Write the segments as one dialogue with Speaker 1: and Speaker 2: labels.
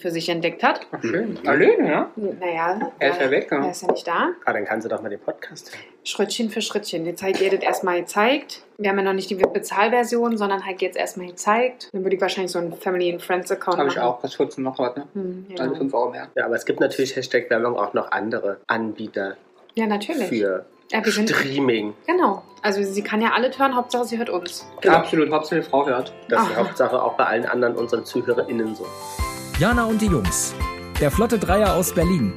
Speaker 1: für sich entdeckt hat.
Speaker 2: Ach, schön. Hallöchen, ja?
Speaker 1: Naja,
Speaker 2: Er ist ja weg, ne?
Speaker 1: er
Speaker 2: ja.
Speaker 1: ist ja nicht da.
Speaker 3: Ah, dann kann sie doch mal den Podcast hören.
Speaker 1: Schrittchen für Schrittchen. Jetzt halt jedes erstmal gezeigt. Wir haben ja noch nicht die Bezahlversion, sondern halt jetzt erstmal gezeigt. Dann würde ich wahrscheinlich so einen Family and Friends Account
Speaker 2: Habe
Speaker 1: machen.
Speaker 2: ich auch. Kostet 14 noch was, ne?
Speaker 1: Hm,
Speaker 2: Also
Speaker 1: genau.
Speaker 2: 5 Euro mehr.
Speaker 3: Ja, aber es gibt natürlich Hashtag Werbung auch noch andere Anbieter
Speaker 1: Ja, natürlich.
Speaker 3: für
Speaker 1: Ja, wir sind,
Speaker 3: Streaming.
Speaker 1: genau. Also sie kann ja alle hören, Hauptsache sie hört uns.
Speaker 3: Genau.
Speaker 2: Absolut, Hauptsache die Frau hört.
Speaker 3: Das ist
Speaker 1: Aha.
Speaker 3: Hauptsache auch bei allen anderen unseren ZuhörerInnen so.
Speaker 4: Jana und die Jungs. Der Flotte Dreier aus Berlin.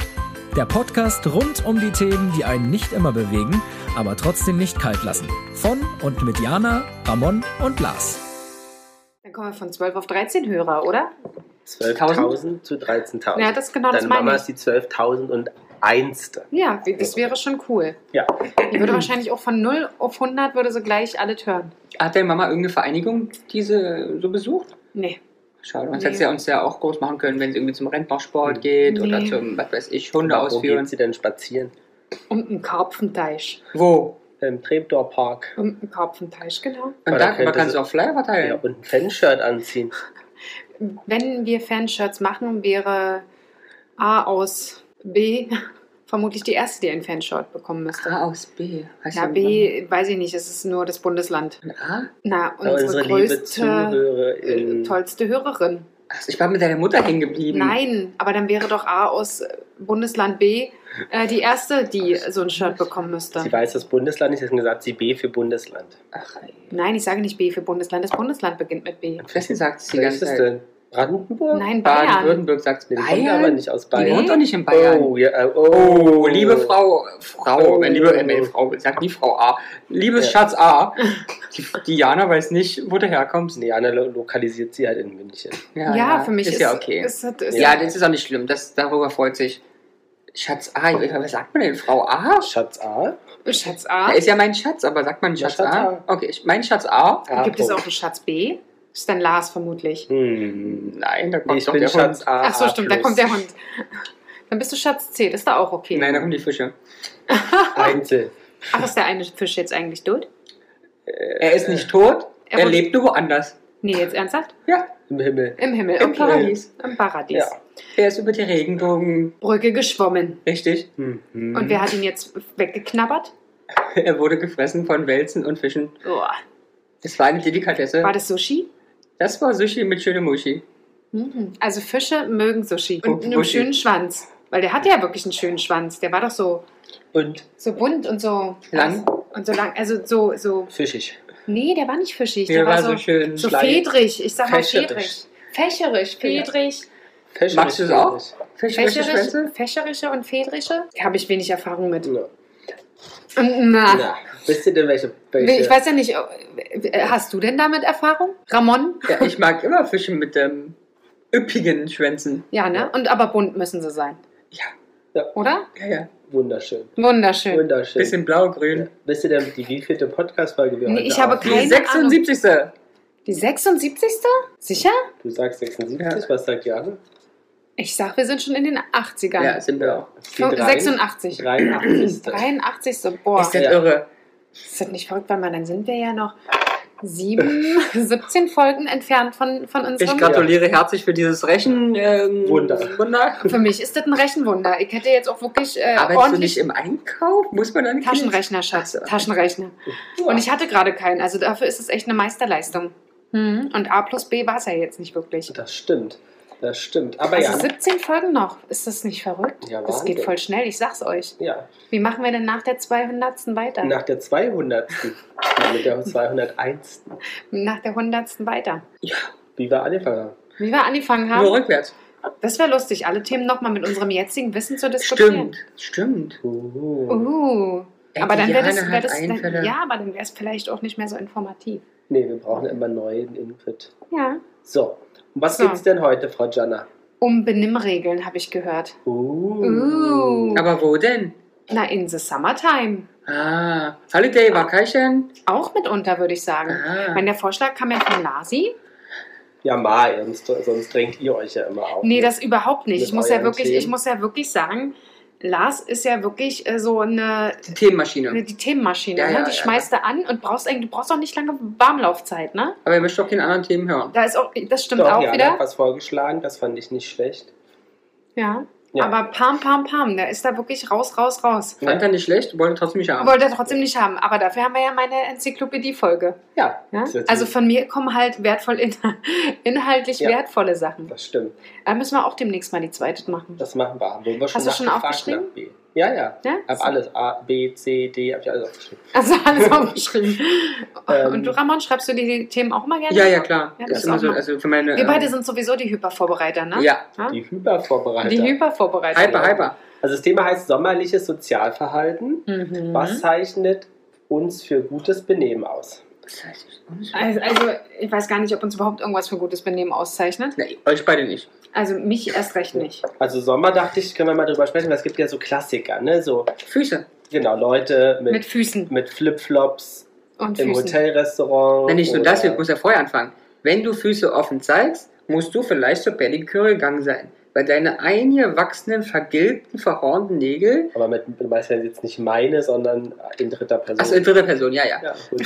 Speaker 4: Der Podcast rund um die Themen, die einen nicht immer bewegen, aber trotzdem nicht kalt lassen. Von und mit Jana, Ramon und Lars.
Speaker 1: Dann kommen wir von 12 auf 13 Hörer, oder?
Speaker 3: 12.000 zu 13.000.
Speaker 1: Ja, das genau das
Speaker 3: Dann Mama
Speaker 1: meine ich.
Speaker 3: ist die 12.001.
Speaker 1: Ja, das wäre schon cool.
Speaker 3: Ja.
Speaker 1: Die würde wahrscheinlich auch von 0 auf 100 würde sie gleich alle hören.
Speaker 2: Hat deine Mama irgendeine Vereinigung diese so besucht?
Speaker 1: Nee.
Speaker 2: Schade, sonst
Speaker 1: Nee.
Speaker 2: hätte sie uns ja auch groß machen können, wenn sie irgendwie zum
Speaker 3: Hm.
Speaker 2: Rentnersport geht oder
Speaker 1: Nee.
Speaker 2: zum, was weiß ich, Hunde
Speaker 3: Aber Wo
Speaker 2: ausführen.
Speaker 3: geht sie denn spazieren?
Speaker 1: Und ein Karpfenteich.
Speaker 2: Wo?
Speaker 3: Im Treptower Park.
Speaker 1: Und ein Karpfenteich, Um genau.
Speaker 2: Und
Speaker 3: Aber
Speaker 2: da
Speaker 3: da könnte
Speaker 2: man kann
Speaker 3: sie-
Speaker 2: sie auch Flyer verteilen.
Speaker 3: Ja, und ein Fanshirt anziehen.
Speaker 1: Wenn wir Fanshirts machen, wäre A aus B vermutlich die erste, die ein Fanshirt bekommen müsste.
Speaker 2: A aus B. Heißt Ah,
Speaker 1: Ja,
Speaker 2: Ah, ja-
Speaker 1: B, weiß ich nicht, es ist nur das Bundesland.
Speaker 2: Und A?
Speaker 1: Na,
Speaker 3: Aber
Speaker 1: unsere,
Speaker 2: also
Speaker 3: unsere liebe
Speaker 1: größte, äh,
Speaker 3: ZuhörerIn.
Speaker 1: tollste Hörerin.
Speaker 2: Achso, ich war mit deiner Mutter hängen geblieben.
Speaker 1: Nein, aber dann wäre doch A aus äh, Bundesland B äh, die erste, die so ein Shirt bekommen
Speaker 3: Sie
Speaker 1: müsste.
Speaker 3: weiß das Bundesland nicht, deswegen gesagt sie B für Bundesland.
Speaker 2: Ach, ey.
Speaker 1: Nein, ich sage nicht B für Bundesland, das Bundesland beginnt mit B.
Speaker 2: Deswegen sagt sie die ganze
Speaker 3: Welches ist
Speaker 2: Zeit.
Speaker 3: denn? Brandenburg?
Speaker 1: Nein, Bayern.
Speaker 2: Baden-Württemberg sagt sie.
Speaker 3: Nee, die kommt aber nicht aus
Speaker 2: Die
Speaker 3: Bayern.
Speaker 2: wohnt doch nicht in Bayern.
Speaker 3: Oh, ja, äh, oh.
Speaker 2: Oh, liebe Frau, Frau,
Speaker 3: Oh.
Speaker 2: äh, liebe, äh, nee, Frau, sag nie Frau A. Liebes
Speaker 3: Ja.
Speaker 2: Schatz A. Die, die Jana weiß nicht, wo du herkommst.
Speaker 3: Nee, Anna lo- lokalisiert sie halt in München.
Speaker 1: Ja, für mich
Speaker 2: ist,
Speaker 1: ist,
Speaker 2: ja okay.
Speaker 1: ist, ist,
Speaker 2: ja, das ist auch nicht schlimm. Das, darüber freut sich. Schatz A, ich weiß
Speaker 3: Oh.
Speaker 2: nicht, was sagt man denn? Frau A?
Speaker 3: Schatz A.
Speaker 1: Schatz
Speaker 2: Ja,
Speaker 1: A.
Speaker 2: ist ja mein Schatz, aber sagt man
Speaker 3: Ja,
Speaker 2: Schatz,
Speaker 3: Schatz
Speaker 2: A? Okay, ich, mein Schatz A?
Speaker 3: A.
Speaker 1: Gibt es auch einen Schatz B? Das ist dann Lars vermutlich.
Speaker 3: Hm.
Speaker 2: Nein, da kommt
Speaker 3: Nee, ich
Speaker 2: doch
Speaker 3: bin
Speaker 2: der
Speaker 3: Schatz
Speaker 2: Hund.
Speaker 3: A.
Speaker 1: Ach so, stimmt, da
Speaker 3: plus.
Speaker 1: kommt der Hund. Dann bist du Schatz C, das ist da auch okay.
Speaker 2: Nein, da kommen die Fische.
Speaker 3: Einzel.
Speaker 1: Ach, ist der eine Fisch jetzt eigentlich tot?
Speaker 3: Äh,
Speaker 2: Er ist nicht tot,
Speaker 1: Er
Speaker 2: er,
Speaker 1: wurde-
Speaker 2: lebt nur woanders.
Speaker 1: Nee, jetzt ernsthaft?
Speaker 2: Ja,
Speaker 3: Im Himmel.
Speaker 1: Im Himmel,
Speaker 2: im
Speaker 1: okay.
Speaker 2: Paradies.
Speaker 1: Im Paradies.
Speaker 3: Ja.
Speaker 2: Er ist über die Regenbogen,
Speaker 1: Brücke geschwommen.
Speaker 2: richtig.
Speaker 3: Mhm.
Speaker 1: Und wer hat ihn jetzt weggeknabbert?
Speaker 2: Er wurde gefressen von Wälzen und Fischen.
Speaker 1: Boah.
Speaker 2: Das war eine Delikatesse.
Speaker 1: War das Sushi?
Speaker 2: Das war Sushi mit schönem Mushi.
Speaker 1: Mhm. Also Fische mögen Sushi.
Speaker 2: Oh,
Speaker 1: Und einen
Speaker 2: Sushi.
Speaker 1: schönen Schwanz. Weil der hatte ja wirklich einen schönen Schwanz. Der war doch so,
Speaker 3: Und
Speaker 1: so bunt und so
Speaker 2: Lang?
Speaker 1: Und so lang. Also so, so.
Speaker 3: fischig.
Speaker 1: Nee, der war nicht fischig.
Speaker 2: Der
Speaker 1: Der,
Speaker 2: war so schön.
Speaker 1: so
Speaker 2: schlei-
Speaker 1: fedrig. Ich sag mal
Speaker 3: Fächerisch.
Speaker 1: fedrig. Fächerisch, fedrig.
Speaker 3: Fischig.
Speaker 2: Magst du es auch? Fisch, Fisch,
Speaker 1: Fächerische,
Speaker 2: Schwänze?
Speaker 1: fächerische und fedrische? Habe ich wenig Erfahrung mit.
Speaker 3: Ja.
Speaker 1: Na,
Speaker 3: Na, wisst ihr denn, welche? welche?
Speaker 1: Ah. ich weiß ja nicht, äh, hast du denn damit Erfahrung? Ramon?
Speaker 2: Ja, ich mag immer Fische mit ähm, üppigen Schwänzen.
Speaker 1: Ja, ne?
Speaker 3: Ja.
Speaker 1: Und aber bunt müssen sie sein.
Speaker 2: Ja.
Speaker 3: Ja.
Speaker 1: Oder?
Speaker 2: Ja, ja.
Speaker 3: Wunderschön.
Speaker 1: Wunderschön.
Speaker 3: Wunderschön.
Speaker 2: Bisschen blau-grün.
Speaker 3: Wisst ihr denn, die wievielte Podcast-Folge wir
Speaker 1: Nee,
Speaker 3: heute
Speaker 1: ich habe
Speaker 3: aufnehmen?
Speaker 1: Keine
Speaker 2: Die 76.
Speaker 1: Die 76. Sicher?
Speaker 3: Du sagst 76,
Speaker 2: Ja.
Speaker 3: was sagt Jana?
Speaker 1: Ich sag, wir sind schon in den 80ern.
Speaker 2: Ja, sind wir auch.
Speaker 3: Die
Speaker 1: Fünf- 86.
Speaker 3: 83.
Speaker 1: 83. Boah,
Speaker 2: Ist das
Speaker 3: Ja.
Speaker 2: irre?
Speaker 1: ist das nicht verrückt, weil man, dann sind wir ja noch sieben, 17 Folgen entfernt von, von
Speaker 2: Ich
Speaker 1: unserem.
Speaker 2: gratuliere herzlich für dieses Rechen. Ähm,
Speaker 3: Wunder.
Speaker 2: Wunder.
Speaker 1: Für mich ist das ein Rechenwunder. Ich hätte jetzt auch wirklich äh,
Speaker 2: Arbeitest du
Speaker 1: ordentlich
Speaker 2: nicht im Einkauf? Muss man dann
Speaker 1: Taschenrechner, Schatz.
Speaker 2: Ach so.
Speaker 1: Taschenrechner. Und ich hatte gerade keinen. Also dafür ist es echt eine Meisterleistung.
Speaker 2: Hm.
Speaker 1: Mhm. Und A plus B war es ja jetzt nicht wirklich.
Speaker 3: Das stimmt. Das stimmt. Aber
Speaker 1: Also
Speaker 3: ja.
Speaker 1: 17 Folgen noch. Ist das nicht verrückt?
Speaker 3: Ja,
Speaker 1: das
Speaker 3: Wahnsinn.
Speaker 1: geht voll schnell, ich sag's euch.
Speaker 3: ja.
Speaker 1: Wie machen wir denn nach der 200. weiter?
Speaker 3: Nach der 200. Ja, mit der 201.
Speaker 1: Nach der 100. weiter.
Speaker 3: Wie wir angefangen haben.
Speaker 1: Wie wir angefangen
Speaker 2: Nur
Speaker 1: haben,
Speaker 2: rückwärts.
Speaker 1: das wäre lustig, alle Themen nochmal mit unserem jetzigen Wissen zu diskutieren.
Speaker 2: Stimmt, stimmt.
Speaker 3: Uh.
Speaker 1: Uh.
Speaker 2: Ey,
Speaker 1: Aber
Speaker 2: die
Speaker 1: dann wäre das,
Speaker 2: Jana
Speaker 1: wär
Speaker 2: hat
Speaker 1: das dann,
Speaker 2: Einfälle.
Speaker 1: ja, aber dann wäre es vielleicht auch nicht mehr so informativ.
Speaker 3: Nee, wir brauchen immer neuen Input.
Speaker 1: Ja.
Speaker 3: So, um was
Speaker 1: So.
Speaker 3: geht's denn heute, Frau Janna?
Speaker 1: Um Benimmregeln habe ich gehört.
Speaker 3: Uh.
Speaker 1: Uh.
Speaker 2: Aber wo denn?
Speaker 1: Na, in the summertime.
Speaker 2: Ah, Holiday Vacation.
Speaker 1: Auch mitunter, würde ich sagen. Ich
Speaker 2: Ah.
Speaker 1: meine, der Vorschlag kam ja von Lasi.
Speaker 3: Ja, mal, sonst, sonst drängt ihr euch ja immer auf. ne?
Speaker 1: Nee, das überhaupt nicht.
Speaker 3: Mit
Speaker 1: Ich muss ja
Speaker 3: euren
Speaker 1: wirklich, ich
Speaker 3: Themen.
Speaker 1: muss ja wirklich sagen, Lars ist ja wirklich äh, so eine,
Speaker 2: Die Ah. Themenmaschine.
Speaker 1: eine die Themenmaschine.
Speaker 2: Ja, ja,
Speaker 1: ne? Die
Speaker 2: ja,
Speaker 1: schmeißt er an und brauchst eigentlich, du brauchst auch nicht lange Warmlaufzeit, ne?
Speaker 2: Aber ihr möchtet doch keine anderen Themen hören.
Speaker 1: Da ist auch, das stimmt auch
Speaker 3: Jana
Speaker 1: wieder.
Speaker 2: ne?
Speaker 3: hat was vorgeschlagen, das fand ich nicht schlecht.
Speaker 1: Ja.
Speaker 3: Ja.
Speaker 1: Aber pam, pam, pam, der ist da wirklich raus, raus, raus.
Speaker 2: Fand
Speaker 3: Ja.
Speaker 2: er nicht schlecht, wollte trotzdem mich haben.
Speaker 1: Wollte er trotzdem nicht haben, aber dafür haben wir ja meine Enzyklopädie-Folge.
Speaker 3: Ja,
Speaker 1: Ja?
Speaker 3: Das ist
Speaker 1: Also von mir kommen halt wertvoll in, inhaltlich
Speaker 3: Ja.
Speaker 1: wertvolle Sachen.
Speaker 3: das stimmt.
Speaker 1: Da müssen wir auch demnächst mal die zweite machen.
Speaker 3: Das machen wir. Haben wir schon
Speaker 1: du schon
Speaker 3: nachgefragt
Speaker 1: aufgeschrieben?
Speaker 3: nach B. Ja, ja.
Speaker 1: Ja?
Speaker 3: Hab alles. A, B, C, D, hab ich alles aufgeschrieben.
Speaker 1: Also alles aufgeschrieben.
Speaker 3: Ähm.
Speaker 1: Und du, Ramon, schreibst du dir die Themen auch immer gerne?
Speaker 2: Ja, ja, klar.
Speaker 1: Ja, das
Speaker 2: ist immer
Speaker 1: auch
Speaker 2: so,
Speaker 1: mal.
Speaker 2: also für meine.
Speaker 1: Wir beide
Speaker 2: ähm,
Speaker 1: sind sowieso die Hypervorbereiter, ne?
Speaker 2: Ja,
Speaker 1: Ja?
Speaker 3: Die Hypervorbereitung.
Speaker 1: Die Hypervorbereiter.
Speaker 2: hyper, hyper.
Speaker 3: also das Thema heißt sommerliches Sozialverhalten.
Speaker 1: Mhm.
Speaker 3: Was zeichnet uns für gutes Benehmen aus?
Speaker 2: Das heißt, ich-
Speaker 1: Also, also, ich weiß gar nicht, ob uns überhaupt irgendwas für gutes Benehmen auszeichnet.
Speaker 2: Nee, euch beide nicht.
Speaker 1: Also, mich erst recht nicht.
Speaker 3: Also Sommer dachte ich, können wir mal drüber sprechen, weil es gibt ja so Klassiker, ne? So,
Speaker 2: Füße.
Speaker 3: genau, Leute mit,
Speaker 1: Mit
Speaker 3: mit,
Speaker 1: Füßen
Speaker 3: Flipflops
Speaker 1: und
Speaker 3: im
Speaker 1: Füßen.
Speaker 3: Hotelrestaurant.
Speaker 2: Na, nicht nur
Speaker 3: oder-
Speaker 2: das, wir müssen ja vorher anfangen. Wenn du Füße offen zeigst, musst du vielleicht zur Pediküre gegangen sein. Weil deine eingewachsenen, vergilbten, verhornten Nägel.
Speaker 3: Aber mit, du meinst ja jetzt nicht meine, sondern in dritter Person.
Speaker 2: Achso, in dritter Person, ja, ja.
Speaker 3: ja, gut.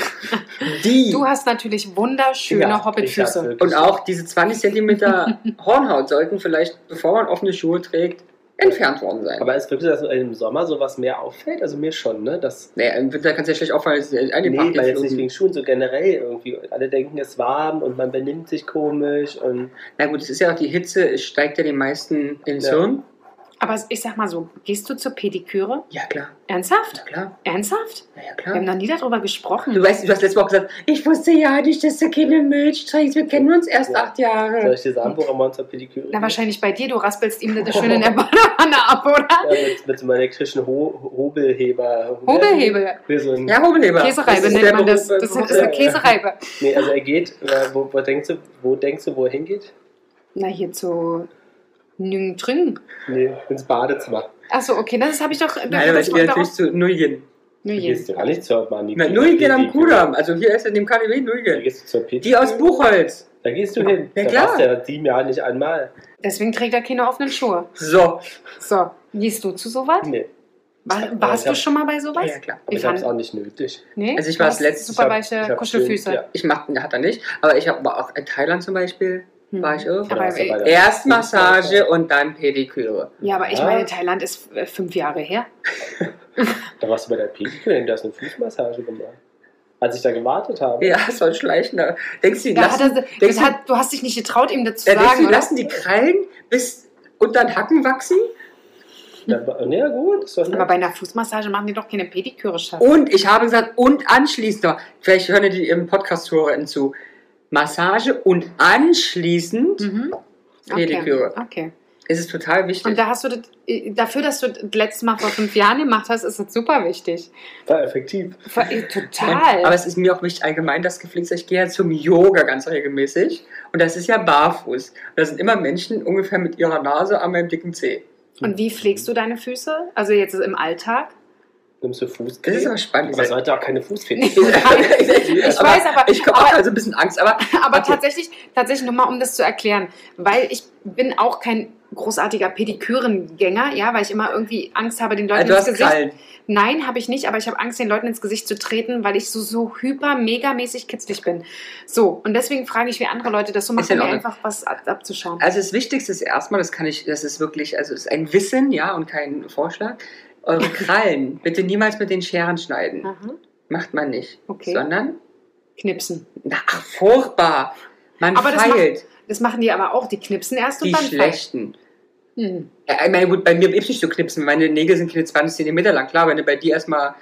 Speaker 2: Die.
Speaker 1: Du hast natürlich wunderschöne
Speaker 3: Ja, ich hab's
Speaker 1: Hobbitfüße.
Speaker 3: wirklich
Speaker 2: Und auch diese 20 cm Hornhaut sollten vielleicht, bevor man offene Schuhe trägt, entfernt worden sein.
Speaker 3: Aber ist wirklich, so, dass im Sommer sowas mehr auffällt? Also mir schon, ne? Das,
Speaker 2: naja, im Winter äh, kannst du ja schlecht auffallen, dass es äh, eine
Speaker 3: nee,
Speaker 2: Party
Speaker 3: weil jetzt nicht
Speaker 2: flogen.
Speaker 3: wegen Schuhen, so generell irgendwie. Alle denken, es ist warm und man benimmt sich komisch und
Speaker 2: Na gut, es ist ja auch die Hitze, es steigt ja den meisten ins
Speaker 3: Ja.
Speaker 2: Hirn.
Speaker 1: Aber ich sag mal so, gehst du zur Pediküre?
Speaker 2: Ja, klar,
Speaker 1: Ernsthaft?
Speaker 2: ja, klar,
Speaker 1: Ernsthaft?
Speaker 2: ja, ja,
Speaker 1: Wir haben
Speaker 2: klar.
Speaker 1: noch nie darüber
Speaker 2: Du
Speaker 1: gesprochen.
Speaker 2: weißt, du hast letztes Mal auch gesagt, ich wusste ja nicht, dass du keine Milch trinkst, wir kennen uns erst
Speaker 3: Ja.
Speaker 2: acht Jahre.
Speaker 3: soll ich dir sagen, woran man zur Pediküre
Speaker 1: Na,
Speaker 3: geht?
Speaker 1: wahrscheinlich bei dir. Du raspelst ihm das schön in der Badewanne ab, oder?
Speaker 3: Ja, mit, mit so einem elektrischen Ho Hobelheber.
Speaker 1: Hobelhebel.
Speaker 3: Hier so ein,
Speaker 2: Ja, Hobelheber.
Speaker 1: Käsereibe
Speaker 2: Das ist
Speaker 1: nennt
Speaker 2: der
Speaker 1: man das.
Speaker 2: Beruf-
Speaker 1: Das ist
Speaker 2: Beruf-
Speaker 1: das ist eine
Speaker 3: ja.
Speaker 1: Käsereibe.
Speaker 3: Nee, also er geht, äh, wo, wo denkst du, wo denkst du, wo er hingeht?
Speaker 1: Na, hier zu Nüng Trüng.
Speaker 3: Nee, ins Badezimmer.
Speaker 1: Achso, okay, das habe ich doch.
Speaker 2: Nein, weil
Speaker 1: das
Speaker 2: ich gehe natürlich zu Nullien.
Speaker 1: Nur
Speaker 3: Du
Speaker 1: jeden.
Speaker 3: gehst ja nicht zur Mani.
Speaker 2: Na, Nullien am Kudamm, also hier ist in dem KDW
Speaker 3: Da
Speaker 2: Nullien.
Speaker 3: gehst du zur Pediküre.
Speaker 2: Die aus Buchholz.
Speaker 3: Da gehst du hin.
Speaker 2: Ja,
Speaker 3: da
Speaker 2: klar.
Speaker 3: warst du ja sieben Jahre nicht einmal.
Speaker 1: Deswegen trägt er keine offenen Schuhe.
Speaker 2: So,
Speaker 1: So, gehst du zu sowas?
Speaker 3: Nee,
Speaker 1: War,
Speaker 3: Ja, ich
Speaker 1: warst du
Speaker 3: hab-
Speaker 1: schon mal bei sowas?
Speaker 2: ja klar.
Speaker 3: aber
Speaker 1: Wie
Speaker 3: ich hab's
Speaker 1: fand-
Speaker 3: auch nicht nötig.
Speaker 1: Nee?
Speaker 2: Also ich war
Speaker 1: Du hast
Speaker 2: das letzte-
Speaker 1: Super
Speaker 3: Ich hab-
Speaker 1: weiche
Speaker 3: ich hab
Speaker 1: Kuschelfüße.
Speaker 3: schön- ja.
Speaker 2: Ich mach, hat er nicht, aber ich habe auch in Thailand zum Beispiel,
Speaker 1: Hm.
Speaker 2: war ich
Speaker 1: Ja.
Speaker 2: irre.
Speaker 1: Aber
Speaker 3: Oder hast du
Speaker 1: ey,
Speaker 3: bei der-
Speaker 2: Erst Massage und dann Pediküre.
Speaker 1: Ja, aber ich
Speaker 3: Ja.
Speaker 1: meine, Thailand ist äh, fünf Jahre her.
Speaker 3: Da warst du bei der Pediküre, denn du hast eine Fußmassage gemacht. Als ich da gewartet habe.
Speaker 2: Ja, es war ein Schleichender. Denkst du, die
Speaker 1: Da hat
Speaker 2: lassen,
Speaker 1: er, das
Speaker 2: denkst du-
Speaker 1: hat, du hast dich nicht getraut, ihm das zu
Speaker 2: ja, denkst du,
Speaker 1: sagen.
Speaker 2: die
Speaker 1: Oder?
Speaker 2: lassen die Krallen bis unter den Hacken wachsen?
Speaker 3: Da war- Na ja, gut, ist doch
Speaker 1: Aber
Speaker 3: nett.
Speaker 1: bei einer Fußmassage machen die doch keine Pediküre, Schatz.
Speaker 2: Und ich habe gesagt, und anschließend noch, vielleicht hören die im Podcast-Hörer zu, Massage und anschließend
Speaker 1: Mhm.
Speaker 2: Pediküre.
Speaker 1: Okay.
Speaker 2: ist es total wichtig.
Speaker 1: Und da hast du das, äh, dafür, dass du das letzte Mal vor fünf Jahren gemacht hast, ist das super wichtig.
Speaker 3: War effektiv.
Speaker 1: Ver- äh, Total.
Speaker 2: Und- Aber es ist mir auch wichtig allgemein das Geflixer. Ich gehe ja zum Yoga ganz regelmäßig und das ist ja barfuß. Und da sind immer Menschen ungefähr mit ihrer Nase an meinem dicken Zeh.
Speaker 1: Und wie pflegst du deine Füße? Also jetzt im Alltag?
Speaker 3: Nimmst du Fußcreme?
Speaker 2: Das ist aber spannend.
Speaker 3: Man sollte auch keine Fußfehler.
Speaker 1: Ich weiß aber,
Speaker 2: ich habe auch also ein bisschen Angst, aber
Speaker 1: Aber
Speaker 2: Okay.
Speaker 1: tatsächlich, tatsächlich nochmal, um das zu erklären, weil ich bin auch kein großartiger Pedikürengänger, ja, weil ich immer irgendwie Angst habe, den Leuten
Speaker 2: Also du
Speaker 1: ins
Speaker 2: hast
Speaker 1: Gesicht.
Speaker 2: Krallen.
Speaker 1: Nein, habe ich nicht, aber ich habe Angst, den Leuten ins Gesicht zu treten, weil ich so, so hyper megamäßig kitzlig bin. So, und deswegen frage ich, wie andere Leute das so
Speaker 2: Ist
Speaker 1: machen,
Speaker 2: in
Speaker 1: mir
Speaker 2: Ordnung.
Speaker 1: einfach was ab, abzuschauen.
Speaker 2: Also das Wichtigste ist erstmal, das kann ich, das ist wirklich, also es ist ein Wissen, ja, und kein Vorschlag. Eure Krallen bitte niemals mit den Scheren schneiden.
Speaker 1: Aha,
Speaker 2: Macht man nicht.
Speaker 1: Okay.
Speaker 2: Sondern,
Speaker 1: knipsen.
Speaker 2: na, ach, furchtbar. Man
Speaker 1: Aber das
Speaker 2: feilt
Speaker 1: Das machen die aber auch, die knipsen erst und
Speaker 2: die
Speaker 1: dann
Speaker 2: Schlechten.
Speaker 1: Hm.
Speaker 2: Ja, Ich meine, gut, bei mir gibt es nicht so knipsen. Meine Nägel sind keine 20 cm lang. Klar, wenn du bei dir erstmal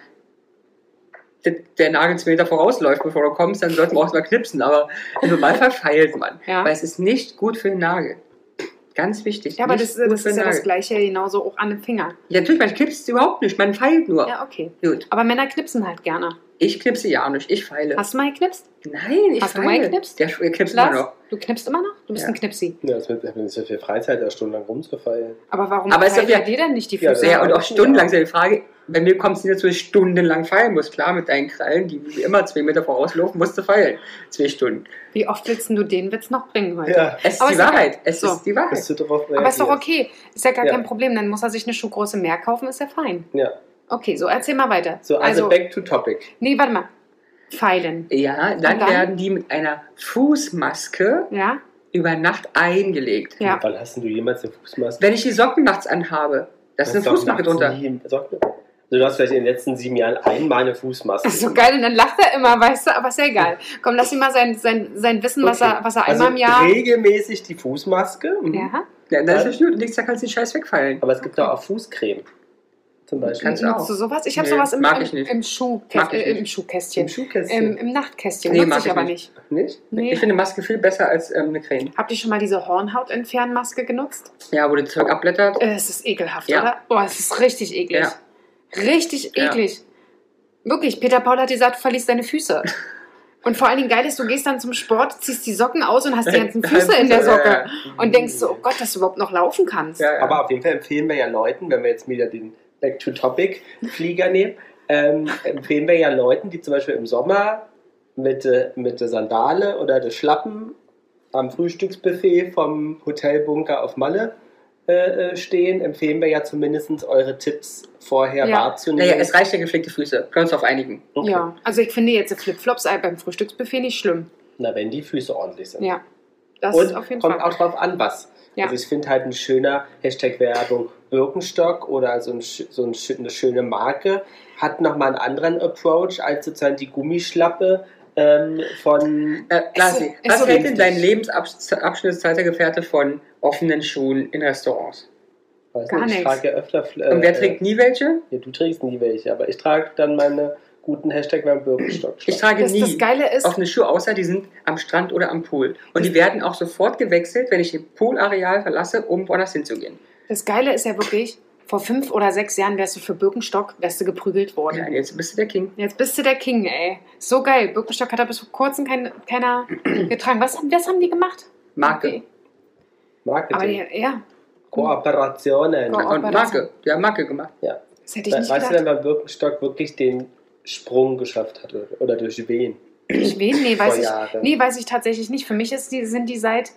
Speaker 2: d- der Nagel zwei Meter vorausläuft, bevor du kommst, dann sollten wir auch mal knipsen. Aber im Normalfall verfeilt man.
Speaker 1: Ja.
Speaker 2: Weil es ist nicht gut für den Nagel. Ganz wichtig.
Speaker 1: Ja, aber
Speaker 2: nicht
Speaker 1: das, das
Speaker 2: für
Speaker 1: ist
Speaker 2: den
Speaker 1: ja das
Speaker 2: Nagel.
Speaker 1: Gleiche genauso auch an den Finger.
Speaker 2: Ja, natürlich, man knipst überhaupt nicht. Man feilt nur.
Speaker 1: Ja, okay.
Speaker 2: Gut.
Speaker 1: Aber Männer knipsen halt gerne.
Speaker 2: Ich knipse ja nicht, ich feile.
Speaker 1: Hast du mal geknipst?
Speaker 2: Nein, ich
Speaker 1: Hast du
Speaker 2: feile.
Speaker 1: mal geknipst?
Speaker 2: Der Sch- der knipst immer noch.
Speaker 1: Du knipst immer noch? Du bist
Speaker 2: Ja.
Speaker 1: ein Knipsi.
Speaker 3: Ja, das wird, das wird so viel Freizeit, da stundenlang rumzufeilen.
Speaker 1: Aber warum
Speaker 2: Aber es
Speaker 1: teilt
Speaker 2: ist ja-
Speaker 1: er dir denn nicht die
Speaker 3: Ja,
Speaker 1: Füße?
Speaker 2: Ja, und auch stundenlang ist ja die Frage, bei mir kommt es nicht dazu, dass ich stundenlang feilen muss. Klar, mit deinen Krallen, die wie immer zwei Meter vorauslaufen, musst du feilen. Zwei Stunden.
Speaker 1: Wie oft willst denn du den Witz noch bringen heute?
Speaker 2: Es ist
Speaker 1: Aber
Speaker 2: die
Speaker 1: ist egal.
Speaker 2: Wahrheit. Es
Speaker 1: So.
Speaker 2: ist die Wahrheit.
Speaker 3: bist du drauf reagiert.
Speaker 1: Aber Ah, ist doch okay. Ist ja gar
Speaker 3: Ja.
Speaker 1: kein Problem. Dann muss er sich eine Schuhgröße mehr kaufen, ist ja fein.
Speaker 3: Ja.
Speaker 1: Okay, so erzähl mal weiter.
Speaker 3: So, also, back to topic.
Speaker 1: nee, warte mal. Feilen.
Speaker 2: Ja, dann,
Speaker 1: dann?
Speaker 2: werden die mit einer Fußmaske
Speaker 1: Ja?
Speaker 2: über Nacht eingelegt.
Speaker 1: Ja.
Speaker 3: Wann hast denn du jemals eine Fußmaske?
Speaker 2: Wenn ich die Socken nachts anhabe, da ist eine
Speaker 3: Hast du
Speaker 2: Fußmaske
Speaker 3: nachts
Speaker 2: drunter.
Speaker 3: nie- Socken? Also, du hast vielleicht in den letzten sieben Jahren einmal eine Fußmaske.
Speaker 1: Das ist so geil. Und dann lacht er immer, weißt du? Aber ist ja egal. Komm, lass ihm mal sein, sein, sein Wissen, was
Speaker 3: Okay.
Speaker 1: er, was er
Speaker 3: Also
Speaker 1: einmal im Jahr...
Speaker 3: regelmäßig die Fußmaske. Mhm.
Speaker 1: Ja?
Speaker 2: Ja, da ist es gut. Nichts, da kannst du den Scheiß wegfeilen.
Speaker 3: Aber es gibt doch auch Fußcreme. Zum Beispiel.
Speaker 2: Kannst du auch.
Speaker 1: Nutzt du sowas? Ich habe
Speaker 2: Nee,
Speaker 1: sowas im,
Speaker 2: mag ich
Speaker 1: im,
Speaker 2: nicht.
Speaker 1: im, Schuh,
Speaker 2: Mag ich
Speaker 1: äh, im
Speaker 2: nicht.
Speaker 3: Im
Speaker 1: Schuhkästchen.
Speaker 3: Schuhkästchen.
Speaker 1: Im, Im Nachtkästchen.
Speaker 2: Nee, mag
Speaker 1: Nutze ich
Speaker 2: ich
Speaker 1: aber
Speaker 2: nicht.
Speaker 1: nicht.
Speaker 3: Nicht?
Speaker 1: Nee.
Speaker 2: Ich finde Maske viel besser als ähm, eine Creme.
Speaker 1: Habt ihr schon mal diese Hornhautentfernmaske genutzt?
Speaker 2: Ja, wo das Zeug abblättert.
Speaker 1: Äh, Es ist ekelhaft,
Speaker 2: Ja.
Speaker 1: oder? Boah, es ist richtig eklig.
Speaker 2: Ja.
Speaker 1: Richtig
Speaker 2: Ja.
Speaker 1: eklig. Wirklich, Peter Paul hat gesagt, du verlierst deine Füße. Und vor allen Dingen geil ist, du gehst dann zum Sport, ziehst die Socken aus und hast
Speaker 2: Äh,
Speaker 1: die ganzen Füße in der Socke. Und denkst so, oh Gott, dass du überhaupt noch laufen kannst.
Speaker 2: Ja, ja.
Speaker 3: Aber auf jeden Fall empfehlen wir ja Leuten, wenn wir jetzt wieder den Back-to-Topic-Flieger nehmen, ähm, empfehlen wir ja Leuten, die zum Beispiel im Sommer mit, äh, mit der Sandale oder der Schlappen am Frühstücksbuffet vom Hotelbunker auf Malle äh, äh, stehen, empfehlen wir ja zumindest eure Tipps vorher
Speaker 1: Ja.
Speaker 3: wahrzunehmen.
Speaker 2: Naja, es reicht ja gepflegte Füße. Können wir uns auf einigen.
Speaker 3: Okay.
Speaker 1: Ja, also ich finde jetzt Flipflops beim Frühstücksbuffet nicht schlimm.
Speaker 3: Na, wenn die Füße ordentlich sind.
Speaker 1: Ja, das
Speaker 3: Und
Speaker 1: ist auf jeden
Speaker 3: kommt
Speaker 1: Fall.
Speaker 3: auch drauf an, was.
Speaker 1: Ja.
Speaker 3: Also ich finde halt ein schöner Hashtag Werbung Birkenstock oder so, ein, sch- so ein, sch- eine schöne Marke hat nochmal einen anderen Approach als sozusagen die Gummischlappe ähm, von...
Speaker 2: Äh, Lasi,
Speaker 1: ist
Speaker 2: was
Speaker 1: so
Speaker 2: hält
Speaker 3: wichtig.
Speaker 2: denn dein Lebensabschnittszeit Gefährte von offenen Schuhen in Restaurants?
Speaker 3: Weiß
Speaker 1: Gar
Speaker 3: nicht, ich
Speaker 1: nichts.
Speaker 3: trage ja öfter... Fl-
Speaker 2: Und wer
Speaker 3: äh,
Speaker 2: trägt nie welche?
Speaker 3: Ja, du trägst nie welche, aber ich trage dann meine guten Hashtag Werbung Birkenstock.
Speaker 2: Ich trage
Speaker 1: Das,
Speaker 2: nie
Speaker 1: das Geile ist,
Speaker 2: offene Schuhe, außer die sind am Strand oder am Pool. Und die werden auch sofort gewechselt, wenn ich den Poolareal verlasse, um woanders hinzugehen.
Speaker 1: das Geile ist ja wirklich, vor fünf oder sechs Jahren wärst du für Birkenstock wärst du geprügelt worden.
Speaker 2: Ja, jetzt bist du der King.
Speaker 1: Jetzt bist du der King, ey. So geil. Birkenstock hat er bis vor kurzem kein, keiner getragen. Was, haben- was haben die gemacht?
Speaker 2: Marke.
Speaker 1: Die- Aber die,
Speaker 3: Marketing.
Speaker 1: ja,
Speaker 3: Kooperationen.
Speaker 1: Ko-
Speaker 2: Und Marke. Die haben Marke gemacht.
Speaker 1: das hätte ich
Speaker 3: We-
Speaker 1: nicht
Speaker 3: Weißt du denn,
Speaker 1: gedacht.
Speaker 3: wann Birkenstock wirklich den Sprung geschafft hat oder, oder durch wen?
Speaker 1: Ich wen? Nee, weiß
Speaker 3: Vor
Speaker 1: ich,
Speaker 3: Jahren.
Speaker 1: nee, weiß ich tatsächlich nicht. Für mich ist die, sind die seit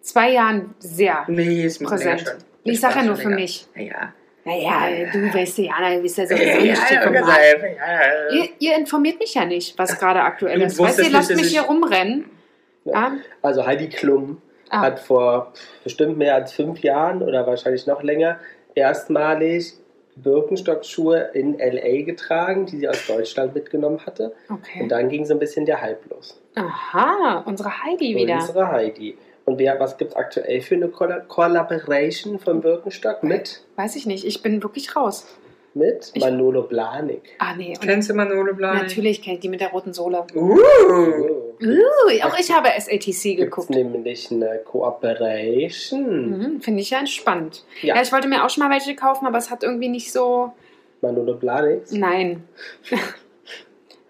Speaker 1: zwei Jahren sehr.
Speaker 2: Nee, ist mir länger
Speaker 1: Präsent.
Speaker 2: schon.
Speaker 1: Ich sag ja
Speaker 2: War
Speaker 1: nur
Speaker 2: schon
Speaker 1: für
Speaker 2: länger.
Speaker 1: mich.
Speaker 2: Naja.
Speaker 1: Naja, du weißt ja, Jana, du bist ja
Speaker 2: Ja,
Speaker 1: sowieso
Speaker 2: ja,
Speaker 1: nicht
Speaker 2: ja,
Speaker 1: die
Speaker 2: ja,
Speaker 1: vom
Speaker 2: ja,
Speaker 1: Markt.
Speaker 2: ja, ja.
Speaker 1: Ihr, ihr informiert mich ja nicht, was gerade aktuell
Speaker 2: Du
Speaker 1: ist. Weißt
Speaker 2: wusstest
Speaker 1: ihr, lasst
Speaker 2: nicht, dass
Speaker 1: mich
Speaker 2: ich-
Speaker 1: hier rumrennen.
Speaker 3: Ja.
Speaker 1: Ja.
Speaker 3: Also Heidi Klum
Speaker 1: Ah.
Speaker 3: hat vor bestimmt mehr als fünf Jahren oder wahrscheinlich noch länger erstmalig Birkenstock-Schuhe in LA getragen, die sie aus Deutschland mitgenommen hatte. Und
Speaker 1: Okay.
Speaker 3: dann ging so ein bisschen der Hype los.
Speaker 1: Aha, unsere Heidi wieder.
Speaker 3: Unsere Heidi. Und wer, was gibt es aktuell für eine Colla- Collaboration von Birkenstock mit?
Speaker 1: Weiß ich nicht, ich bin wirklich raus.
Speaker 3: Mit
Speaker 1: Ich-
Speaker 3: Manolo Blanik.
Speaker 1: Ah, nee. Und
Speaker 2: Kennst du Manolo Blahnik?
Speaker 1: natürlich kenne ich die mit der roten Sohle.
Speaker 2: Uh.
Speaker 1: Uh, auch ich habe SATC
Speaker 3: Gibt es
Speaker 1: Hm. geguckt.
Speaker 3: Oh. nämlich eine Cooperation.
Speaker 1: Mhm, Finde ich ja entspannt.
Speaker 3: Ja.
Speaker 1: Ja. ich wollte mir auch schon mal welche kaufen, aber es hat irgendwie nicht so.
Speaker 3: Manolo Blanik.
Speaker 1: Nein.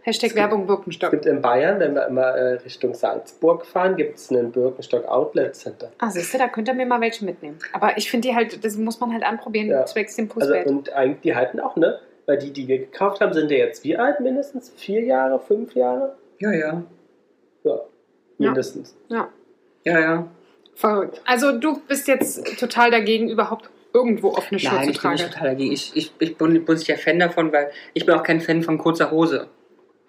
Speaker 1: Hashtag Werbung
Speaker 3: Es
Speaker 1: Birkenstock.
Speaker 3: gibt in Bayern, wenn wir immer äh, Richtung Salzburg fahren, gibt es einen Birkenstock Outlet Center.
Speaker 1: Ah, siehst du, da könnt ihr mir mal welche mitnehmen. Aber ich finde die halt, das muss man halt anprobieren,
Speaker 3: Ja.
Speaker 1: zwecks dem
Speaker 3: Also,
Speaker 1: Pusswert.
Speaker 2: um
Speaker 3: und eigentlich die halten auch, ne? Weil die, die wir gekauft haben, sind ja jetzt wie alt? Mindestens vier Jahre, fünf Jahre?
Speaker 2: Ja, ja.
Speaker 3: Ja, mindestens.
Speaker 2: Ja, ja.
Speaker 1: Verrückt. Also, du bist jetzt total dagegen, überhaupt irgendwo offene Schuhe
Speaker 2: Nein,
Speaker 1: zu
Speaker 2: ich bin
Speaker 1: tragen.
Speaker 2: nicht total dagegen. Ich, ich, ich bin, bin sicher Fan davon, weil ich bin auch kein Fan von kurzer Hose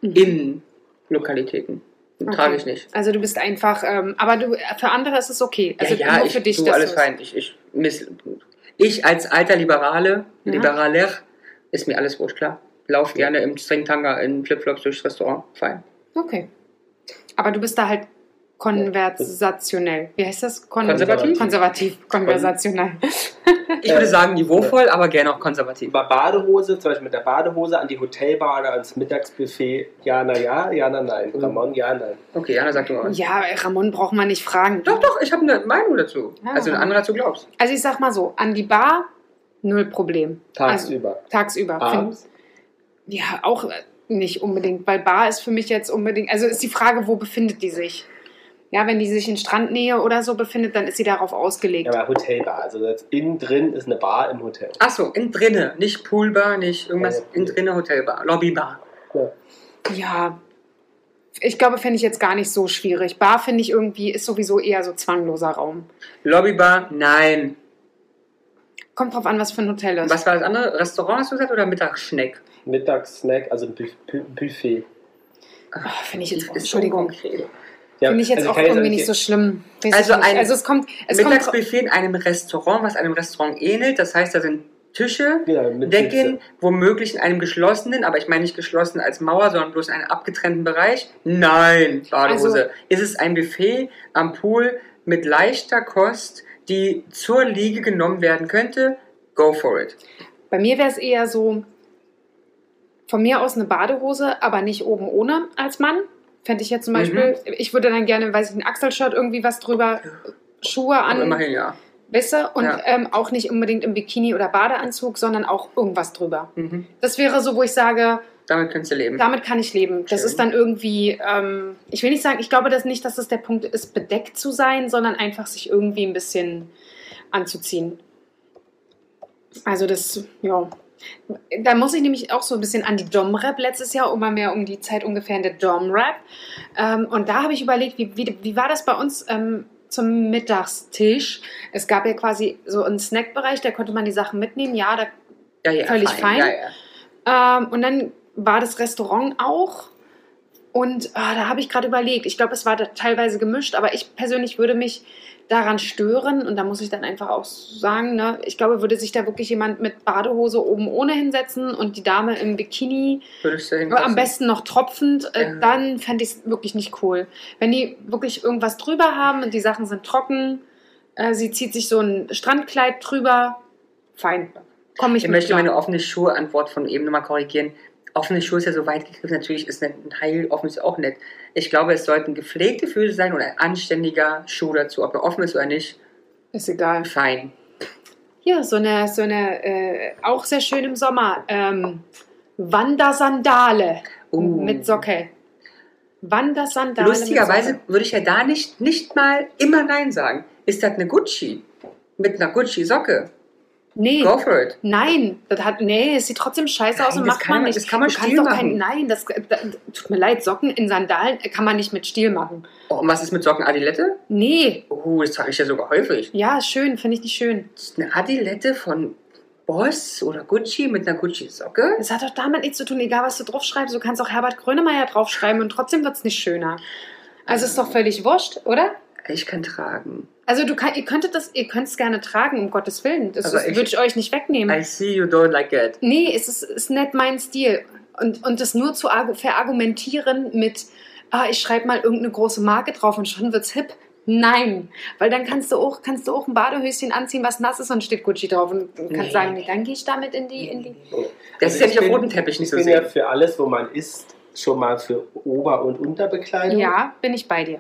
Speaker 1: Mhm.
Speaker 2: in Lokalitäten.
Speaker 1: Okay.
Speaker 2: Trage ich nicht.
Speaker 1: Also, du bist einfach, ähm, aber du, für andere ist es okay. Also,
Speaker 2: ja, ja,
Speaker 1: nur
Speaker 2: ich
Speaker 1: für dich,
Speaker 2: tu
Speaker 1: dass
Speaker 2: alles
Speaker 1: du's-
Speaker 2: fein. Ich, ich, miss, ich als alter Liberale,
Speaker 1: Ja.
Speaker 2: Liberaler, ist mir alles wurscht, klar. Lauf gerne im Stringtanga in Flipflops durchs Restaurant. Fein.
Speaker 1: Okay. Aber du bist da halt konversationell. Wie heißt das? Kon
Speaker 2: Konservativ?
Speaker 1: Konservativ, konversationell.
Speaker 2: Ich würde sagen, niveauvoll, aber gerne auch konservativ.
Speaker 3: Über Badehose, zum Beispiel mit der Badehose an die Hotelbar oder ans Mittagsbuffet. Ja, na ja, ja, na nein.
Speaker 2: Mhm.
Speaker 3: Ramon, ja, nein.
Speaker 2: Okay, Jana sagt doch was.
Speaker 1: Ja, Ramon braucht man nicht fragen.
Speaker 2: Doch, doch, ich habe eine Meinung dazu.
Speaker 1: Ja.
Speaker 2: Also eine andere, als du glaubst.
Speaker 1: Also ich sag mal so, an die Bar, null Problem.
Speaker 3: Tagsüber.
Speaker 1: Also, tagsüber.
Speaker 3: Abends.
Speaker 1: Find- Ja, auch äh, nicht unbedingt, weil Bar ist für mich jetzt unbedingt, also ist die Frage, wo befindet die sich? Ja, wenn die sich in Strandnähe oder so befindet, dann ist sie darauf ausgelegt.
Speaker 3: Ja, aber Hotelbar. Also das innen drin ist eine Bar im Hotel.
Speaker 2: Achso, in drinne, nicht Poolbar, nicht irgendwas,
Speaker 1: Äh,
Speaker 3: Ja, ja.
Speaker 2: in drinne Hotelbar, Lobbybar.
Speaker 1: Ja, ich glaube, fände ich jetzt gar nicht so schwierig. Bar finde ich irgendwie, ist sowieso eher so zwangloser Raum.
Speaker 2: Lobbybar, nein.
Speaker 1: Kommt drauf an, was für ein Hotel ist.
Speaker 2: Was war das andere? Restaurant hast du gesagt oder Mittagsschneck?
Speaker 3: Mittagssnack, also ein Bü- Bü- Buffet.
Speaker 1: Oh, finde ich
Speaker 2: Ist
Speaker 1: jetzt,
Speaker 2: so
Speaker 1: Entschuldigung,
Speaker 2: konkret.
Speaker 3: Ja,
Speaker 1: finde ich jetzt
Speaker 3: also
Speaker 1: auch
Speaker 3: kann
Speaker 1: irgendwie
Speaker 3: sagen,
Speaker 1: nicht so schlimm. Weiß
Speaker 2: Also
Speaker 1: ich nicht.
Speaker 2: ein
Speaker 1: also es kommt, es kommt dra-
Speaker 2: Mittagsbuffet in einem Restaurant, was einem Restaurant ähnelt. Das heißt, da sind Tische,
Speaker 3: Genau, mit
Speaker 2: Decken,
Speaker 3: Sitze.
Speaker 2: womöglich in einem geschlossenen, aber ich meine nicht geschlossen als Mauer, sondern bloß in einem abgetrennten Bereich. Nein, Badehose.
Speaker 1: Also
Speaker 2: Ist es ein Buffet am Pool mit leichter Kost, die zur Liege genommen werden könnte? Go for it.
Speaker 1: Bei mir wäre es eher so, von mir aus eine Badehose, aber nicht oben ohne als Mann. Fände ich jetzt zum Beispiel, ich würde dann gerne, weiß ich, ein Achselshirt, irgendwie was drüber, Schuhe
Speaker 2: Aber
Speaker 1: an,
Speaker 2: immerhin ja.
Speaker 1: Wässer und
Speaker 2: Ja.
Speaker 1: ähm, auch nicht unbedingt im Bikini oder Badeanzug, sondern auch irgendwas drüber.
Speaker 2: Mhm.
Speaker 1: Das wäre so, wo ich sage,
Speaker 2: Damit könntest du leben.
Speaker 1: damit kann ich leben. Das
Speaker 2: Schön.
Speaker 1: ist dann irgendwie, ähm, ich will nicht sagen, ich glaube das nicht, dass es der Punkt ist, bedeckt zu sein, sondern einfach sich irgendwie ein bisschen anzuziehen. Also das, ja. Da muss ich nämlich auch so ein bisschen an die Dom-Rap letztes Jahr, immer mehr um die Zeit ungefähr in der Dom-Rap. Ähm, und da habe ich überlegt, wie, wie, wie war das bei uns ähm, zum Mittagstisch? Es gab ja quasi so einen Snackbereich, da konnte man die Sachen mitnehmen. Ja, da
Speaker 2: ja, ja,
Speaker 1: völlig fein.
Speaker 2: Ja, ja.
Speaker 1: ähm, und dann war das Restaurant auch. Und ah, da habe ich gerade überlegt, ich glaube, es war da teilweise gemischt, aber ich persönlich würde mich daran stören. Und da muss ich dann einfach auch sagen, ne, ich glaube, würde sich da wirklich jemand mit Badehose oben ohne hinsetzen und die Dame im Bikini,
Speaker 2: Würdest du
Speaker 1: aber am
Speaker 2: hinsetzen?
Speaker 1: besten noch tropfend, äh,
Speaker 2: Ja.
Speaker 1: dann fände ich es wirklich nicht cool. Wenn die wirklich irgendwas drüber haben und die Sachen sind trocken, äh, sie zieht sich so ein Strandkleid drüber, fein. Komme ich,
Speaker 2: Ich
Speaker 1: mit
Speaker 2: möchte
Speaker 1: klar.
Speaker 2: meine offene Schuhe-Antwort von eben nochmal korrigieren. Offene Schuhe ist ja so weit gegriffen, natürlich ist ein Teil offen ist auch nett. Ich glaube, es sollten gepflegte Füße sein und ein anständiger Schuh dazu. Ob er offen ist oder nicht,
Speaker 1: Ist egal.
Speaker 2: fein.
Speaker 1: Ja, so eine, so eine äh, auch sehr schön im Sommer. Ähm, Wandersandale
Speaker 2: Uh.
Speaker 1: mit Socke. Wandersandale.
Speaker 2: Lustigerweise
Speaker 1: Mit
Speaker 2: würde ich ja da nicht, nicht mal immer Nein sagen. Ist das eine Gucci? Mit einer Gucci-Socke?
Speaker 1: Socke. Nee.
Speaker 2: Go for it.
Speaker 1: Nein, das hat, nee, es sieht trotzdem scheiße aus
Speaker 2: Nein,
Speaker 1: und
Speaker 2: das
Speaker 1: macht
Speaker 2: kann
Speaker 1: man
Speaker 2: man-
Speaker 1: nicht.
Speaker 2: das kann man
Speaker 1: du kannst
Speaker 2: Stil
Speaker 1: doch kein,
Speaker 2: machen.
Speaker 1: Nein, das, das tut mir leid, Socken in Sandalen kann man nicht mit Stil machen.
Speaker 2: Oh, und was ist mit Socken? Adilette?
Speaker 1: Nee,
Speaker 2: Oh, das trage ich ja sogar häufig.
Speaker 1: ja, schön, finde ich nicht schön.
Speaker 2: Ist Eine Adilette von Boss oder Gucci mit einer Gucci-Socke?
Speaker 1: Das hat doch damit nichts zu tun, egal was du draufschreibst. Du kannst auch Herbert Grönemeyer draufschreiben und trotzdem wird es nicht schöner. Also ist doch völlig wurscht, oder?
Speaker 2: Ich kann tragen.
Speaker 1: Also du kann, ihr könntet das, ihr könnt es gerne tragen, um Gottes Willen. Das
Speaker 2: Aber
Speaker 1: ist-
Speaker 2: ich-
Speaker 1: würde ich euch nicht wegnehmen.
Speaker 2: I see you don't like it.
Speaker 1: nee, es ist, ist nicht mein Stil. Und, und das nur zu argu- verargumentieren mit, ah, ich schreibe mal irgendeine große Marke drauf und schon wird's hip. Nein, weil dann kannst du auch, kannst du auch ein Badehöschen anziehen, was nass ist und steht Gucci drauf und kannst
Speaker 2: Nee.
Speaker 1: sagen, nee, dann gehe ich damit in die, in die.
Speaker 2: Oh. Das ist
Speaker 3: Also
Speaker 2: ja
Speaker 3: ich
Speaker 2: nicht auf
Speaker 3: bin-
Speaker 2: rotem Teppich
Speaker 3: Ich
Speaker 2: nicht so
Speaker 3: bin ja
Speaker 2: sehen.
Speaker 3: für alles, wo man isst, schon mal für Ober- und Unterbekleidung.
Speaker 1: Ja, bin ich bei dir.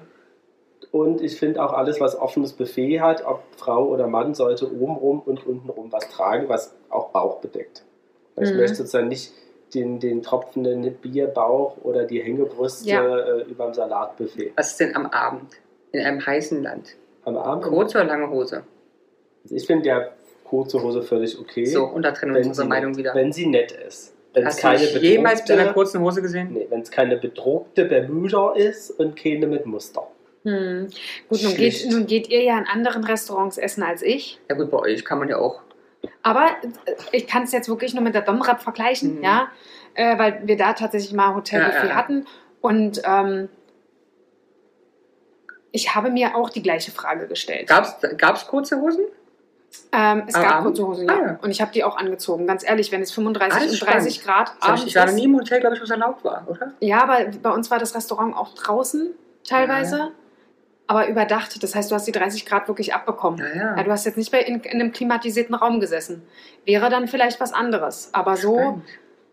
Speaker 3: Und ich finde auch alles, was offenes Buffet hat, ob Frau oder Mann, sollte obenrum und untenrum was tragen, was auch Bauch bedeckt. Weil ich
Speaker 1: Mhm.
Speaker 3: möchte sozusagen nicht den, den tropfenden Bierbauch oder die Hängebrüste
Speaker 1: Ja.
Speaker 3: äh, über dem Salatbuffet.
Speaker 2: Was ist denn am Abend? In einem heißen Land.
Speaker 3: Am Abend.
Speaker 2: Kurze oder lange Hose?
Speaker 3: Also ich finde ja kurze Hose völlig okay.
Speaker 2: So, und da trennen wir uns
Speaker 3: wenn,
Speaker 2: unsere
Speaker 3: sie,
Speaker 2: Meinung wieder.
Speaker 3: wenn sie nett ist. Wenn es
Speaker 2: Hast du
Speaker 3: keine
Speaker 2: mich jemals mit einer
Speaker 3: bedruckte,
Speaker 2: kurzen Hose gesehen?
Speaker 3: nee, wenn's keine bedruckte Bermuda ist und keine mit Muster.
Speaker 1: Hm. Gut, nun geht,
Speaker 2: Schlicht.
Speaker 1: nun geht ihr ja in anderen Restaurants essen als ich.
Speaker 2: Ja gut, bei euch kann man ja auch.
Speaker 1: Aber äh, ich kann es jetzt wirklich nur mit der Domrep vergleichen,
Speaker 2: Mhm.
Speaker 1: ja, äh, weil wir da tatsächlich mal
Speaker 2: Ja,
Speaker 1: Hotelbuffet
Speaker 2: ja, ja.
Speaker 1: hatten und ähm, ich habe mir auch die gleiche Frage gestellt.
Speaker 2: Gab's, gab's kurze Hosen?
Speaker 1: Ähm, es
Speaker 2: Am
Speaker 1: gab
Speaker 2: Abend?
Speaker 1: kurze Hosen, ja.
Speaker 2: Ah, ja.
Speaker 1: Und ich habe die auch angezogen. Ganz ehrlich, wenn es 35
Speaker 2: Ah, das
Speaker 1: und
Speaker 2: ist
Speaker 1: 30 Grad
Speaker 2: Das hab ich, ich war noch
Speaker 1: ist-
Speaker 2: nie im Hotel, glaube ich, wo es erlaubt war, oder?
Speaker 1: Ja, aber bei uns war das Restaurant auch draußen teilweise, aber überdacht. Das heißt, du hast die 30 Grad wirklich abbekommen.
Speaker 2: Naja.
Speaker 1: Ja, du hast jetzt nicht bei in, in einem klimatisierten Raum gesessen. Wäre dann vielleicht was anderes. Aber so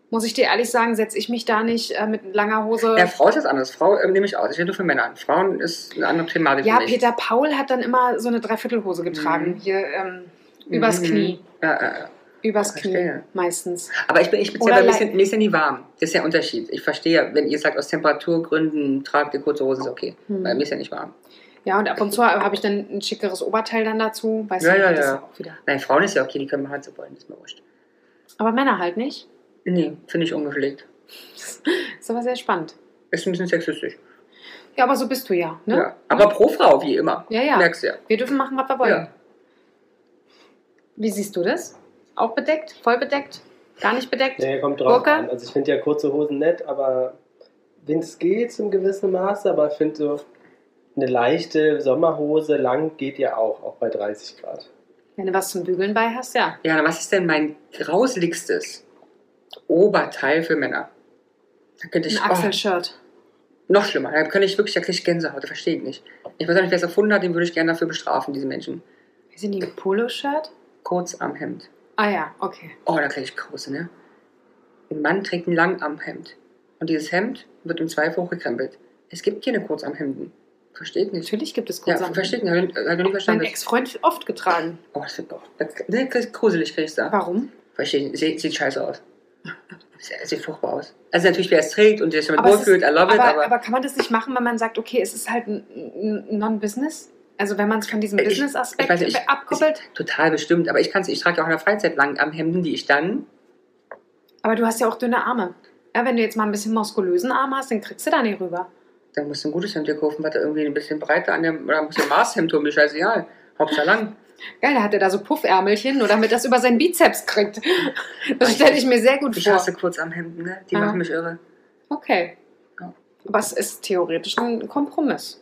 Speaker 1: muss ich dir ehrlich sagen, setze ich mich da nicht äh, mit langer Hose.
Speaker 2: Ja, Frau ist jetzt anders. Frau ähm, nehme ich aus. Ich rede nur für Männer an. Frauen ist eine andere Thematik.
Speaker 1: ja,
Speaker 2: für mich.
Speaker 1: Peter Paul hat dann immer so eine Dreiviertelhose getragen,
Speaker 2: Mhm.
Speaker 1: hier ähm, übers
Speaker 2: Mhm.
Speaker 1: Knie.
Speaker 2: Ja, ja, ja.
Speaker 1: Übers
Speaker 2: Ich
Speaker 1: Knie
Speaker 2: verstehe.
Speaker 1: meistens.
Speaker 2: Aber ich bin, ich bin ja
Speaker 1: Oder
Speaker 2: bei mir,
Speaker 1: leid-
Speaker 2: sind- mir ist ja nie warm. Das ist ja ein Unterschied. Ich verstehe, wenn ihr sagt, aus Temperaturgründen tragt ihr kurze Hosen, ist okay.
Speaker 1: Hm.
Speaker 2: Weil mir ist ja nicht warm.
Speaker 1: Ja, und ab und zu habe ich dann ein schickeres Oberteil dann dazu. Weißt
Speaker 2: Ja,
Speaker 1: du,
Speaker 2: ja,
Speaker 1: das
Speaker 2: ja.
Speaker 1: ist auch wieder.
Speaker 2: Nein, Frauen ist ja okay, die können machen, was sie wollen, ist mir wurscht.
Speaker 1: Aber Männer halt nicht.
Speaker 2: Nee, finde ich ungepflegt.
Speaker 1: Ist aber sehr spannend.
Speaker 2: Ist ein bisschen sexistisch.
Speaker 1: Ja, aber so bist du ja. Ne?
Speaker 2: Ja. Aber pro Frau, wie immer.
Speaker 1: Ja, ja.
Speaker 2: Merkst du ja.
Speaker 1: Wir dürfen machen, was wir wollen.
Speaker 2: Ja.
Speaker 1: Wie siehst du das? Auch bedeckt? Voll bedeckt? Gar nicht bedeckt?
Speaker 3: Naja, kommt drauf
Speaker 1: Burka?
Speaker 3: an. Also ich finde ja kurze Hosen nett, aber wenn es geht zum gewissen Maße, aber ich finde so eine leichte Sommerhose lang geht ja auch, auch bei 30 Grad.
Speaker 1: Wenn du was zum Bügeln bei hast, ja.
Speaker 2: Ja, was ist denn mein grauslichstes Oberteil für Männer? Da könnte ich.
Speaker 1: Ein Achselshirt.
Speaker 2: Oh, noch schlimmer. Da könnte ich wirklich, da kriege ich Gänsehaut, das verstehe ich nicht. Ich weiß auch nicht, wer es erfunden hat, den würde ich gerne dafür bestrafen, diesen Menschen.
Speaker 1: Wie sind die? Ein Poloshirt?
Speaker 2: Kurz am Hemd.
Speaker 1: Ah ja, okay.
Speaker 2: Oh, da kriege ich Krause, ne? Ein Mann trägt ein Langarmhemd. Und dieses Hemd wird im Zweifel hochgekrempelt. Es gibt keine Kurzarmhemden. Versteht nicht.
Speaker 1: Natürlich gibt es
Speaker 2: Ja,
Speaker 1: Kurzarmhemden.
Speaker 2: versteht nicht. Habe ich hab ich noch nicht
Speaker 1: Mein
Speaker 2: verstanden.
Speaker 1: Ex-Freund oft getragen.
Speaker 2: Oh, das wird doch. Das, ne, krieg ich gruselig krieg ich da.
Speaker 1: Warum?
Speaker 2: Verstehe ich. Sieht, sieht scheiße aus. Sieht, sieht furchtbar aus. Also natürlich, wer es trägt und der sich damit
Speaker 1: Aber es
Speaker 2: wohlfühlt, I love
Speaker 1: Aber,
Speaker 2: it,
Speaker 1: aber,
Speaker 2: aber,
Speaker 1: kann man das nicht machen, wenn man sagt, okay, es ist halt ein- ein Non-Business? Also wenn man es von diesem
Speaker 2: Ich- ich
Speaker 1: Business-Aspekt
Speaker 2: weiß nicht, ich-
Speaker 1: abkoppelt.
Speaker 2: total bestimmt. Aber ich kann es, ich trage auch in der Freizeit lang am Hemden, die ich dann.
Speaker 1: aber du hast ja auch dünne Arme. Ja, wenn du jetzt mal ein bisschen muskulösen Arm hast, dann kriegst du da nicht rüber.
Speaker 2: Dann musst du ein gutes Hemd dir kaufen, was da irgendwie ein bisschen breiter an dem, oder ein bisschen Maßhemd um, mir scheißegal. Hauptsache lang.
Speaker 1: Geil, da hat er da so Puffärmelchen, nur damit das über seinen Bizeps kriegt. Das stelle ich mir sehr gut
Speaker 2: Ich
Speaker 1: vor.
Speaker 2: hasse kurz am Hemden, ne? Die
Speaker 1: Ja.
Speaker 2: machen mich irre.
Speaker 1: Okay.
Speaker 2: Ja.
Speaker 1: Aber es ist theoretisch ein Kompromiss.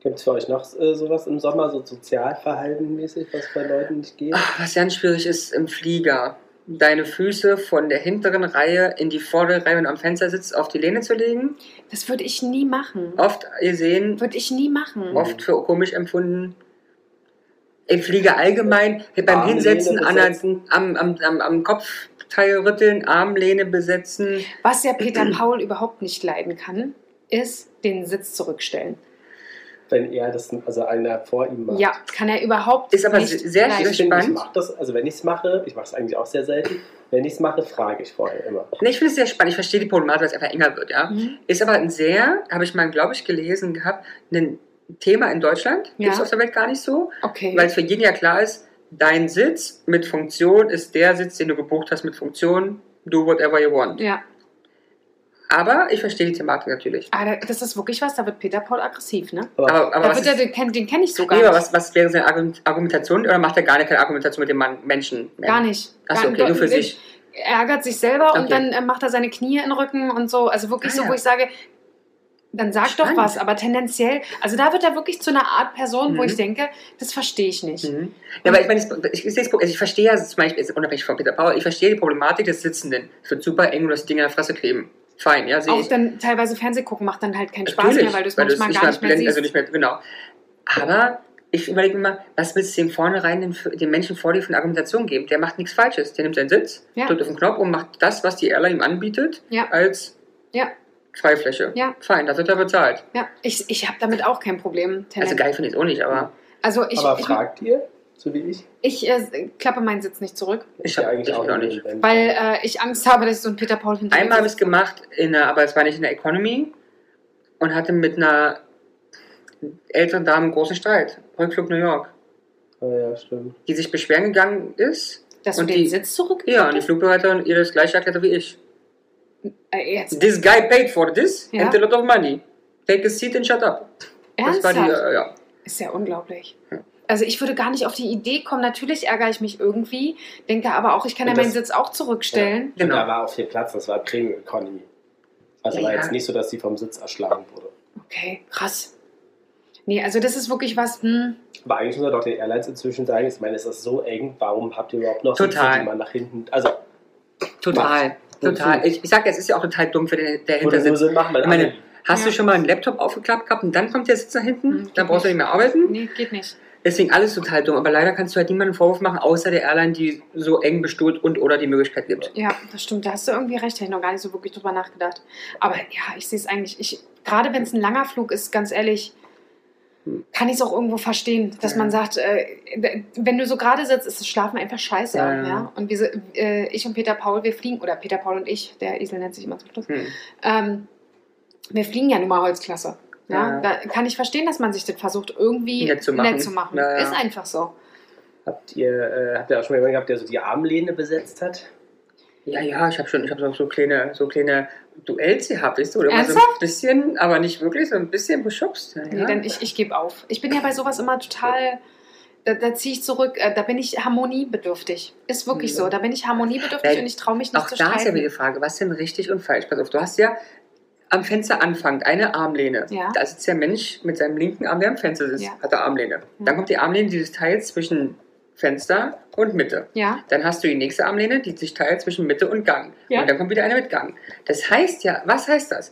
Speaker 3: Gibt es für euch noch äh, sowas im Sommer, so sozialverhaltenmäßig, was bei Leuten nicht geht?
Speaker 2: Ach, was ganz schwierig ist im Flieger, deine Füße von der hinteren Reihe in die vordere Reihe, wenn du am Fenster sitzt, auf die Lehne zu legen.
Speaker 1: Das würde ich nie machen.
Speaker 2: Oft gesehen,
Speaker 1: Würde ich nie machen.
Speaker 2: oft für komisch empfunden. Im Flieger allgemein, beim
Speaker 3: Armlehne
Speaker 2: Hinsetzen an der,
Speaker 3: besetzen.
Speaker 2: am, am, am, am Kopfteil rütteln, Armlehne besetzen.
Speaker 1: Was ja Peter Paul überhaupt nicht leiden kann, ist den Sitz zurückstellen.
Speaker 3: Wenn er das, also einer vor ihm macht.
Speaker 1: Ja, kann er überhaupt
Speaker 2: Ist aber
Speaker 1: nicht
Speaker 2: sehr
Speaker 1: leiden.
Speaker 3: Ich finde, ich
Speaker 2: Spannend.
Speaker 3: mache das, also wenn ich es mache, ich mache es eigentlich auch sehr selten, wenn ich es mache, frage ich vorher immer.
Speaker 2: Ne, ich finde es sehr spannend. Ich verstehe die Problematik, weil es einfach enger wird, ja.
Speaker 1: Mhm.
Speaker 2: Ist aber ein sehr, habe ich mal, glaube ich, gelesen gehabt, ein Thema in Deutschland.
Speaker 1: Ja.
Speaker 2: Gibt es auf der Welt gar nicht so.
Speaker 1: Okay.
Speaker 2: Weil es für jeden ja klar ist, dein Sitz mit Funktion ist der Sitz, den du gebucht hast mit Funktion. Do whatever you want.
Speaker 1: ja.
Speaker 2: Aber ich verstehe die Thematik natürlich.
Speaker 1: Ah, da- das ist wirklich was, da wird Peter Paul aggressiv, ne?
Speaker 3: Aber,
Speaker 2: Aber, aber
Speaker 1: Da
Speaker 2: was,
Speaker 1: wird er,
Speaker 2: ist,
Speaker 1: den kenne den kenn ich sogar
Speaker 2: nee, aber
Speaker 1: nicht.
Speaker 2: was, was wäre seine Argument- Argumentation? Oder macht er gar keine Argumentation mit dem Mann, Menschen? mehr?
Speaker 1: Gar nicht.
Speaker 2: Achso,
Speaker 1: Gar-
Speaker 2: okay, nur für
Speaker 1: er
Speaker 2: sich.
Speaker 1: ärgert sich selber
Speaker 2: Okay.
Speaker 1: und dann äh, macht er seine Knie in den Rücken und so. Also wirklich
Speaker 2: Ah,
Speaker 1: so,
Speaker 2: ja.
Speaker 1: wo ich sage, dann sag
Speaker 2: Spannend.
Speaker 1: doch was, aber tendenziell, also da wird er wirklich zu einer Art Person, wo
Speaker 2: Mhm.
Speaker 1: ich denke, das verstehe ich nicht.
Speaker 2: Mhm. Ja, aber ich meine, das- ich, ich, sehe das Pro- also ich verstehe ja zum Beispiel, jetzt unabhängig von Peter Paul, ich verstehe die Problematik des Sitzenden. Es wird super eng und das Ding in der Fresse kleben. Fein, ja, sehe
Speaker 1: Auch
Speaker 2: ich.
Speaker 1: dann teilweise Fernseh gucken macht dann halt keinen Spaß mehr, weil du es
Speaker 2: weil du es
Speaker 1: manchmal gar nicht mehr
Speaker 2: blend-
Speaker 1: siehst.
Speaker 2: Also nicht mehr, genau. Aber ich überlege mir mal, was willst du dem vornherein den, den Menschen vor dir für eine Argumentation geben? Der macht nichts Falsches. Der nimmt seinen Sitz,
Speaker 1: Ja.
Speaker 2: drückt auf den Knopf und macht das, was die Airline ihm anbietet,
Speaker 1: Ja.
Speaker 2: als
Speaker 1: Ja.
Speaker 2: Freifläche.
Speaker 1: Ja.
Speaker 2: Fein, das wird er bezahlt.
Speaker 1: ja, ich, ich habe damit auch kein Problem.
Speaker 2: Also
Speaker 1: Talent.
Speaker 2: geil finde ich es auch nicht, aber
Speaker 1: also ich,
Speaker 3: aber
Speaker 1: ich,
Speaker 3: fragt ihr, so wie ich?
Speaker 1: ich, äh, klappe meinen Sitz nicht zurück,
Speaker 2: Ich hab- ich noch
Speaker 3: nur,
Speaker 2: nicht.
Speaker 3: wenn-
Speaker 1: weil äh, ich Angst habe, dass ich so ein Peter Paul hinter mir
Speaker 2: einmal habe ich es
Speaker 1: sitze.
Speaker 2: gemacht, in der, aber es war nicht in der Economy und hatte mit einer älteren Dame einen großen Streit. Rückflug New York.
Speaker 3: Ah, ja, stimmt.
Speaker 2: Die sich beschweren gegangen ist.
Speaker 1: Dass
Speaker 2: und
Speaker 1: du den
Speaker 2: die-
Speaker 1: Sitz zurückklappst?
Speaker 2: Ja, und die Flugbegleiterin ihr das gleiche erklärt hat wie ich.
Speaker 1: äh, jetzt
Speaker 2: This guy paid for this
Speaker 1: Ja.
Speaker 2: and a lot of money. Take a seat and shut up. Das war
Speaker 1: ernsthaft?
Speaker 2: die, äh, ja.
Speaker 1: Ist ja unglaublich.
Speaker 2: Ja.
Speaker 1: Also ich würde gar nicht auf die Idee kommen. Natürlich ärgere ich mich irgendwie, denke aber auch, ich kann ja
Speaker 3: Und das-
Speaker 1: meinen Sitz auch zurückstellen.
Speaker 2: Genau.
Speaker 3: Und da war auch viel Platz, das war Premium Economy. Also
Speaker 2: Ja,
Speaker 3: war
Speaker 2: ja.
Speaker 3: jetzt nicht so, dass sie vom Sitz erschlagen wurde.
Speaker 1: Okay, krass. Nee, also das ist wirklich was, hm,
Speaker 3: Aber eigentlich muss man doch den Airlines inzwischen sagen, ich meine, es ist so eng, warum habt ihr überhaupt noch
Speaker 2: Total.
Speaker 3: Sitze, die man nach hinten, also
Speaker 2: Total,
Speaker 3: Macht.
Speaker 2: total. Ich, ich sag, ja, es ist ja auch total dumm für den, der
Speaker 3: würde
Speaker 2: hinter
Speaker 3: nur
Speaker 2: sitzt.
Speaker 3: Sinn machen, weil
Speaker 2: Ich meine,
Speaker 3: alle-
Speaker 2: Hast
Speaker 1: Ja.
Speaker 2: du schon mal einen Laptop aufgeklappt gehabt und dann kommt der Sitz nach hinten?
Speaker 1: Mhm, geht
Speaker 2: Dann brauchst du
Speaker 1: nicht.
Speaker 2: nicht mehr arbeiten.
Speaker 1: nee, geht nicht.
Speaker 2: Deswegen alles total dumm. Aber leider kannst du halt niemandem einen Vorwurf machen, außer der Airline, die so eng bestuhlt und oder die Möglichkeit gibt.
Speaker 1: Ja, das stimmt. Da hast du irgendwie recht. Da hab ich noch gar nicht so wirklich drüber nachgedacht. Aber ja, ich sehe es eigentlich. Ich, gerade wenn es ein langer Flug ist, ganz ehrlich,
Speaker 2: Hm.
Speaker 1: kann ich es auch irgendwo verstehen, dass man sagt, äh, wenn du so gerade sitzt, ist das Schlafen einfach scheiße.
Speaker 2: Ja,
Speaker 1: Ja,
Speaker 2: ja.
Speaker 1: Und wir, si- äh, ich und Peter Paul, wir fliegen, oder Peter Paul und ich, der Esel nennt sich immer zum Schluss,
Speaker 2: Hm.
Speaker 1: ähm, wir fliegen ja nun mal Holzklasse. Ja,
Speaker 2: Ja.
Speaker 1: Da kann ich verstehen, dass man sich das versucht, irgendwie
Speaker 2: Nett zu machen.
Speaker 1: machen.
Speaker 2: Ja, ja.
Speaker 1: Ist einfach so.
Speaker 3: Habt ihr, äh, habt ihr auch schon mal jemanden gehabt, der so die Armlehne besetzt hat?
Speaker 2: Ja, ja, ich habe schon, ich habe so, so kleine, so kleine Duells gehabt, weißt du? Oder immer so ein
Speaker 1: Ernsthaft?
Speaker 2: bisschen, aber nicht wirklich, so ein bisschen beschubst. Ja,
Speaker 1: Nee, denn ich, ich gebe auf. Ich bin ja bei sowas immer total. Da, da ziehe ich zurück, äh, da bin ich harmoniebedürftig. Ist wirklich
Speaker 2: Mhm.
Speaker 1: so. Da bin ich harmoniebedürftig
Speaker 2: Ja,
Speaker 1: und ich traue mich nicht
Speaker 2: Äh, Auch
Speaker 1: zu
Speaker 2: da ist ja
Speaker 1: streiten.
Speaker 2: wieder die Frage, was denn richtig und falsch? Pass auf, du hast ja am Fenster anfangend eine Armlehne.
Speaker 1: Ja.
Speaker 2: Da sitzt der Mensch mit seinem linken Arm, der am Fenster sitzt,
Speaker 1: Ja. Mhm.
Speaker 2: hat er Armlehne. Dann kommt die Armlehne, die sich teilt zwischen Fenster und Mitte.
Speaker 1: ja,
Speaker 2: Dann hast du die nächste Armlehne, die sich teilt zwischen Mitte und Gang.
Speaker 1: Ja.
Speaker 2: Und dann kommt wieder eine mit Gang. Das heißt ja, was heißt das?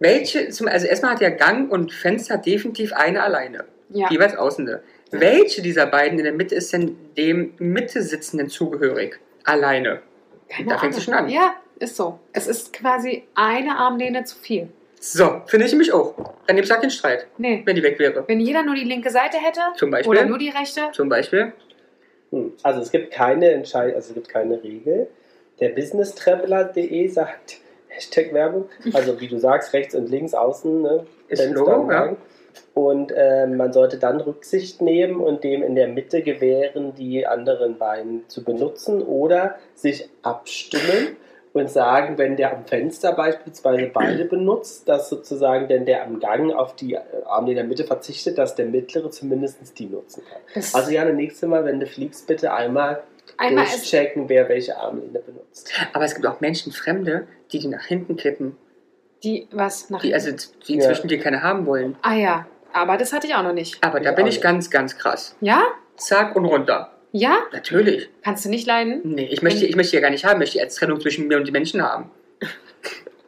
Speaker 2: Welche, zum, also erstmal hat ja Gang und Fenster definitiv eine alleine,
Speaker 1: ja.
Speaker 2: jeweils außende. Welche dieser beiden in der Mitte ist denn dem Mitte sitzenden zugehörig? Alleine.
Speaker 1: Keine
Speaker 2: da fängst du
Speaker 1: Ahnung.
Speaker 2: schon an.
Speaker 1: Ja, ist so. Es ist quasi eine Armlehne zu viel.
Speaker 2: So, finde ich mich auch. Dann gibt's ja keinen Streit,
Speaker 1: Nee.
Speaker 2: wenn die weg wäre.
Speaker 1: Wenn jeder nur die linke Seite hätte
Speaker 2: Zum Beispiel.
Speaker 1: oder nur die rechte,
Speaker 2: Zum Beispiel.
Speaker 3: Hm. Also es gibt keine Entscheidung, also es gibt keine Regel. Der businesstraveler.de sagt, Hashtag Werbung, also wie du sagst, rechts und links, außen, ne?
Speaker 2: Ist ein
Speaker 3: Fenster
Speaker 2: Logo,
Speaker 3: und Gang. Und äh, man sollte dann Rücksicht nehmen und dem in der Mitte gewähren, die anderen beiden zu benutzen oder sich abstimmen und sagen, wenn der am Fenster beispielsweise beide benutzt, dass sozusagen, denn der am Gang auf die äh, Arme in der Mitte verzichtet, dass der mittlere zumindest die nutzen kann.
Speaker 1: ist
Speaker 3: Also Jana, nächstes Mal, wenn du fliegst, bitte einmal,
Speaker 1: einmal ist
Speaker 3: durchchecken, wer welche Armlehne benutzt.
Speaker 2: Aber es gibt auch Menschen, Fremde, die die nach hinten kippen.
Speaker 1: die was nach
Speaker 2: Die, also, die
Speaker 3: Ja.
Speaker 2: zwischen dir keine haben wollen.
Speaker 1: Ah ja, aber das hatte ich auch noch nicht.
Speaker 2: Aber da
Speaker 3: Ich
Speaker 2: bin
Speaker 3: auch
Speaker 2: ich
Speaker 3: nicht.
Speaker 2: ganz, ganz krass.
Speaker 1: Ja?
Speaker 2: Zack und runter.
Speaker 1: Ja?
Speaker 2: Natürlich.
Speaker 1: Kannst du nicht leiden?
Speaker 2: Nee, ich möchte, ich möchte die ja gar nicht haben. Ich möchte die als Trennung zwischen mir und den Menschen haben.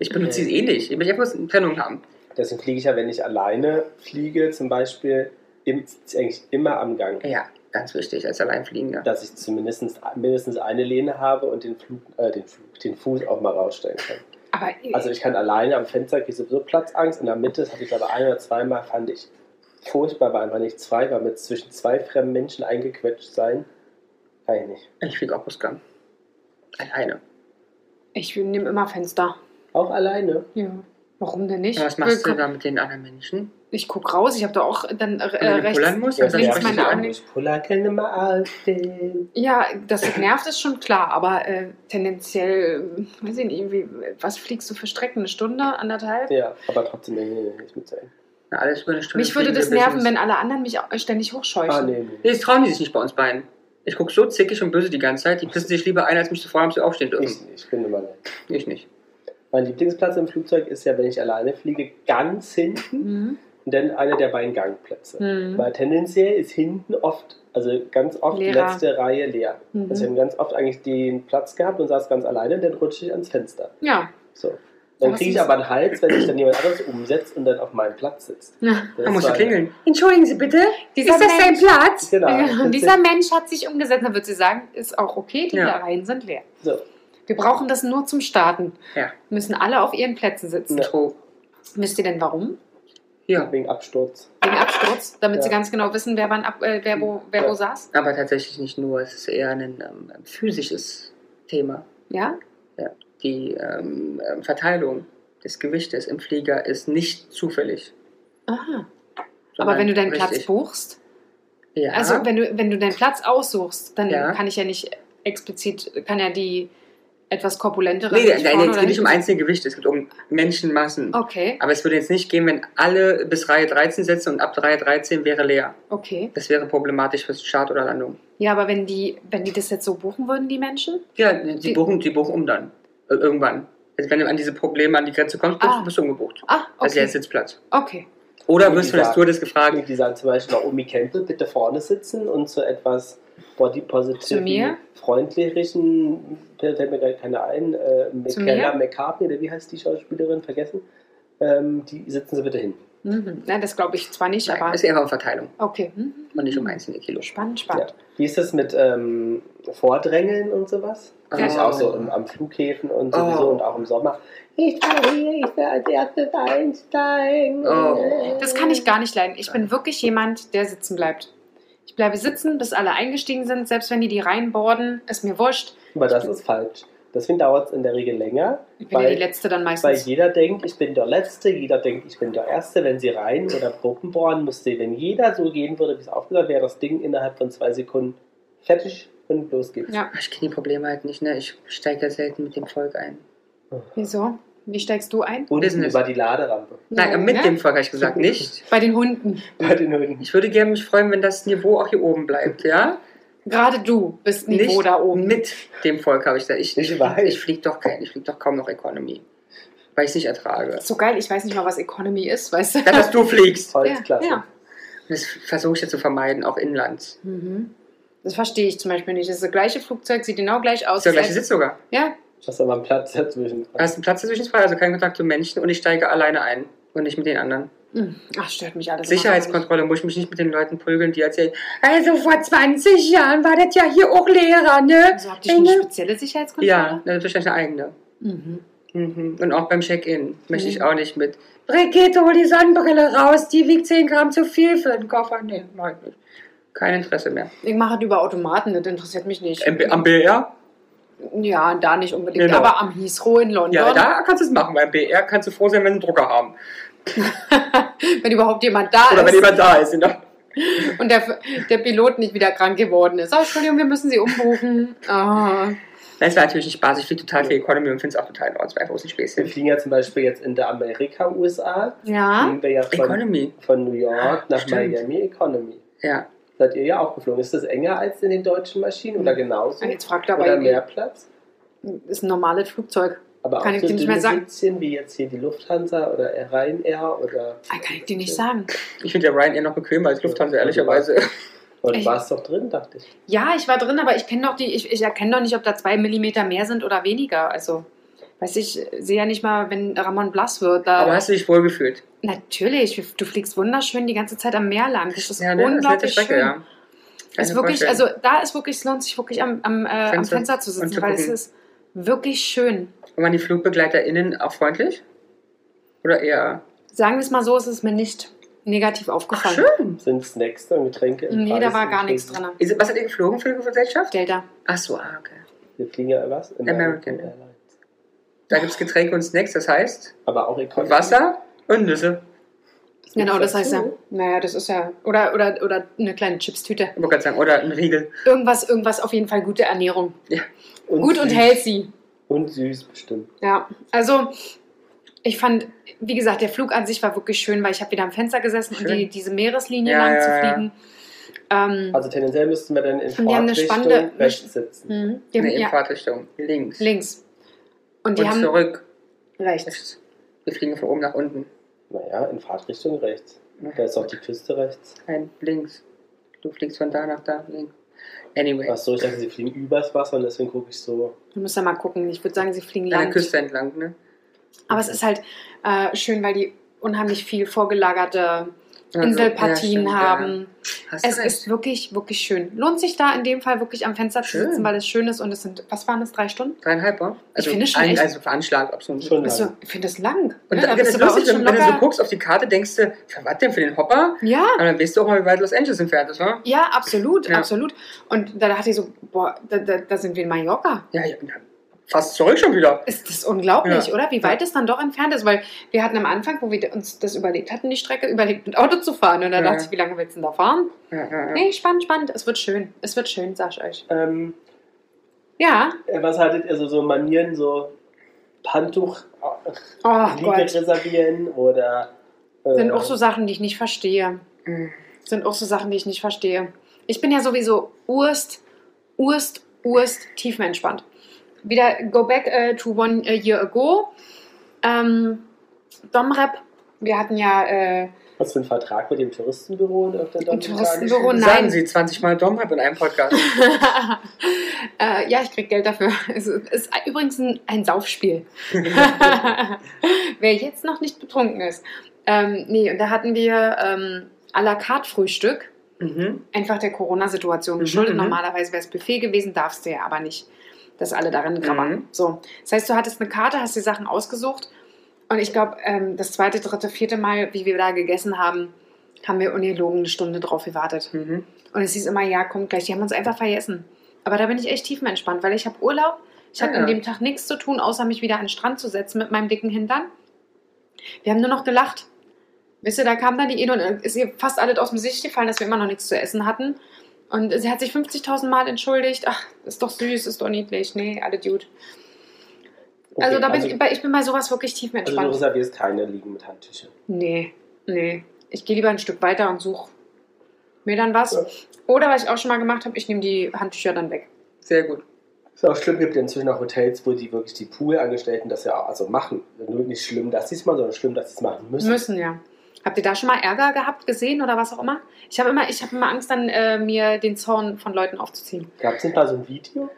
Speaker 2: Ich benutze sie eh nicht. Ich möchte einfach eine Trennung haben.
Speaker 3: Deswegen fliege ich ja, wenn ich alleine fliege, zum Beispiel, im, eigentlich immer am Gang.
Speaker 2: Ja, ganz wichtig, als Alleinfliegender.
Speaker 3: Dass ich zumindest mindestens eine Lehne habe und den, Flug, äh, den, Flug, den Fuß auch mal rausstellen kann.
Speaker 1: Aber
Speaker 3: Also ich kann alleine am Fenster, kriege ich sowieso Platzangst. In der Mitte, das hatte ich glaube ein oder zweimal, fand ich furchtbar, war einfach nicht zwei, weil mit zwischen zwei fremden Menschen eingequetscht sein, kann ich nicht.
Speaker 2: Ich fliege auch Busgang. Alleine.
Speaker 1: ich nehme immer Fenster.
Speaker 3: Auch alleine.
Speaker 1: Ja. Warum denn nicht?
Speaker 2: Aber was machst du
Speaker 1: Willkommen-
Speaker 2: da mit den anderen Menschen?
Speaker 1: Ich guck raus, ich habe da auch dann äh,
Speaker 2: Wenn du den
Speaker 1: rechts.
Speaker 2: pullern musst,
Speaker 3: Ja,
Speaker 2: dann
Speaker 1: links
Speaker 2: machst du
Speaker 1: meine
Speaker 2: sie auch
Speaker 1: Arme.
Speaker 2: nicht.
Speaker 3: Ich pullackel mal auf den.
Speaker 1: Ja, das nervt ist schon klar, aber äh, tendenziell, äh, weiß ich nicht, wie, was fliegst du für Strecken? Eine Stunde, anderthalb?
Speaker 3: Ja, aber trotzdem nee, nee, nee, nicht mit sein.
Speaker 2: Na, alles über eine Stunde
Speaker 1: Mich würde
Speaker 2: fliegen
Speaker 1: das
Speaker 2: wir
Speaker 1: nerven,
Speaker 2: Business.
Speaker 1: wenn alle anderen mich auch ständig
Speaker 3: Ah,
Speaker 1: hochscheuchen.
Speaker 3: nee, nee.
Speaker 2: Nee, das trauen die sich nicht bei uns beiden. Ich gucke so zickig und böse die ganze Zeit, die pissen sich lieber ein, als mich zu fragen, ob sie aufstehen
Speaker 3: Ich,
Speaker 2: dürfen.
Speaker 3: ich bin immer nett.
Speaker 2: Ich, nicht.
Speaker 3: Mein Lieblingsplatz im Flugzeug ist ja, wenn ich alleine fliege, ganz hinten
Speaker 1: Mhm.
Speaker 3: und dann einer der beiden Gangplätze.
Speaker 1: Mhm.
Speaker 3: Weil tendenziell ist hinten oft, also ganz oft die
Speaker 1: Leerer.
Speaker 3: letzte Reihe leer.
Speaker 1: Mhm.
Speaker 3: Also ich habe ganz oft eigentlich den Platz gehabt und saß ganz alleine und dann rutsche ich ans Fenster.
Speaker 1: Ja.
Speaker 3: So. Dann
Speaker 1: Was
Speaker 3: kriege ich
Speaker 1: ist-
Speaker 3: aber einen Hals, wenn sich dann jemand anderes umsetzt und dann auf meinem Platz sitzt. Das
Speaker 2: Da musst du
Speaker 3: war-
Speaker 2: klingeln. Entschuldigen Sie bitte,
Speaker 1: Dieser Mensch-
Speaker 2: Platz?
Speaker 3: Genau.
Speaker 1: Ja, Dieser Mensch hat sich umgesetzt, dann würde sie sagen, ist auch okay, die
Speaker 2: Ja.
Speaker 1: Reihen sind leer.
Speaker 3: so.
Speaker 1: Wir brauchen das nur zum Starten.
Speaker 2: Ja.
Speaker 1: Müssen alle auf ihren Plätzen sitzen.
Speaker 3: Ja.
Speaker 2: Intro.
Speaker 1: Wisst ihr denn warum?
Speaker 2: Ja,
Speaker 3: Wegen Absturz.
Speaker 1: Wegen Absturz, damit
Speaker 3: Ja.
Speaker 1: sie ganz genau wissen, wer wann ab, äh, wer wo, wer wo
Speaker 3: Ja.
Speaker 1: saß.
Speaker 2: aber tatsächlich nicht nur, es ist eher ein ähm, physisches Thema.
Speaker 1: Ja?
Speaker 2: Die ähm, ähm, Verteilung des Gewichtes im Flieger ist nicht zufällig.
Speaker 1: Aha.
Speaker 2: sondern
Speaker 1: Aber wenn du deinen
Speaker 2: richtig.
Speaker 1: Platz buchst,
Speaker 2: ja.
Speaker 1: also wenn du, wenn du deinen Platz aussuchst, dann
Speaker 2: Ja.
Speaker 1: kann ich ja nicht explizit, kann ja die etwas korpulentere.
Speaker 2: Nee,
Speaker 1: nicht
Speaker 2: nein, nein,
Speaker 1: vorne
Speaker 2: es
Speaker 1: oder
Speaker 2: geht nicht um
Speaker 1: hinten-
Speaker 2: einzelne Gewichte, es geht um Menschenmassen.
Speaker 1: Okay,
Speaker 2: Aber es würde jetzt nicht gehen, wenn alle bis Reihe 13 sitzen und ab Reihe 13 wäre leer.
Speaker 1: okay.
Speaker 2: Das wäre problematisch fürs Start oder Landung.
Speaker 1: Ja, aber wenn die, wenn die das jetzt so buchen würden, die Menschen?
Speaker 2: Ja, die
Speaker 1: Die-
Speaker 2: buchen, die buchen um dann. Ir- Irgendwann. Also wenn du an diese Probleme an die Grenze kommst, bist,
Speaker 1: Ah.
Speaker 2: bist du umgebucht.
Speaker 1: Ah,
Speaker 2: Also
Speaker 1: okay.
Speaker 2: jetzt Sitzplatz.
Speaker 1: Okay.
Speaker 2: Oder
Speaker 3: Wie
Speaker 2: wirst du das
Speaker 3: gesagt.
Speaker 2: Tour des gefragt,
Speaker 3: Die sagen zum Beispiel Naomi Campbell, bitte vorne sitzen und zu etwas body
Speaker 1: Zu mir?
Speaker 3: positive freundlichen, fällt mir gerade keine ein, äh,
Speaker 1: Zu
Speaker 3: McKenna
Speaker 1: mir?
Speaker 3: McCartney, oder wie heißt die Schauspielerin, vergessen, ähm, die sitzen sie bitte hin.
Speaker 1: Mhm. Na, das glaube ich zwar nicht,
Speaker 2: Nein, also-
Speaker 1: aber.
Speaker 2: ist eher eine Verteilung
Speaker 1: Okay. Mhm.
Speaker 2: und nicht um einzelne Kilo.
Speaker 1: Spannend,
Speaker 3: Ja.
Speaker 1: spannend.
Speaker 3: Wie ist das mit ähm, Vordrängeln und sowas? Das
Speaker 1: Ja.
Speaker 3: ist auch so im, am Flughäfen und sowieso
Speaker 2: Oh.
Speaker 3: und auch im Sommer. Ich war hier, ich war als erstes einsteigen.
Speaker 2: Oh.
Speaker 1: Das kann ich gar nicht leiden. Ich bin wirklich jemand, der sitzen bleibt. Ich bleibe sitzen, bis alle eingestiegen sind. Selbst wenn die die reinboarden, ist mir wurscht.
Speaker 3: Aber das ist falsch. Deswegen dauert es in der Regel länger,
Speaker 1: Ich bin ja die
Speaker 3: weil,
Speaker 1: Letzte dann
Speaker 3: weil
Speaker 1: meistens.
Speaker 3: jeder denkt, ich bin der Letzte, jeder denkt, ich bin der Erste. Wenn sie rein oder Gruppen bohren müsste, wenn jeder so gehen würde, wie es aufgesagt wäre, das Ding innerhalb von zwei Sekunden fertig und los geht's.
Speaker 1: Ja.
Speaker 2: Ich kenne die Probleme halt nicht, ne? Ich steige ja selten mit dem Volk ein.
Speaker 1: Wieso? Wie steigst du ein?
Speaker 3: Unten
Speaker 2: Business.
Speaker 3: über die Laderampe.
Speaker 2: Nein, mit
Speaker 1: Ja. ne?
Speaker 2: dem Volk habe ich gesagt, nicht.
Speaker 1: Bei den Hunden.
Speaker 3: Bei den Hunden.
Speaker 2: Ich würde gerne mich freuen, wenn das Niveau auch hier oben bleibt, ja?
Speaker 1: Gerade du bist Niveau
Speaker 2: nicht
Speaker 1: da oben.
Speaker 2: mit dem Volk habe ich gesagt. Ich,
Speaker 3: Ich
Speaker 2: ich,
Speaker 3: weiß.
Speaker 2: ich fliege doch kein, ich fliege doch kaum noch Economy. Weil ich es nicht ertrage.
Speaker 1: So geil, ich weiß nicht mal, was Economy ist, weißt du?
Speaker 2: Das, dass du fliegst.
Speaker 3: Holzklasse.
Speaker 1: Ja,
Speaker 2: Das versuche ich ja zu vermeiden, auch inland.
Speaker 1: Mhm. Das verstehe ich zum Beispiel nicht. Das ist das gleiche Flugzeug, sieht genau gleich aus.
Speaker 2: Ist der gleiche Sitz sogar.
Speaker 1: Ja,
Speaker 3: Hast aber einen Platz dazwischen.
Speaker 2: Da ist ein Platz dazwischen frei, also kein Kontakt zu Menschen und ich steige alleine ein und nicht mit den anderen.
Speaker 1: Mhm. Ach, stört mich alles.
Speaker 2: Sicherheitskontrolle muss ich mich nicht mit den Leuten prügeln, die erzählen, also vor 20 Jahren war das ja hier auch Lehrer, ne?
Speaker 1: Also habt ihr schon eine spezielle Sicherheitskontrolle?
Speaker 2: Ja, das ist wahrscheinlich eine eigene.
Speaker 1: Mhm.
Speaker 2: Mhm. Und auch beim Check-in möchte ich
Speaker 1: Mhm.
Speaker 2: auch nicht mit. Brigitte, hol die Sonnenbrille raus, die wiegt 10 Gramm zu viel für den Koffer. Nee, mach ich nicht. Kein Interesse mehr.
Speaker 1: Ich mache das über Automaten, das interessiert mich nicht.
Speaker 2: am BR?
Speaker 1: ja, da nicht unbedingt,
Speaker 2: Genau.
Speaker 1: aber am Heathrow in London,
Speaker 2: Ja, da kannst du es machen. Beim BR kannst du froh sein, wenn sie einen Drucker haben.
Speaker 1: wenn überhaupt jemand da
Speaker 2: Oder wenn
Speaker 1: ist
Speaker 2: jemand da ist. Genau.
Speaker 1: und der, der Pilot nicht wieder krank geworden ist. Oh, Entschuldigung, wir müssen Sie umrufen. Ah.
Speaker 2: Das war natürlich ein Spaß. Ich fliege total viel Economy und finde es auch total in Ordnung. Es war einfach bloß ein
Speaker 3: Wir
Speaker 2: Späßchen.
Speaker 3: fliegen ja zum Beispiel jetzt in der Amerika, USA.
Speaker 1: Ja,
Speaker 3: Fliegen wir ja von,
Speaker 2: Economy. Ah,
Speaker 3: von New York nach
Speaker 2: Stimmt.
Speaker 3: Miami Economy.
Speaker 2: Ja.
Speaker 3: Seid ihr ja auch geflogen. Ist das enger als in den deutschen Maschinen oder genauso?
Speaker 1: jetzt fragt er,
Speaker 3: Oder mehr
Speaker 1: aber
Speaker 3: Platz?
Speaker 1: ist ein normales Flugzeug.
Speaker 3: Aber
Speaker 1: Kann
Speaker 3: auch
Speaker 1: ich
Speaker 3: so
Speaker 1: dir nicht mehr
Speaker 3: dünne
Speaker 1: sagen.
Speaker 3: Sitzchen wie jetzt hier die Lufthansa oder Ryanair oder...
Speaker 1: Ah, Kann ich dir nicht sagen.
Speaker 2: Ich finde ja Ryanair noch bequemer als Lufthansa, ehrlicherweise.
Speaker 3: Und
Speaker 1: Ich-
Speaker 3: war es doch drin, dachte ich.
Speaker 1: Ja, ich war drin, aber ich kenne doch die, ich, ich erkenne doch nicht, ob da zwei Millimeter mehr sind oder weniger. Also, weiß ich, sehe ja nicht mal, wenn Ramon blass wird. Da
Speaker 2: Aber hast du dich wohl gefühlt?
Speaker 1: Natürlich, wir- du fliegst wunderschön die ganze Zeit am Meer lang. Das ist
Speaker 2: ne? Das ist eine
Speaker 1: unglaublich schön.
Speaker 2: ja. Kann ich
Speaker 1: Ist
Speaker 2: mir
Speaker 1: wirklich,
Speaker 2: vorstellen.
Speaker 1: also da ist wirklich, es lohnt sich wirklich am, am, äh, am
Speaker 2: Fenster.
Speaker 1: Fenster zu
Speaker 2: Und
Speaker 1: sitzen,
Speaker 2: zu
Speaker 1: weil es
Speaker 2: gucken.
Speaker 1: ist wirklich schön.
Speaker 2: Und waren die FlugbegleiterInnen auch freundlich? Oder eher?
Speaker 1: Sagen wir es mal so, es ist mir nicht negativ aufgefallen.
Speaker 2: schön.
Speaker 3: Sind Snacks und Getränke? im
Speaker 1: Nee, da war
Speaker 3: Preis
Speaker 1: gar
Speaker 3: inbegriffen?
Speaker 1: nichts drin.
Speaker 2: Ist- Was hat ihr geflogen für eine Gesellschaft?
Speaker 1: Delta.
Speaker 2: Ach so, ah, okay.
Speaker 3: Wir fliegen ja was?
Speaker 2: American.
Speaker 3: Airlines.
Speaker 2: Da gibt es Getränke und Snacks, das heißt
Speaker 3: Aber auch Economy.
Speaker 2: Wasser und Nüsse.
Speaker 1: Genau,
Speaker 3: gibt's
Speaker 1: das heißt ja.
Speaker 3: dazu?
Speaker 1: Naja, das ist ja. Oder, oder, oder eine kleine Chipstüte.
Speaker 2: Ich wollte gerade sagen, oder ein Riegel.
Speaker 1: Irgendwas, irgendwas, auf jeden Fall gute Ernährung. Gut und
Speaker 3: süß.
Speaker 1: healthy.
Speaker 3: Und süß bestimmt.
Speaker 1: Ja, also ich fand, wie gesagt, der Flug an sich war wirklich schön, weil ich habe wieder am Fenster gesessen und
Speaker 2: Schön.
Speaker 1: die, diese Meereslinie
Speaker 2: Ja,
Speaker 1: lang
Speaker 2: ja,
Speaker 1: zu
Speaker 2: ja.
Speaker 1: fliegen. Ähm,
Speaker 3: Also tendenziell müssten wir dann in
Speaker 1: Und die haben eine
Speaker 3: Fahrtrichtung
Speaker 1: spannende-
Speaker 3: rechts sitzen.
Speaker 1: mhm, die
Speaker 2: In
Speaker 1: haben,
Speaker 2: der
Speaker 1: ja,
Speaker 2: Fahrtrichtung. Links.
Speaker 1: links. Und die
Speaker 2: Und
Speaker 1: haben
Speaker 2: zurück.
Speaker 1: rechts.
Speaker 2: Rechts. Wir fliegen von oben nach unten.
Speaker 3: Naja, in Fahrtrichtung rechts. Da ist auch die Küste rechts.
Speaker 2: Nein, links. Du fliegst von da nach da. Links. Anyway.
Speaker 3: Achso, ich dachte, sie fliegen übers Wasser und deswegen gucke ich so.
Speaker 1: Du musst ja mal gucken. Ich würde sagen, sie fliegen
Speaker 2: An der
Speaker 1: lang.
Speaker 2: Küste entlang, ne?
Speaker 1: Aber es ist halt äh, schön, weil die unheimlich viel vorgelagerte
Speaker 2: Also,
Speaker 1: Inselpartien
Speaker 2: ja, stimmt,
Speaker 1: haben.
Speaker 2: Ja. Hast
Speaker 1: Es
Speaker 2: du recht.
Speaker 1: ist wirklich, wirklich schön. Lohnt sich da in dem Fall wirklich am Fenster zu
Speaker 2: Schön.
Speaker 1: sitzen, weil es schön ist und es sind, was waren es, drei Stunden?
Speaker 2: Dreieinhalb, wa? Also,
Speaker 1: finde schon
Speaker 2: ein,
Speaker 1: echt-
Speaker 2: Also für Anschlag, absolut.
Speaker 3: Schon lang.
Speaker 1: Also, ich finde das lang.
Speaker 2: Und
Speaker 1: ne?
Speaker 2: dann, das
Speaker 1: bist
Speaker 2: ist
Speaker 1: du bei uns
Speaker 2: lustig,
Speaker 1: schon
Speaker 2: wenn, wenn du so
Speaker 1: locker.
Speaker 2: guckst auf die Karte, denkst du, für was denn für den Hopper?
Speaker 1: Ja,
Speaker 2: Und dann weißt du auch mal, wie weit Los Angeles entfernt ist, wa?
Speaker 1: ja, absolut,
Speaker 2: Ja.
Speaker 1: absolut. Und da dachte ich so, boah, da, da, da sind wir in Mallorca.
Speaker 2: Ja, ja, na, fast zurück schon wieder.
Speaker 1: Ist das unglaublich,
Speaker 2: Ja.
Speaker 1: oder? Wie weit es dann doch entfernt ist, weil wir hatten am Anfang, wo wir uns das überlegt hatten, die Strecke, überlegt mit Auto zu fahren. Und da
Speaker 2: Ja.
Speaker 1: dachte ich, wie lange willst du denn da fahren?
Speaker 2: Ja, ja, ja.
Speaker 1: Nee, spannend, spannend. Es wird schön. Es wird schön, sag ich euch.
Speaker 3: Ähm,
Speaker 1: Ja.
Speaker 3: äh, was haltet ihr so, so Manieren, so Handtuch äh,
Speaker 1: Oh
Speaker 3: Liege
Speaker 1: Gott.
Speaker 3: reservieren oder. Äh,
Speaker 1: Sind auch so Sachen, die ich nicht verstehe.
Speaker 2: Mhm.
Speaker 1: Sind auch so Sachen, die ich nicht verstehe. Ich bin ja sowieso urst, urst, urst tiefenentspannt. Wieder go back äh, to one year ago. Ähm, Domrep, wir hatten ja äh,
Speaker 3: Was für ein Vertrag mit dem Touristenbüro und auf der
Speaker 1: ein
Speaker 3: Dominikanisch?
Speaker 1: Touristenbüro.
Speaker 2: Sagen
Speaker 1: Oh Nein.
Speaker 2: Sie 20 Mal Domrep in einem Podcast.
Speaker 1: äh, ja, ich krieg Geld dafür. Es ist übrigens ein, ein Saufspiel. Wer jetzt noch nicht betrunken ist. Ähm, nee, und da hatten wir ähm, à la carte Frühstück,
Speaker 2: Mhm.
Speaker 1: einfach der Corona-Situation
Speaker 2: Mhm,
Speaker 1: geschuldet.
Speaker 2: mhm.
Speaker 1: Normalerweise wäre es Buffet gewesen, darfst du ja aber nicht, dass alle darin grabbern.
Speaker 2: Mhm.
Speaker 1: So, das heißt, du hattest eine Karte, hast die Sachen ausgesucht und ich glaube, ähm, das zweite, dritte, vierte Mal, wie wir da gegessen haben, haben wir ungelogen eine Stunde drauf gewartet.
Speaker 2: Mhm.
Speaker 1: Und es hieß immer, ja, kommt gleich. Die haben uns einfach vergessen. Aber da bin ich echt tiefenentspannt, weil ich habe Urlaub. Ich habe
Speaker 2: Ah, ja.
Speaker 1: an dem Tag nichts zu tun, außer mich wieder an den Strand zu setzen mit meinem dicken Hintern. Wir haben nur noch gelacht. Wisst ihr, da kam dann die Ede und äh, ist ihr fast alles aus dem Gesicht gefallen, dass wir immer noch nichts zu essen hatten. Und sie hat sich 50.000 Mal entschuldigt. Ach, ist doch süß, ist doch niedlich. Nee, alle Dude.
Speaker 3: Okay,
Speaker 1: also, da bin
Speaker 3: also,
Speaker 1: ich, bei- ich bin bei sowas wirklich
Speaker 3: also du
Speaker 1: tiefenentspannt.
Speaker 3: reservierst keine Liegen mit Handtüchern.
Speaker 1: Nee, nee. Ich gehe lieber ein Stück weiter und suche mir dann was. Oder was ich auch schon mal gemacht habe, ich nehme die Handtücher dann weg.
Speaker 2: Sehr gut.
Speaker 3: Ist auch schlimm, gibt ja inzwischen auch Hotels, wo die wirklich die Poolangestellten das ja auch, also machen. Nur nicht schlimm, dass sie es machen, sondern schlimm, dass sie es machen müssen.
Speaker 1: Müssen ja. Habt ihr da schon mal Ärger gehabt, gesehen oder was auch immer? Ich habe immer, ich habe immer Angst, dann äh, mir den Zorn von Leuten aufzuziehen.
Speaker 3: Gab es nicht mal so ein Video,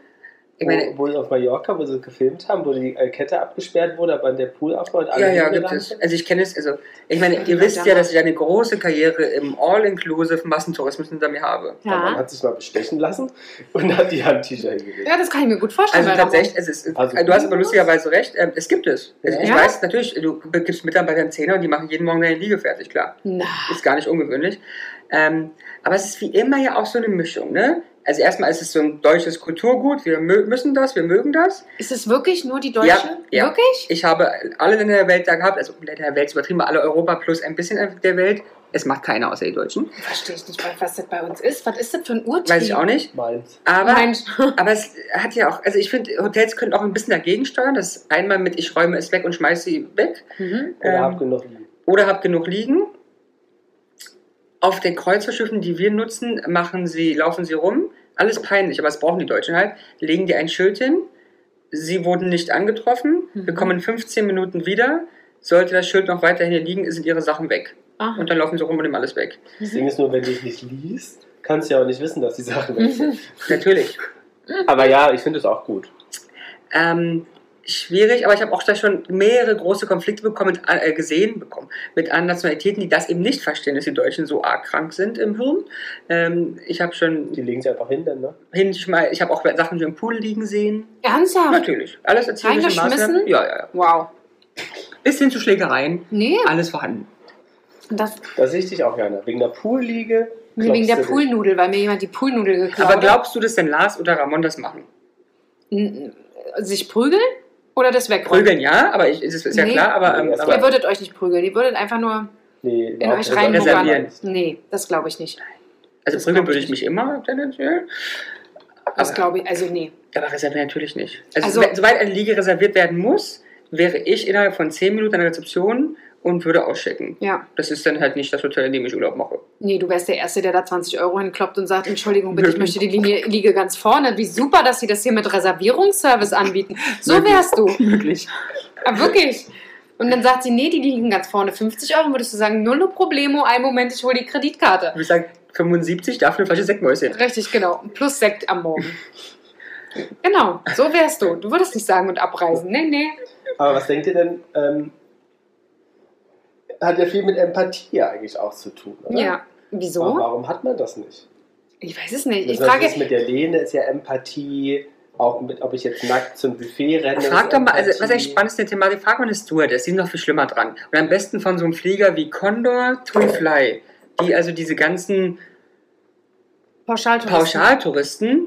Speaker 2: Ich meine,
Speaker 3: wo, wo sie auf Mallorca, wo sie gefilmt haben, wo die äh, Kette abgesperrt wurde, aber der Pool aufmacht?
Speaker 2: ja, ja, gibt es. Also ich kenne es, also ich meine, ihr wisst ja, dass ich eine große Karriere im All-Inclusive Massentourismus hinter mir habe.
Speaker 3: Ja. Man
Speaker 1: Ja.
Speaker 3: hat sich mal bestechen lassen und hat die Handtücher hingelegt.
Speaker 1: Ja, das kann ich mir gut vorstellen.
Speaker 2: Also
Speaker 1: weil da-
Speaker 2: tatsächlich, es ist,
Speaker 3: Also-
Speaker 2: du hast aber lustigerweise recht, ähm, es gibt es. Also ich
Speaker 1: Ja?
Speaker 2: weiß natürlich, du gibst Mitarbeitern Zähne und die machen jeden Morgen deine Liege fertig, klar.
Speaker 1: Na,
Speaker 2: Ist gar nicht ungewöhnlich. Ähm, aber es ist wie immer ja auch so eine Mischung, ne? Also erstmal ist es so ein deutsches Kulturgut, wir mö- müssen das, wir mögen das.
Speaker 1: ist es wirklich nur die Deutsche?
Speaker 2: Ja, ja.
Speaker 1: Wirklich?
Speaker 2: Ich habe alle Länder der Welt da gehabt, also Länder der Welt ist übertrieben, alle Europa plus ein bisschen der Welt. Es macht keiner außer die Deutschen.
Speaker 1: Verstehe ich nicht, was das bei uns ist. Was ist das für ein Urtrieb?
Speaker 2: Weiß ich auch nicht.
Speaker 3: Meins.
Speaker 2: Aber
Speaker 1: Nein.
Speaker 2: Aber es hat ja auch, also ich finde, Hotels können auch ein bisschen dagegen steuern. Das ist einmal mit, ich räume es weg und schmeiße sie weg.
Speaker 1: Mhm.
Speaker 3: Oder
Speaker 2: Ähm,
Speaker 3: hab genug Liegen.
Speaker 2: Oder hab genug liegen. Auf den Kreuzerschiffen, die wir nutzen, machen sie, laufen sie rum. Alles peinlich, aber das brauchen die Deutschen halt. Legen dir ein Schild hin. Sie wurden nicht angetroffen.
Speaker 1: Mhm.
Speaker 2: Wir kommen in 15 Minuten wieder. Sollte das Schild noch weiterhin hier liegen, sind ihre Sachen weg.
Speaker 1: Aha.
Speaker 2: Und dann laufen sie rum und nehmen alles weg.
Speaker 3: Das Ding ist nur, wenn du es nicht liest, kannst du ja auch nicht wissen, dass die Sachen weg sind.
Speaker 2: Natürlich.
Speaker 3: Aber ja, ich finde es auch gut.
Speaker 2: ähm, schwierig, aber ich habe auch da schon mehrere große Konflikte bekommen, mit, äh, gesehen bekommen, mit anderen Nationalitäten, die das eben nicht verstehen, dass die Deutschen so arg krank sind im Hirn. Ähm, ich habe
Speaker 3: Die
Speaker 2: schon
Speaker 3: legen sie einfach hin, dann, ne?
Speaker 2: hinschmei ich habe auch Sachen schon im Pool liegen sehen.
Speaker 1: Ernsthaft?
Speaker 2: Natürlich. Alles erzieherische
Speaker 1: Reingeschmissen?
Speaker 2: Maßnahmen. Ja, ja, ja.
Speaker 1: Wow.
Speaker 2: Bis hin zu Schlägereien.
Speaker 1: Nee,
Speaker 2: Alles vorhanden.
Speaker 1: das,
Speaker 3: Da sehe ich dich auch gerne. Wegen der Poolliege.
Speaker 1: nee wegen
Speaker 3: klopfst
Speaker 1: der
Speaker 3: du dich.
Speaker 1: Poolnudel, weil mir jemand die Poolnudel geklaut
Speaker 2: Aber glaubst du, dass denn Lars oder Ramon das machen?
Speaker 1: N- Sich prügeln oder das wegräumen?
Speaker 2: Prügeln ja, aber ich, es ist, ist ja
Speaker 1: Nee.
Speaker 2: klar, aber, ähm,
Speaker 3: Nee,
Speaker 1: Ihr
Speaker 2: aber
Speaker 1: würdet euch nicht prügeln, ihr würdet einfach nur.
Speaker 3: Nee, überhaupt
Speaker 1: euch
Speaker 3: nicht. Also
Speaker 1: reinbuckern.
Speaker 2: also Reservieren.
Speaker 1: Nee, das glaube ich nicht.
Speaker 2: also
Speaker 1: das
Speaker 2: prügeln
Speaker 1: glaub
Speaker 2: würde
Speaker 1: ich
Speaker 2: ich mich immer tendenziell.
Speaker 1: Das
Speaker 2: Aber-
Speaker 1: glaube ich, also nee.
Speaker 2: Aber reserviert natürlich nicht. Also,
Speaker 1: Also-
Speaker 2: wenn- sobald eine Liege reserviert werden muss, wäre ich innerhalb von 10 Minuten an der Rezeption und würde ausschicken.
Speaker 1: Ja.
Speaker 2: Das ist dann halt nicht das Hotel, in dem ich Urlaub mache.
Speaker 1: Nee, du wärst der Erste, der da 20 Euro hinkloppt und sagt, Entschuldigung, bitte, ich möchte die Linie, Liege ganz vorne. Wie super, dass sie das hier mit Reservierungsservice anbieten. So wärst du.
Speaker 2: Möglich.
Speaker 1: Aber wirklich. Und dann sagt sie, nee, die liegen ganz vorne. 50 Euro würdest du sagen, nullo problemo, einen Moment, ich hole die Kreditkarte.
Speaker 2: Ich sage 75, dafür eine Flasche Sektmäuschen.
Speaker 1: Richtig, genau. Plus Sekt am Morgen. Genau, so wärst du. Du würdest nicht sagen und abreisen. Nee, nee.
Speaker 3: Aber was denkt ihr denn? Ähm, hat ja viel mit Empathie eigentlich auch zu tun, oder?
Speaker 1: Ja.
Speaker 3: Aber
Speaker 1: Wieso?
Speaker 3: warum hat man das nicht?
Speaker 1: Ich weiß es nicht. Ich
Speaker 3: Also das
Speaker 1: frage,
Speaker 3: ist mit der Lehne ist ja Empathie, auch mit, ob ich jetzt nackt zum Buffet renne.
Speaker 2: Frag
Speaker 3: ist
Speaker 2: doch mal, also, was
Speaker 3: Empathie.
Speaker 2: eigentlich spannend ist, eine Thematik, frag mal eine Stewardess, die sind noch viel schlimmer dran. Und am besten von so einem Flieger wie Condor to Fly, die also diese ganzen
Speaker 1: Pauschaltouristen.
Speaker 2: Pauschaltouristen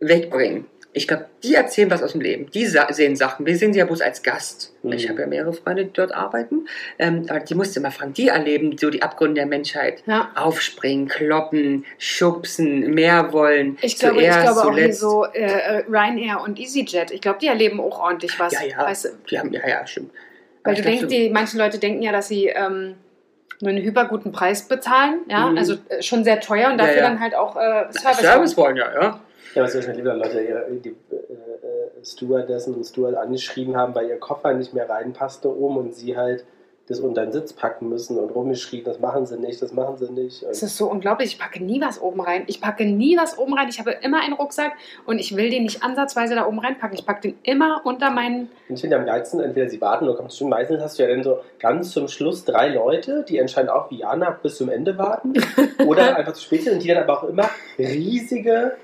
Speaker 2: wegbringen. Ich glaube, die erzählen was aus dem Leben. Die sa sehen Sachen. Wir sehen sie ja bloß als Gast.
Speaker 3: Mhm.
Speaker 2: Ich habe ja mehrere Freunde, die dort arbeiten. Ähm, aber die musste immer fragen. Die erleben so die Abgründe der Menschheit.
Speaker 1: Ja.
Speaker 2: Aufspringen, kloppen, schubsen, mehr wollen.
Speaker 1: Ich glaube, ich
Speaker 2: Zuerst,
Speaker 1: glaube auch hier
Speaker 2: zuletzt.
Speaker 1: so äh, äh, Ryanair und EasyJet. Ich glaube, die erleben auch ordentlich was.
Speaker 2: Ja, ja.
Speaker 1: Weißt du,
Speaker 2: Die haben, ja, ja, stimmt.
Speaker 1: weil
Speaker 2: Aber ich
Speaker 1: du
Speaker 2: glaub,
Speaker 1: denkst,
Speaker 2: so-
Speaker 1: die, manche Leute denken ja, dass sie ähm, nur einen hyperguten Preis bezahlen. Ja,
Speaker 3: Mhm.
Speaker 1: also äh, schon sehr teuer und
Speaker 2: Ja,
Speaker 1: dafür
Speaker 2: ja.
Speaker 1: dann halt auch äh,
Speaker 2: Na,
Speaker 1: Service.
Speaker 2: Service wollen, ja, ja.
Speaker 3: Ja, was soll ich mit halt lieber Leute, ihre- die äh, äh, Stewardessen und Steward angeschrieben haben, weil ihr Koffer nicht mehr reinpasste oben und sie halt das unter den Sitz packen müssen und rumgeschrien, das machen sie nicht, das machen sie nicht.
Speaker 1: Es
Speaker 3: Und
Speaker 1: ist so unglaublich. Ich packe nie was oben rein. Ich packe nie was oben rein. Ich habe immer einen Rucksack und ich will den nicht ansatzweise da oben reinpacken. Ich packe den immer unter meinen.
Speaker 3: Und ich finde am geilsten, entweder sie warten oder kommst du schon. Meistens hast du ja dann so ganz zum Schluss drei Leute, die anscheinend auch wie Jana bis zum Ende warten oder einfach zu spät sind und die dann aber auch immer riesige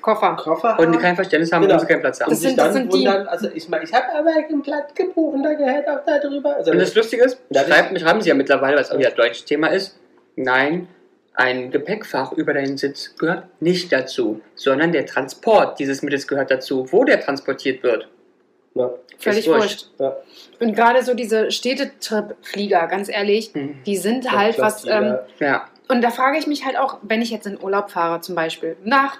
Speaker 1: Koffer.
Speaker 3: Koffer haben.
Speaker 2: Und kein Verständnis haben,
Speaker 3: Genau.
Speaker 2: warum sie keinen Platz haben.
Speaker 3: und
Speaker 1: Das
Speaker 3: sich
Speaker 1: sind-
Speaker 3: dann
Speaker 1: das sind die-
Speaker 3: wundern, also ich meine, ich habe aber ein Blatt gebucht und da gehört auch da drüber. Also
Speaker 2: Und das Lustige ist,
Speaker 3: Ja, das-
Speaker 2: schreiben, schreiben sie ja mittlerweile, was auch ja deutsches Thema ist, nein, ein Gepäckfach über deinen Sitz gehört nicht dazu, sondern der Transport dieses Mittels gehört dazu, wo der transportiert wird.
Speaker 3: ja.
Speaker 1: Völlig
Speaker 2: Ist wurscht.
Speaker 1: wurscht. Und gerade so diese Städtetrip-Flieger, ganz ehrlich,
Speaker 2: Mhm.
Speaker 1: die sind
Speaker 3: Das
Speaker 1: halt
Speaker 3: glaubt
Speaker 1: was.
Speaker 3: jeder.
Speaker 1: Ähm,
Speaker 2: Ja,
Speaker 1: Und da frage ich mich halt auch, wenn ich jetzt in Urlaub fahre, zum Beispiel nach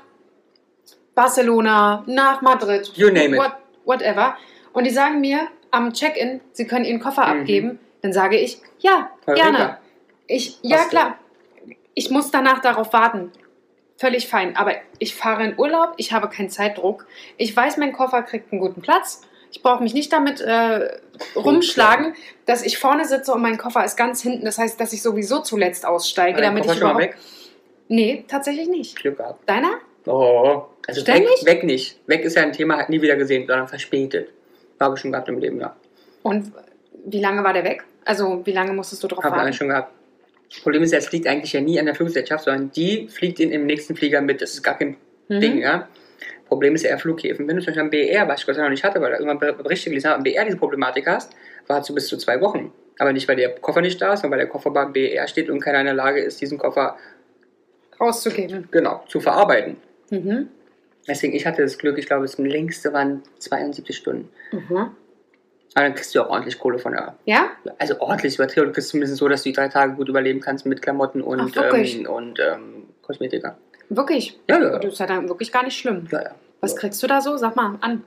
Speaker 1: Barcelona, nach Madrid,
Speaker 2: You name it.
Speaker 1: what, whatever, und die sagen mir am Check-in, sie können ihren Koffer
Speaker 2: Mhm.
Speaker 1: abgeben, dann sage ich, ja,
Speaker 2: Eureka.
Speaker 1: gerne. Ich, ja,
Speaker 3: Hast du.
Speaker 1: klar. Ich muss danach darauf warten. Völlig fein. Aber ich fahre in Urlaub, ich habe keinen Zeitdruck. Ich weiß, mein Koffer kriegt einen guten Platz. Ich brauche mich nicht damit äh, rumschlagen, dass ich vorne sitze und mein Koffer ist ganz hinten. Das heißt, dass ich sowieso zuletzt aussteige,
Speaker 2: War dein
Speaker 1: damit
Speaker 2: Koffer
Speaker 1: ich
Speaker 2: Äh, schon mal
Speaker 1: überhaupt.
Speaker 2: weg?
Speaker 1: Nee, tatsächlich nicht.
Speaker 2: Glück gehabt.
Speaker 1: Deiner?
Speaker 2: Oh, also weg,
Speaker 1: Ständig?
Speaker 2: weg nicht. Weg ist ja ein Thema, hat nie wieder gesehen, sondern verspätet. Habe ich schon gehabt im Leben, ja.
Speaker 1: Und wie lange war der weg? Also, wie lange musstest du drauf
Speaker 2: Habe ich eigentlich
Speaker 1: warten?
Speaker 2: schon gehabt. Das Problem ist, ja, es fliegt eigentlich ja nie an der Fluggesellschaft, sondern die fliegt ihn im nächsten Flieger mit. Das ist gar kein
Speaker 1: Mhm.
Speaker 2: Ding, ja. Problem ist eher Flughäfen. Wenn du zum Beispiel am BR, was ich Gott sei Dank noch nicht hatte, weil da irgendwann Ber- Berichte gelesen habe, am BR diese Problematik hast, wartest du bis zu zwei Wochen. Aber nicht, weil der Koffer nicht da ist, sondern weil der Koffer beim BR steht und keiner in der Lage ist, diesen Koffer
Speaker 1: Rauszugeben.
Speaker 2: genau zu verarbeiten.
Speaker 1: Mhm.
Speaker 2: Deswegen, ich hatte das Glück, ich glaube, das längste waren 72 Stunden.
Speaker 1: Mhm.
Speaker 2: Aber dann kriegst du auch ordentlich Kohle von der.
Speaker 1: Ja?
Speaker 2: Also ordentlich übertrieben. Du kriegst zumindest so, dass du die drei Tage gut überleben kannst mit Klamotten und,
Speaker 1: Ach, wirklich?
Speaker 2: ähm, und ähm, Kosmetika.
Speaker 1: Wirklich.
Speaker 2: Ja, ja, ja.
Speaker 1: Das ist ja dann wirklich gar nicht schlimm.
Speaker 2: ja, ja.
Speaker 1: Was kriegst du da so? Sag mal an.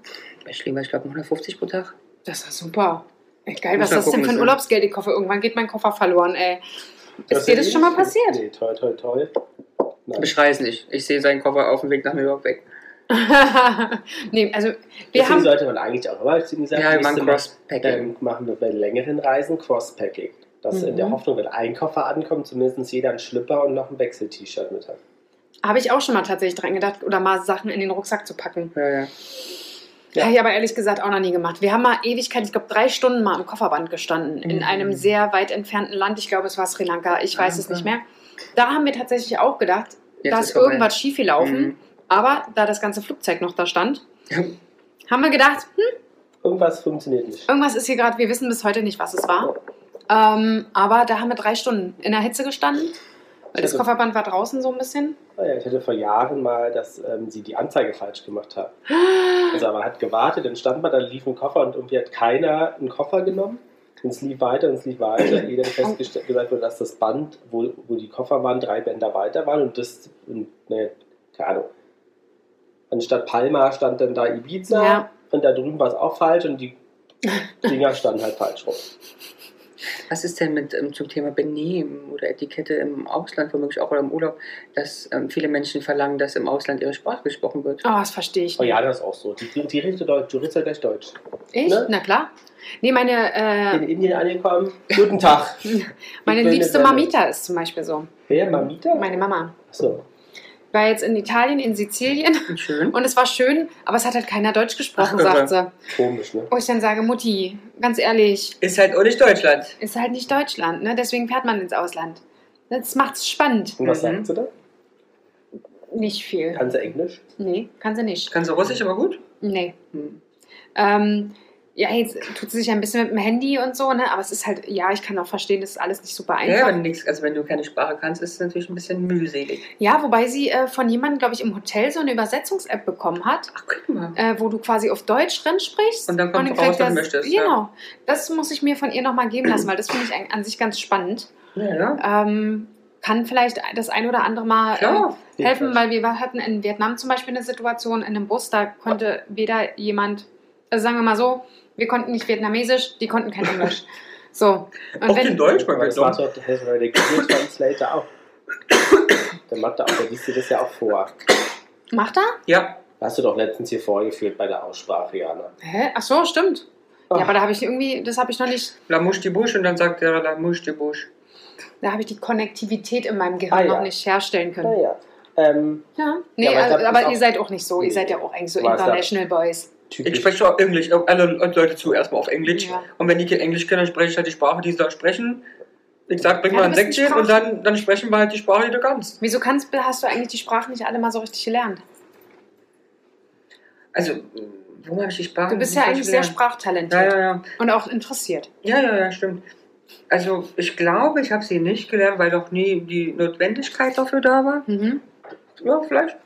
Speaker 2: Ich lebe, ich glaube, 150 pro Tag.
Speaker 1: Das ist ja super. Ey, geil,
Speaker 2: Muss
Speaker 1: was
Speaker 2: mal
Speaker 1: ist das
Speaker 2: gucken,
Speaker 1: denn für
Speaker 2: was
Speaker 1: ein
Speaker 2: wir-
Speaker 1: Urlaubsgeld? Ich hoffe, irgendwann geht mein Koffer verloren, ey. Ist
Speaker 3: ja
Speaker 1: dir das
Speaker 3: eh
Speaker 1: schon mal
Speaker 3: nicht schlimm.
Speaker 1: passiert?
Speaker 3: Nee, toi, toi, toi. Nein.
Speaker 2: Ich weiß nicht. Ich sehe seinen Koffer auf dem Weg nach New York weg.
Speaker 1: nee, also, wir
Speaker 3: Deswegen
Speaker 1: haben.
Speaker 3: sollte man eigentlich auch immer, deswegen gesagt,
Speaker 2: Ja, wir machen
Speaker 3: nächste Mal,
Speaker 2: Cross-Packing.
Speaker 3: ähm, machen wir bei längeren Reisen Cross-Packing. Dass
Speaker 1: Mhm.
Speaker 3: in der Hoffnung, wenn ein Koffer ankommt, zumindest jeder einen Schlüpper und noch ein Wechsel-T-Shirt mit hat.
Speaker 1: Habe ich auch schon mal tatsächlich dran gedacht, oder mal Sachen in den Rucksack zu packen.
Speaker 2: Ja, ja.
Speaker 3: Ja.
Speaker 1: Habe ich aber ehrlich gesagt auch noch nie gemacht. Wir haben mal Ewigkeit, ich glaube drei Stunden mal am Kofferband gestanden, in
Speaker 2: Mhm.
Speaker 1: einem sehr weit entfernten Land. Ich glaube, es war Sri Lanka, ich weiß
Speaker 2: Ah,
Speaker 1: es
Speaker 2: okay.
Speaker 1: nicht mehr. Da haben wir tatsächlich auch gedacht,
Speaker 2: Jetzt
Speaker 1: da
Speaker 2: ist
Speaker 1: ist
Speaker 2: vorbei.
Speaker 1: irgendwas schiefgelaufen.
Speaker 2: Mhm.
Speaker 1: Aber da das ganze Flugzeug noch da stand, haben wir gedacht, hm,
Speaker 3: Irgendwas funktioniert nicht.
Speaker 1: irgendwas ist hier gerade, wir wissen bis heute nicht, was es war. Ähm, aber da haben wir drei Stunden in der Hitze gestanden. Weil das
Speaker 3: Also-
Speaker 1: Kofferband war draußen so ein bisschen.
Speaker 3: Ah ja, Ich hatte vor Jahren mal, dass ähm, sie die Anzeige falsch gemacht haben. Also man hat gewartet, dann stand man, dann lief ein Koffer und irgendwie hat keiner einen Koffer genommen. Und es lief weiter und es lief weiter. Ehe dann festgestellt gesagt wurde, dass das Band, wo, wo die Koffer waren, drei Bänder weiter waren und das, und, ne, keine Ahnung. Anstatt Palma stand dann da Ibiza
Speaker 1: Ja.
Speaker 3: und da drüben war es auch falsch und die Dinger standen halt falsch rum.
Speaker 2: Was ist denn mit ähm, zum Thema Benehmen oder Etikette im Ausland, womöglich auch oder im Urlaub, dass ähm, viele Menschen verlangen, dass im Ausland ihre Sprache gesprochen wird?
Speaker 1: Oh, das verstehe ich.
Speaker 3: Oh
Speaker 1: nicht.
Speaker 3: ja, das ist auch so. Die, die, die redet Deutsch, du redest halt gleich Deutsch.
Speaker 1: Ich?
Speaker 3: Ne?
Speaker 1: Na klar. Nee, meine, äh,
Speaker 3: In Indien angekommen, guten Tag.
Speaker 1: meine
Speaker 3: kleine
Speaker 1: liebste
Speaker 3: Welle.
Speaker 1: Mamita ist zum Beispiel so.
Speaker 3: Wer, Mamita?
Speaker 1: Meine Mama.
Speaker 3: Achso.
Speaker 1: war jetzt in Italien, in Sizilien
Speaker 2: Hm, Schön.
Speaker 1: und es war schön, aber es hat halt keiner Deutsch gesprochen,
Speaker 2: Ach, irre.
Speaker 1: sagt sie.
Speaker 3: Komisch, ne?
Speaker 1: Wo ich dann sage, Mutti, ganz ehrlich,
Speaker 2: Ist halt auch nicht Deutschland.
Speaker 1: ist halt nicht Deutschland, ne? deswegen fährt man ins Ausland. Das macht's spannend.
Speaker 3: Und was
Speaker 2: Mhm.
Speaker 3: sagt sie da?
Speaker 1: Nicht viel.
Speaker 3: Kann sie Englisch?
Speaker 1: Nee, kann sie nicht.
Speaker 2: Kannst du Russisch aber gut?
Speaker 1: Nee.
Speaker 2: Hm.
Speaker 1: Ähm, ja, jetzt tut sie sich ein bisschen mit dem Handy und so, ne? aber es ist halt, ja, ich kann auch verstehen, das ist alles nicht super
Speaker 2: Ja, Ja, wenn
Speaker 1: einfach.
Speaker 2: du, nix, also wenn du keine Sprache kannst, ist es natürlich ein bisschen mühselig.
Speaker 1: Ja, wobei sie äh, von jemandem, glaube ich, im Hotel so eine Übersetzungs-App bekommen hat.
Speaker 2: Ach, guck mal.
Speaker 1: äh, wo du quasi auf Deutsch drin sprichst.
Speaker 2: Und dann kommt raus,
Speaker 1: kriegt
Speaker 2: was du
Speaker 1: das-
Speaker 2: möchtest, ja.
Speaker 1: Genau. Das muss ich mir von ihr nochmal geben lassen, weil das finde ich an, an sich ganz spannend.
Speaker 2: Ja, ja.
Speaker 1: Ähm, kann vielleicht das ein oder andere Mal äh,
Speaker 2: Klar.
Speaker 1: helfen, weil wir war- hatten in Vietnam zum Beispiel eine Situation in einem Bus, da konnte weder jemand, also sagen wir mal so, wir konnten nicht Vietnamesisch, die konnten kein Englisch. So. Und
Speaker 2: Auch in Deutsch,
Speaker 3: Aber
Speaker 2: man
Speaker 3: das war
Speaker 2: kann
Speaker 3: so, das war der Google Translator auch. Der macht da auch, der liest dir das ja auch vor.
Speaker 1: Macht er?
Speaker 2: Ja,
Speaker 3: Hast du doch letztens hier vorgeführt bei der Aussprache, Jana.
Speaker 1: Hä? Ach so, stimmt. Ja, aber da habe ich irgendwie, das habe ich noch nicht,
Speaker 2: La Mouche die Bouche und dann sagt er La Mouche die Bouche.
Speaker 1: da habe ich die Konnektivität in meinem Gehirn
Speaker 3: Ah, ja.
Speaker 1: noch nicht herstellen können.
Speaker 3: Naja. Ähm,
Speaker 1: Ja. Nee, also,
Speaker 3: Ja,
Speaker 1: aber,
Speaker 3: aber ich glaub, das
Speaker 1: aber
Speaker 3: ist
Speaker 1: ihr
Speaker 3: auch-
Speaker 1: seid auch nicht so. Ihr
Speaker 3: Nee.
Speaker 1: seid ja auch eigentlich so
Speaker 3: Aber ich glaub-
Speaker 1: International Boys.
Speaker 2: Ich
Speaker 3: typisch.
Speaker 2: spreche schon auf Englisch, auf alle Leute zu, erstmal auf Englisch.
Speaker 1: Ja.
Speaker 2: Und wenn die kein Englisch können, dann spreche ich halt die Sprache, die sie da sprechen. Ich sag, bring
Speaker 1: Ja,
Speaker 2: mal
Speaker 1: du
Speaker 2: ein
Speaker 1: bist
Speaker 2: Säckchen
Speaker 1: ein
Speaker 2: und dann, dann sprechen wir halt die Sprache, die du kannst.
Speaker 1: Wieso kannst, hast du eigentlich die Sprachen nicht alle mal so richtig gelernt?
Speaker 2: Also, äh, wo habe ich die Sprache?
Speaker 1: Du bist ja eigentlich sehr
Speaker 2: sprachlich.
Speaker 1: sprachtalentiert
Speaker 2: Ja, ja, ja.
Speaker 1: und auch interessiert.
Speaker 2: Ja, ja, ja, stimmt. Also, ich glaube, ich habe sie nicht gelernt, weil doch nie die Notwendigkeit dafür da war.
Speaker 1: Mhm.
Speaker 2: Ja, vielleicht.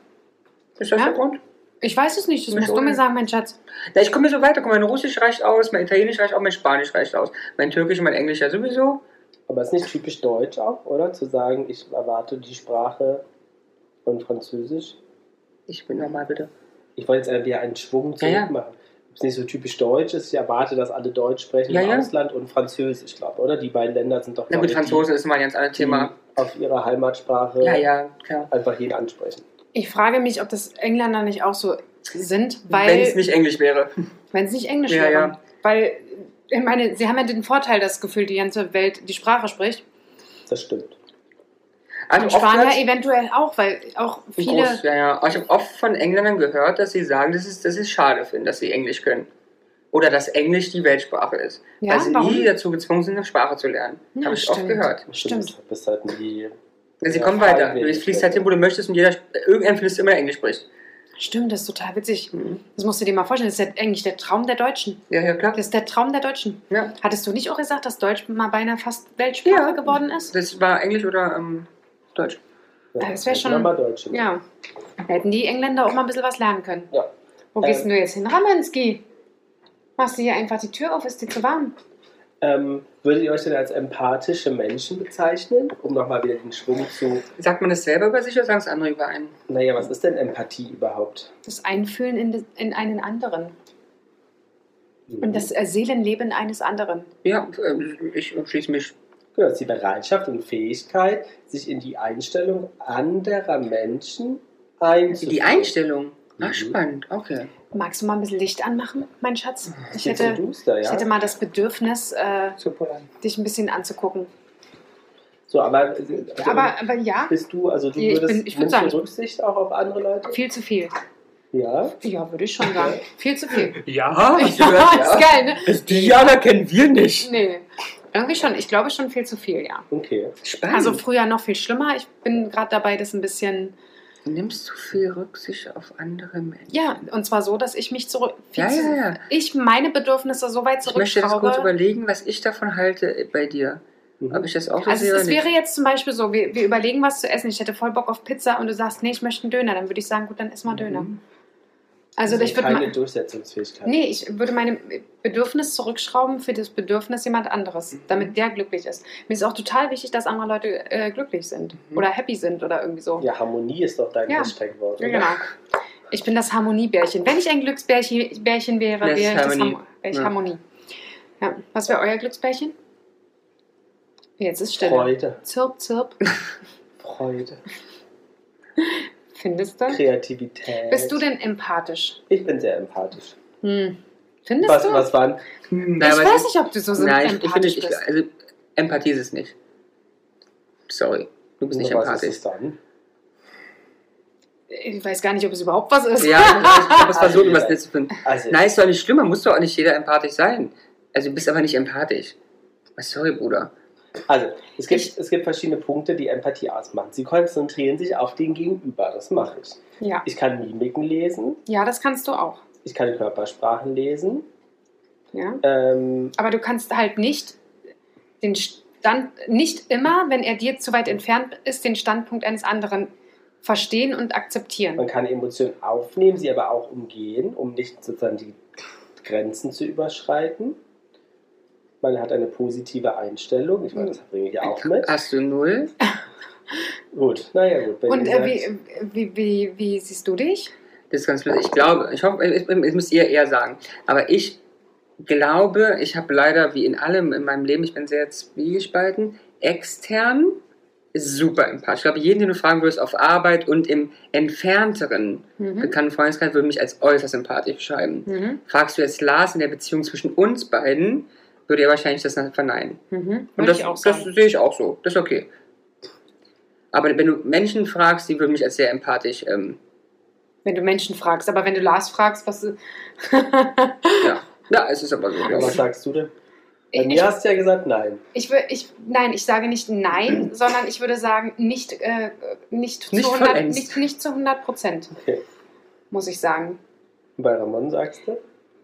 Speaker 2: Ist das
Speaker 1: Ja.
Speaker 2: der Grund?
Speaker 1: Ich weiß es nicht, das
Speaker 2: Mich
Speaker 1: musst du
Speaker 2: ohne.
Speaker 1: mir sagen, mein Schatz.
Speaker 2: Na, ich komme so weiter. Guck, mein Russisch reicht aus, mein Italienisch reicht aus, mein Spanisch reicht aus. Mein Türkisch und mein Englisch ja sowieso.
Speaker 3: Aber ist nicht typisch deutsch auch, oder? Zu sagen, ich erwarte die Sprache von Französisch.
Speaker 2: Ich bin normal, bitte.
Speaker 3: Ich wollte jetzt irgendwie einen Schwung zurück
Speaker 2: Ja, ja.
Speaker 3: machen. Ob es nicht so typisch deutsch ist, ich erwarte, dass alle Deutsch sprechen
Speaker 2: Ja,
Speaker 3: im
Speaker 2: ja.
Speaker 3: Ausland und Französisch, glaube ich, oder? Die beiden Länder sind doch
Speaker 2: Na
Speaker 3: glaub
Speaker 2: gut,
Speaker 3: ich,
Speaker 2: Franzosen ist mal ein ganz anderes
Speaker 3: die,
Speaker 2: Thema.
Speaker 3: die auf ihre Heimatsprache
Speaker 2: Ja, ja, klar.
Speaker 3: einfach jeden ansprechen.
Speaker 1: Ich frage mich, ob das Engländer nicht auch so sind,
Speaker 2: Wenn es
Speaker 1: weil
Speaker 2: nicht Englisch wäre.
Speaker 1: wenn es nicht Englisch
Speaker 2: Ja,
Speaker 1: wäre.
Speaker 2: ja.
Speaker 1: Weil, ich meine, sie haben ja den Vorteil, dass gefühlt die ganze Welt die Sprache spricht.
Speaker 3: Das stimmt.
Speaker 2: Also
Speaker 1: und
Speaker 2: oft
Speaker 1: Spanier
Speaker 2: hat's-
Speaker 1: eventuell auch, weil auch
Speaker 2: Ein
Speaker 1: viele.
Speaker 2: Groß, ja, ja. Aber Ich habe oft von Engländern gehört, dass sie sagen, dass sie dass sie es schade finden, dass sie Englisch können. Oder dass Englisch die Weltsprache ist.
Speaker 1: Ja,
Speaker 2: weil sie
Speaker 1: warum?
Speaker 2: also nie dazu gezwungen sind, eine Sprache zu lernen.
Speaker 1: Ja,
Speaker 2: habe ich oft
Speaker 1: stimmt.
Speaker 2: gehört.
Speaker 1: Stimmt.
Speaker 3: Du bist halt nie.
Speaker 2: Sie
Speaker 3: Ja,
Speaker 2: kommen weiter. Du
Speaker 3: freiwillig.
Speaker 2: fliegst halt hin, wo du möchtest und jeder, irgendein fließt immer Englisch spricht.
Speaker 1: Stimmt, das ist total witzig. Das musst du dir mal vorstellen. Das ist ja eigentlich der Traum der Deutschen.
Speaker 2: Ja, ja, klar.
Speaker 1: Das ist der Traum der Deutschen.
Speaker 2: Ja.
Speaker 1: Hattest du nicht auch gesagt, dass Deutsch mal beinahe fast Weltsprache
Speaker 2: Ja.
Speaker 1: geworden ist?
Speaker 2: Das war Englisch oder ähm, Deutsch.
Speaker 1: Das wär schon-
Speaker 3: Nochmal Deutsch.
Speaker 1: Ja. Da hätten die Engländer auch mal ein bisschen was lernen können.
Speaker 3: Ja.
Speaker 1: Wo
Speaker 3: Ähm.
Speaker 1: gehst denn du jetzt hin? Ramanski? Machst du hier einfach die Tür auf? Ist dir zu warm?
Speaker 3: Ähm, würdet ihr euch denn als empathische Menschen bezeichnen? Um nochmal wieder den Schwung zu.
Speaker 2: Sagt man das selber über sich oder sagen es andere über einen?
Speaker 3: Naja, was ist denn Empathie überhaupt?
Speaker 1: Das Einfühlen in, in einen anderen.
Speaker 3: Mhm.
Speaker 1: Und das äh, Seelenleben eines anderen.
Speaker 2: Ja, ähm, ich schließe mich.
Speaker 3: Genau, das ist die Bereitschaft und Fähigkeit, sich in die Einstellung anderer Menschen einzufühlen.
Speaker 2: Die Einstellung. Ach,
Speaker 3: Mhm.
Speaker 2: spannend. Okay.
Speaker 1: Magst du mal ein bisschen Licht anmachen, mein Schatz? Ich
Speaker 3: Jetzt sind
Speaker 1: hätte,
Speaker 3: du's da,
Speaker 1: ich hätte
Speaker 3: ja?
Speaker 1: mal das Bedürfnis, äh,
Speaker 2: Zu Polan.
Speaker 1: dich ein bisschen anzugucken.
Speaker 3: So, aber, also,
Speaker 1: Aber, aber ja,
Speaker 3: bist du, also du
Speaker 1: Ich
Speaker 3: würdest,
Speaker 1: bin- ich würd
Speaker 3: nimmst du
Speaker 1: sagen-
Speaker 3: Rücksicht auch auf andere Leute?
Speaker 1: viel zu viel.
Speaker 3: Ja.
Speaker 1: Ja, würde ich schon sagen. Viel zu viel.
Speaker 2: Ja,
Speaker 1: Ich ja. ist geil, ne?
Speaker 2: Diana kennen wir nicht.
Speaker 1: Nee. Irgendwie schon. Ich glaube schon viel zu viel, ja.
Speaker 3: Okay.
Speaker 2: Spannend.
Speaker 1: Also früher noch viel schlimmer. Ich bin gerade dabei, das ein bisschen,
Speaker 2: Nimmst du viel Rücksicht auf andere Menschen?
Speaker 1: ja, und zwar so, dass ich mich zurück, viel
Speaker 2: Ja,
Speaker 1: zu,
Speaker 2: ja, ja.
Speaker 1: ich meine Bedürfnisse so weit
Speaker 2: Ich möchte jetzt kurz
Speaker 1: zurückschraube.
Speaker 2: überlegen, was ich davon halte äh, bei dir. Ob
Speaker 3: Mhm.
Speaker 2: ich das auch so
Speaker 1: Also
Speaker 2: sehe
Speaker 1: es,
Speaker 2: oder
Speaker 1: es
Speaker 2: nicht.
Speaker 1: wäre jetzt zum Beispiel so, wir, wir überlegen was zu essen. Ich hätte voll Bock auf Pizza und du sagst, nee, ich möchte einen Döner. Dann würde ich sagen, gut, dann ess mal Döner.
Speaker 2: Mhm.
Speaker 1: Also
Speaker 3: Das
Speaker 1: ich
Speaker 3: ist
Speaker 1: würde
Speaker 3: keine
Speaker 1: mal,
Speaker 3: Durchsetzungsfähigkeit.
Speaker 1: nee, ich würde mein Bedürfnis zurückschrauben für das Bedürfnis jemand anderes, damit der glücklich ist. Mir ist auch total wichtig, dass andere Leute äh, glücklich sind
Speaker 2: Mhm.
Speaker 1: oder happy sind oder irgendwie so.
Speaker 3: Ja, Harmonie ist doch dein
Speaker 1: Ja.
Speaker 3: Hashtag-Wort.
Speaker 1: Ja,
Speaker 3: oder?
Speaker 1: genau. Ich bin das Harmoniebärchen. Wenn ich ein Glücksbärchen Bärchen wäre,
Speaker 2: Das ist
Speaker 1: wäre ich, das
Speaker 2: Harmonie.
Speaker 1: Harmo wäre ich
Speaker 2: Ja.
Speaker 1: Harmonie. Ja. Was wäre euer Glücksbärchen? Jetzt ist Stille.
Speaker 3: Freude.
Speaker 1: Zirp, zirp.
Speaker 3: Freude.
Speaker 1: Findest du?
Speaker 3: Kreativität.
Speaker 1: Bist du denn empathisch?
Speaker 3: Ich bin sehr empathisch.
Speaker 1: Hm. Findest
Speaker 3: Was,
Speaker 1: du?
Speaker 3: was waren.
Speaker 2: Hm,
Speaker 1: ich
Speaker 2: aber
Speaker 1: weiß nicht, ob du so sind
Speaker 2: Nein, ich, ich finde,
Speaker 1: empathisch
Speaker 2: ich,
Speaker 1: bist.
Speaker 2: also, Empathie ist es nicht. Sorry, du bist nicht
Speaker 3: was ist
Speaker 2: empathisch.
Speaker 3: es dann?
Speaker 1: Ich weiß gar nicht, ob es überhaupt was ist.
Speaker 2: Ja, ich habe es versucht, um was nett zu finden.
Speaker 3: Also,
Speaker 2: Nein, ist doch nicht schlimm, man muss doch auch nicht jeder empathisch sein. Also, du bist aber nicht empathisch. Ah, Sorry, Bruder.
Speaker 3: Also, es gibt,
Speaker 1: Ich-
Speaker 3: es gibt verschiedene Punkte, die Empathie ausmachen. Sie konzentrieren sich auf den Gegenüber, das mache ich.
Speaker 1: Ja.
Speaker 3: Ich kann Mimiken lesen,
Speaker 1: ja, das kannst du auch.
Speaker 3: ich kann Körpersprachen lesen.
Speaker 1: Ja.
Speaker 3: Ähm,
Speaker 1: Aber du kannst halt nicht den Stand, nicht immer, wenn er dir zu weit entfernt ist, den Standpunkt eines anderen verstehen und
Speaker 3: man
Speaker 1: akzeptieren.
Speaker 3: kann Emotionen aufnehmen, sie aber auch umgehen, um nicht sozusagen die Grenzen zu überschreiten. Man hat eine positive Einstellung. Ich meine, das bringe ich auch mit.
Speaker 2: Hast du null?
Speaker 3: Gut, naja, gut. wenn
Speaker 1: Und
Speaker 3: ihr
Speaker 1: äh,
Speaker 3: sagt-
Speaker 1: wie, wie, wie, wie siehst du dich?
Speaker 2: Das ist ganz lustig. Ich glaube, ich hoffe, ich, ich müsst ihr eher sagen. Aber ich glaube, ich habe leider, wie in allem in meinem Leben, ich bin sehr zwiegespalten, extern super im Paar. Ich glaube, jeden, den du fragen würdest, auf Arbeit und im entfernteren
Speaker 1: Mhm.
Speaker 2: bekannten Freundeskreis, würde mich als äußerst sympathisch beschreiben.
Speaker 1: Mhm.
Speaker 2: Fragst du jetzt Lars in der Beziehung zwischen uns beiden, würde er wahrscheinlich das verneinen.
Speaker 1: Mhm.
Speaker 2: Und
Speaker 1: Würde
Speaker 2: das,
Speaker 1: ich auch
Speaker 2: das
Speaker 1: sagen.
Speaker 2: sehe ich auch so. Das ist okay. Aber wenn du Menschen fragst, die würden mich als sehr empathisch, ähm,
Speaker 1: Wenn du Menschen fragst, aber wenn du Lars fragst, was.
Speaker 2: ja. Ja, es ist aber so.
Speaker 3: Ja,
Speaker 2: glaub
Speaker 3: was
Speaker 2: ich.
Speaker 3: sagst du denn? Bei
Speaker 1: Ich-
Speaker 3: mir hast du ja gesagt, nein.
Speaker 1: Ich, wür- ich, nein, ich sage nicht nein, sondern ich würde sagen, nicht, äh, nicht,
Speaker 2: Nicht
Speaker 1: zu 100,
Speaker 2: vollends.
Speaker 1: nicht, nicht zu 100 Prozent,
Speaker 3: Okay.
Speaker 1: muss ich sagen.
Speaker 3: Und bei Ramon sagst du?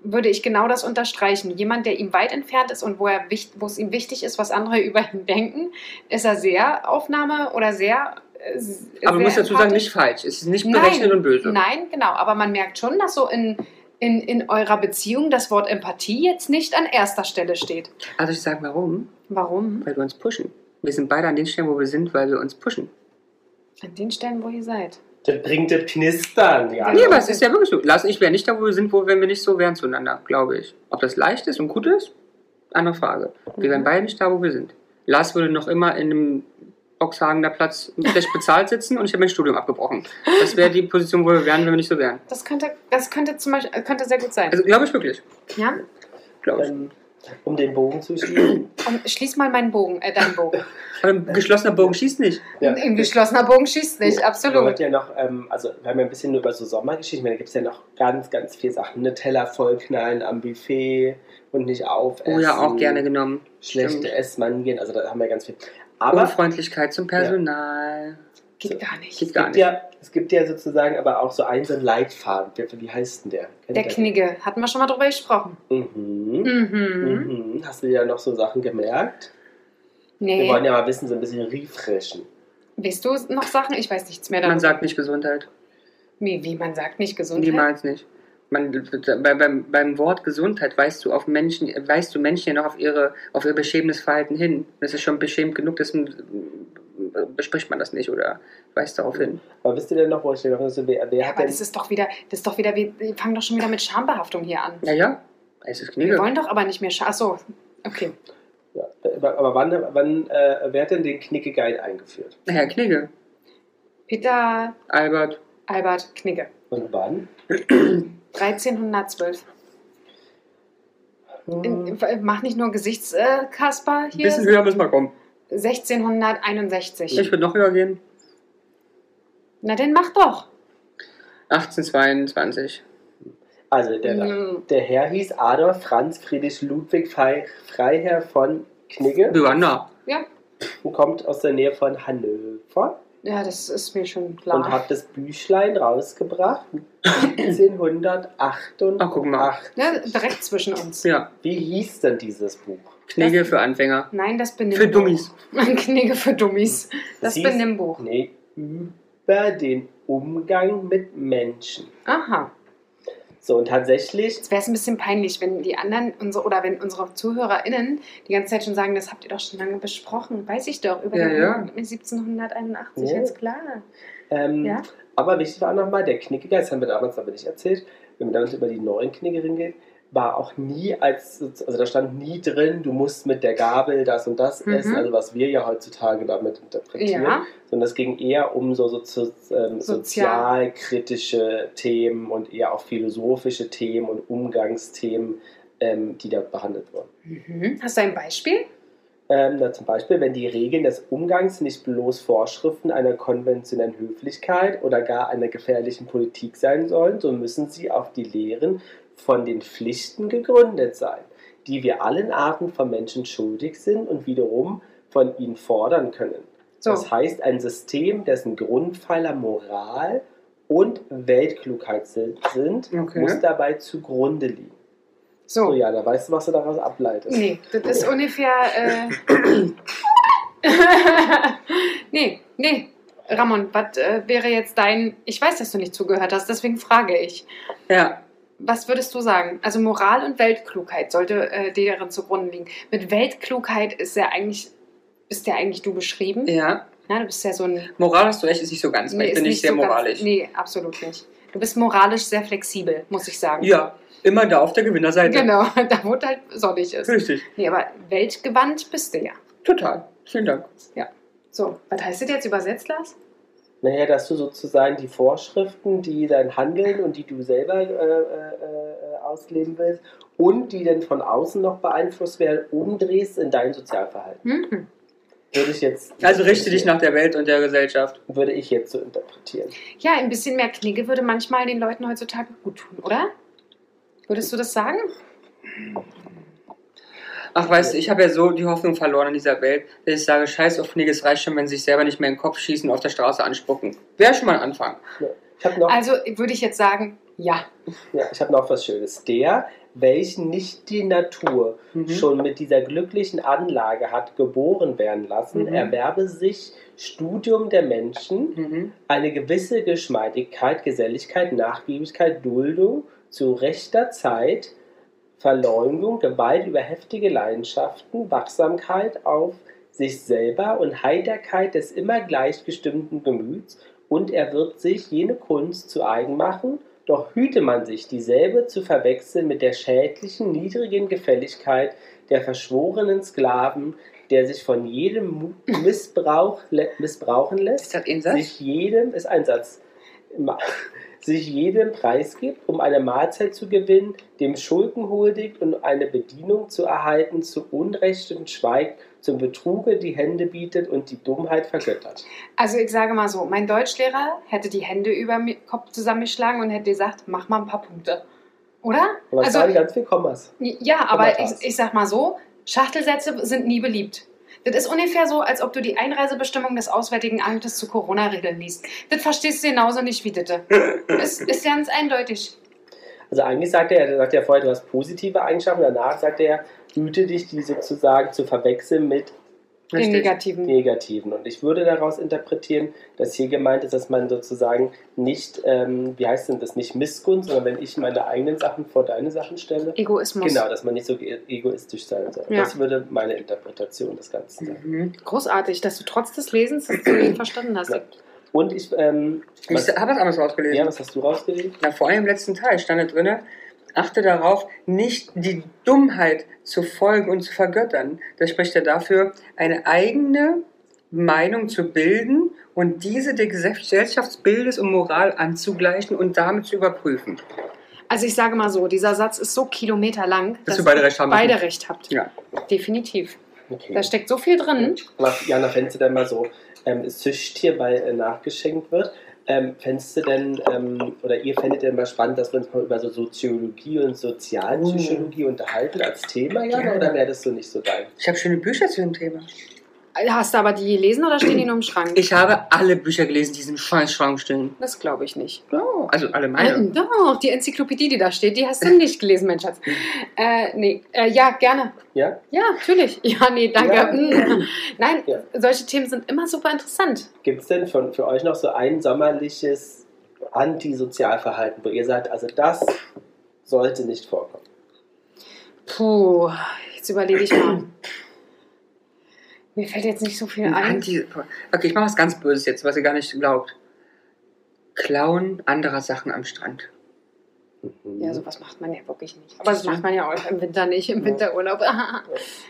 Speaker 1: Würde ich genau das unterstreichen. Jemand, der ihm weit entfernt ist und wo, er, wicht- wo es ihm wichtig ist, was andere über ihn denken, ist er sehr Aufnahme oder sehr. äh, s-
Speaker 2: Aber du
Speaker 1: sehr
Speaker 2: musst dazu sagen,
Speaker 1: empathisch.
Speaker 2: nicht falsch. Es ist nicht
Speaker 1: Nein.
Speaker 2: berechnend und böse.
Speaker 1: Nein, genau. Aber man merkt schon, dass so in, in, in eurer Beziehung das Wort Empathie jetzt nicht an erster Stelle steht.
Speaker 2: Also ich sage, warum?
Speaker 1: Warum?
Speaker 2: Weil wir uns pushen. Wir sind beide an den Stellen, wo wir sind, weil wir uns pushen.
Speaker 1: An den Stellen, wo ihr seid.
Speaker 3: Das bringt das Knistern. Ja,
Speaker 1: Also
Speaker 2: Nee, aber es ist ja wirklich so. Lars und ich wären nicht da, wo wir sind, wo wenn wir nicht so wären zueinander, glaube ich. Ob das leicht ist und gut ist? Andere Frage. Wir
Speaker 1: Mhm.
Speaker 2: wären beide nicht da, wo wir sind. Lars würde noch immer in einem Boxhagener Platz schlecht bezahlt sitzen und ich habe mein Studium abgebrochen. Das wäre die Position, wo wir wären, wenn wir nicht so wären.
Speaker 1: Das könnte, das könnte zum Beispiel könnte sehr gut sein.
Speaker 2: Also glaube ich wirklich.
Speaker 1: ja?
Speaker 2: Glaube ich.
Speaker 3: Ähm, um den Bogen zu schließen.
Speaker 1: Und schließ mal meinen Bogen, äh, deinen Bogen.
Speaker 2: Aber ein geschlossener Bogen schießt nicht.
Speaker 3: Ja.
Speaker 1: Ein geschlossener Bogen schießt nicht,
Speaker 3: Wir
Speaker 1: absolut.
Speaker 3: wollten ja noch, ähm, also wir haben ja ein bisschen nur über so Sommergeschichten, weil da gibt es ja noch ganz, ganz viele Sachen. Nutella vollknallen am Buffet und nicht aufessen.
Speaker 2: Oh ja, auch gerne genommen.
Speaker 3: Schlechte
Speaker 2: Stimmt.
Speaker 3: Essmanien, also da haben wir ganz viel.
Speaker 2: Aber
Speaker 3: Aber
Speaker 2: Unfreundlichkeit zum Personal.
Speaker 1: Geht gar nicht.
Speaker 2: Geht gar
Speaker 3: es
Speaker 2: nicht.
Speaker 3: gibt ja, es gibt ja sozusagen aber auch so einen, so einen Leitfaden. Der, wie heißt denn der?
Speaker 1: Der
Speaker 3: Kennt ihr den?
Speaker 1: Knigge, hatten wir schon mal drüber gesprochen.
Speaker 3: Mhm.
Speaker 1: Mhm.
Speaker 3: Mhm. Hast du dir noch so Sachen gemerkt? Wir
Speaker 1: Nee.
Speaker 3: wollen ja mal wissen, so ein bisschen refreshen.
Speaker 1: Weißt du noch Sachen? Ich weiß nichts mehr darüber.
Speaker 2: Man sagt nicht Gesundheit.
Speaker 1: wie, wie man sagt, nicht gesund.
Speaker 2: Niemals nicht. Man, bei, beim, beim Wort Gesundheit weißt du auf Menschen, weißt du Menschen ja noch auf ihre, auf ihr beschämendes Verhalten hin. Und Das ist schon beschämt genug, deswegen äh, bespricht man das nicht oder weist darauf hin.
Speaker 3: Aber wisst ihr denn noch, wo ich denn noch so, wer, wer
Speaker 1: Ja,
Speaker 3: hat
Speaker 1: aber
Speaker 3: denn.
Speaker 1: das ist doch wieder, das ist doch wieder, wir wir fangen doch schon wieder mit Schambehaftung hier an.
Speaker 2: Naja, es ist
Speaker 1: Wir
Speaker 2: Knigge.
Speaker 1: wollen doch aber nicht mehr Scham. Achso, okay.
Speaker 3: Ja, aber aber wann, wann äh, wer hat denn den Knicke-Guide eingeführt?
Speaker 2: Naja, Knigge.
Speaker 1: Peter
Speaker 2: Albert.
Speaker 1: Albert Knigge,
Speaker 3: Und wann?
Speaker 1: 1312. In, in, mach nicht nur Gesichtskasper
Speaker 2: Ein
Speaker 1: hier.
Speaker 2: bisschen höher müssen wir kommen.
Speaker 1: 1661.
Speaker 2: Ich würde noch höher gehen.
Speaker 1: Na, dann mach doch.
Speaker 2: 1822.
Speaker 3: Also der,
Speaker 1: Mhm.
Speaker 3: der Herr hieß Adolf Franz Friedrich Ludwig Frei- Freiherr von Knigge
Speaker 2: Wir waren nah.
Speaker 1: Ja.
Speaker 3: und kommt aus der Nähe von Hannover
Speaker 1: Ja, das ist mir schon
Speaker 3: und
Speaker 1: klar.
Speaker 3: hat das Büchlein rausgebracht 1788.
Speaker 2: Ach, guck mal.
Speaker 1: Ne, direkt zwischen uns.
Speaker 2: Ja,
Speaker 3: Wie hieß denn dieses Buch?
Speaker 2: Knigge für Anfänger.
Speaker 1: Nein, das Benimmbuch.
Speaker 2: Für Dummies.
Speaker 1: Ein Knigge für Dummies. Das
Speaker 3: hieß-
Speaker 1: Benimmbuch.
Speaker 3: Nee, über den Umgang mit Menschen.
Speaker 1: Aha.
Speaker 3: So, und tatsächlich
Speaker 1: Jetzt wäre es ein bisschen peinlich, wenn die anderen unsere, oder wenn unsere ZuhörerInnen die ganze Zeit schon sagen, das habt ihr doch schon lange besprochen. Weiß ich doch. Über
Speaker 2: Ja,
Speaker 1: den
Speaker 2: ja.
Speaker 1: Umgang mit 1781,
Speaker 3: Ja.
Speaker 1: ganz klar.
Speaker 3: Ähm,
Speaker 1: Ja.
Speaker 3: Aber wichtig war auch nochmal, der Knickiger, das haben wir damals aber nicht erzählt, wenn man damals über die neuen Knickerinnen geht, war auch nie als, also da stand nie drin, du musst mit der Gabel das und das
Speaker 1: Mhm.
Speaker 3: essen, also was wir ja heutzutage damit interpretieren,
Speaker 1: Ja.
Speaker 3: sondern es ging eher um so, so, so
Speaker 1: Sozial.
Speaker 3: ähm, sozialkritische Themen und eher auch philosophische Themen und Umgangsthemen, ähm, die da behandelt wurden.
Speaker 1: Mhm. Hast du ein Beispiel?
Speaker 3: Ähm, na, zum Beispiel, wenn die Regeln des Umgangs nicht bloß Vorschriften einer konventionellen Höflichkeit oder gar einer gefährlichen Politik sein sollen, so müssen sie auf die Lehren von den Pflichten gegründet sein, die wir allen Arten von Menschen schuldig sind und wiederum von ihnen fordern können.
Speaker 1: So.
Speaker 3: Das heißt, ein System, dessen Grundpfeiler Moral und Weltklugheit sind, sind
Speaker 2: Okay.
Speaker 3: muss dabei zugrunde liegen.
Speaker 1: So.
Speaker 3: So, ja, da weißt du, was du daraus ableitest.
Speaker 1: Nee, das
Speaker 2: Oh.
Speaker 1: ist ungefähr. Äh, nee, nee. Ramon, was äh, wäre jetzt dein. Ich weiß, dass du nicht zugehört hast, deswegen frage ich.
Speaker 2: Ja,
Speaker 1: Was würdest du sagen? Also Moral und Weltklugheit sollte äh, dir darin zugrunde liegen. Mit Weltklugheit ist ja eigentlich. Bist ja eigentlich du beschrieben.
Speaker 2: ja.
Speaker 1: Na, du bist ja so ein.
Speaker 2: Moral hast du recht, ist nicht so ganz. Nee, Äh. Also ich
Speaker 1: ist
Speaker 2: bin nicht sehr
Speaker 1: so ganz-
Speaker 2: moralisch.
Speaker 1: Nee, absolut nicht. Du bist moralisch sehr flexibel, muss ich sagen.
Speaker 2: Ja, immer da auf der Gewinnerseite.
Speaker 1: Genau, da wo es halt
Speaker 2: Hm.
Speaker 1: sonnig ist.
Speaker 2: Richtig.
Speaker 1: Nee, aber weltgewandt bist du ja.
Speaker 2: Total. Vielen Dank.
Speaker 1: So, was heißt das jetzt übersetzt, Lars?
Speaker 3: Naja, dass du sozusagen die Vorschriften, die dein Handeln und die du selber äh, äh, äh, ausleben willst und die dann von außen noch beeinflusst werden, umdrehst in dein Sozialverhalten.
Speaker 1: Mhm.
Speaker 3: Würde ich jetzt.
Speaker 2: Also richte dich nach der Welt und der Gesellschaft.
Speaker 3: Würde ich jetzt so interpretieren.
Speaker 1: Ja, ein bisschen mehr Knigge würde manchmal den Leuten heutzutage gut tun, oder? Würdest du das sagen?
Speaker 2: Ach, weißt du, ich habe ja so die Hoffnung verloren in dieser Welt, dass ich sage, scheiß auf Neges reicht schon, wenn sie sich selber nicht mehr in den Kopf schießen und auf der Straße anspucken. Wäre schon mal ein Anfang.
Speaker 3: Ich habe noch,
Speaker 1: Also würde ich jetzt sagen, ja.
Speaker 3: ja, ich hab noch was Schönes. Der, welchen nicht die Natur
Speaker 2: Mhm.
Speaker 3: schon mit dieser glücklichen Anlage hat geboren werden lassen,
Speaker 2: Mhm.
Speaker 3: erwerbe sich Studium der Menschen,
Speaker 2: Mhm.
Speaker 3: eine gewisse Geschmeidigkeit, Geselligkeit, Nachgiebigkeit, Duldung zu rechter Zeit, Verleumdung, Gewalt über heftige Leidenschaften, Wachsamkeit auf sich selber und Heiterkeit des immer gleichgestimmten Gemüts und er wird sich jene Kunst zu eigen machen, doch hüte man sich, dieselbe zu verwechseln mit der schädlichen, niedrigen Gefälligkeit der verschworenen Sklaven, der sich von jedem Mu- Missbrauch le- missbrauchen
Speaker 2: Ist
Speaker 3: lässt
Speaker 2: das ein Satz?
Speaker 3: sich jedem, ist ein Satz, Ma- sich jedem Preis gibt, um eine Mahlzeit zu gewinnen, dem Schulden huldigt und eine Bedienung zu erhalten, zu Unrecht und schweigt, zum Betruge die Hände bietet und die Dummheit vergöttert.
Speaker 1: Also ich sage mal so, mein Deutschlehrer hätte die Hände über den Kopf zusammengeschlagen und hätte gesagt, mach mal ein paar Punkte. Oder?
Speaker 3: Aber es
Speaker 1: also,
Speaker 3: waren ganz viele Kommas.
Speaker 1: ja, aber ich,
Speaker 3: Kommentar.
Speaker 1: ich sag mal so, Schachtelsätze sind nie beliebt. Das ist ungefähr so, als ob du die Einreisebestimmung des Auswärtigen Amtes zu Corona-Regeln liest. Das verstehst du genauso nicht wie Ditte. ist, ist ganz eindeutig.
Speaker 3: Also eigentlich sagt er, er sagt ja vorher, du hast positive Eigenschaften, danach sagt er, hüte dich, die sozusagen zu verwechseln mit
Speaker 1: Den
Speaker 2: Richtig.
Speaker 1: negativen.
Speaker 3: Negativen. Und ich würde daraus interpretieren, dass hier gemeint ist, dass man sozusagen nicht, ähm, wie heißt denn das, nicht Missgunst, sondern wenn ich meine eigenen Sachen vor deine Sachen stelle.
Speaker 1: Egoismus.
Speaker 3: Genau, dass man nicht so e- egoistisch sein soll.
Speaker 1: Ja.
Speaker 3: Das würde meine Interpretation des Ganzen sein.
Speaker 2: Mhm.
Speaker 1: Großartig, dass du trotz des Lesens das so gut verstanden hast.
Speaker 3: Ja. Und ich, ähm,
Speaker 2: Ich
Speaker 3: was,
Speaker 2: habe was anderes rausgelesen.
Speaker 3: ja, was hast du rausgelegt?
Speaker 2: Na, vor allem im letzten Teil stand da drin, achte darauf, nicht die Dummheit zu folgen und zu vergöttern. Das spricht ja dafür, eine eigene Meinung zu bilden und diese der Gesellschaftsbildes und Moral anzugleichen und damit zu überprüfen.
Speaker 1: Also ich sage mal so, dieser Satz ist so kilometerlang,
Speaker 2: Dass wir beide recht haben.
Speaker 1: beide recht habt.
Speaker 2: Ja.
Speaker 1: Definitiv. Da
Speaker 3: Okay.
Speaker 1: steckt so viel drin.
Speaker 3: Was, Jana, fändest du denn mal so, ähm, es zischt hier, weil äh, nachgeschenkt wird, ähm, fändest du denn, ähm, oder ihr fändet denn mal spannend, dass wir uns mal über so Soziologie und Sozialpsychologie unterhalten als Thema, Jana,
Speaker 2: Ja.
Speaker 3: oder wäre das so nicht so dein?
Speaker 2: Ich habe schöne Bücher zu dem Thema.
Speaker 1: Hast du aber die gelesen oder stehen die nur im Schrank?
Speaker 2: Ich habe alle Bücher gelesen, die in diesem scheiß Schrank stehen.
Speaker 1: das glaube ich nicht.
Speaker 2: Oh, also alle meine.
Speaker 1: Äh, doch, die Enzyklopädie, die da steht, die hast du nicht gelesen, mein Schatz. Äh, nee, äh, ja, gerne.
Speaker 3: Ja?
Speaker 1: Ja, natürlich. Ja, nee, danke.
Speaker 3: Ja.
Speaker 1: Mm. Nein,
Speaker 3: Ja.
Speaker 1: solche Themen sind immer super interessant.
Speaker 3: Gibt es denn von, für euch noch so ein sommerliches Antisozialverhalten, wo ihr sagt, also das sollte nicht vorkommen?
Speaker 1: Puh, jetzt überlege ich mal. Mir fällt jetzt nicht so viel
Speaker 2: Ein
Speaker 1: ein.
Speaker 2: Anti okay, ich mache was ganz Böses jetzt, was ihr gar nicht glaubt. Klauen anderer Sachen am Strand.
Speaker 1: Ja, sowas macht man ja wirklich nicht. Aber das macht man ja auch im Winter nicht, im
Speaker 3: Ja.
Speaker 1: Winterurlaub.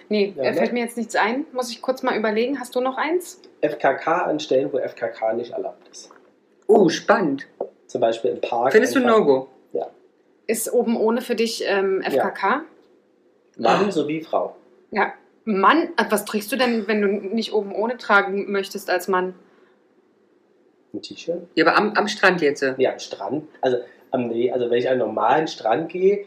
Speaker 1: nee,
Speaker 3: Ja,
Speaker 1: äh,
Speaker 3: ne?
Speaker 1: fällt mir jetzt nichts ein. Muss ich kurz mal überlegen. Hast du noch eins?
Speaker 3: FKK an Stellen, wo FKK nicht erlaubt ist.
Speaker 2: Oh, spannend.
Speaker 3: Zum Beispiel im Park.
Speaker 2: Findest du
Speaker 3: einfach
Speaker 2: No-Go?
Speaker 1: Ist oben ohne für dich ähm, FKK?
Speaker 3: Mann sowie Frau.
Speaker 1: Ja. Mann, äh, was trägst du denn, wenn du nicht oben ohne tragen möchtest als Mann?
Speaker 3: Ein T-Shirt.
Speaker 2: Ja, aber am, am Strand jetzt.
Speaker 3: Nee, am Strand. Also, am, nee, also wenn ich an einen normalen Strand gehe,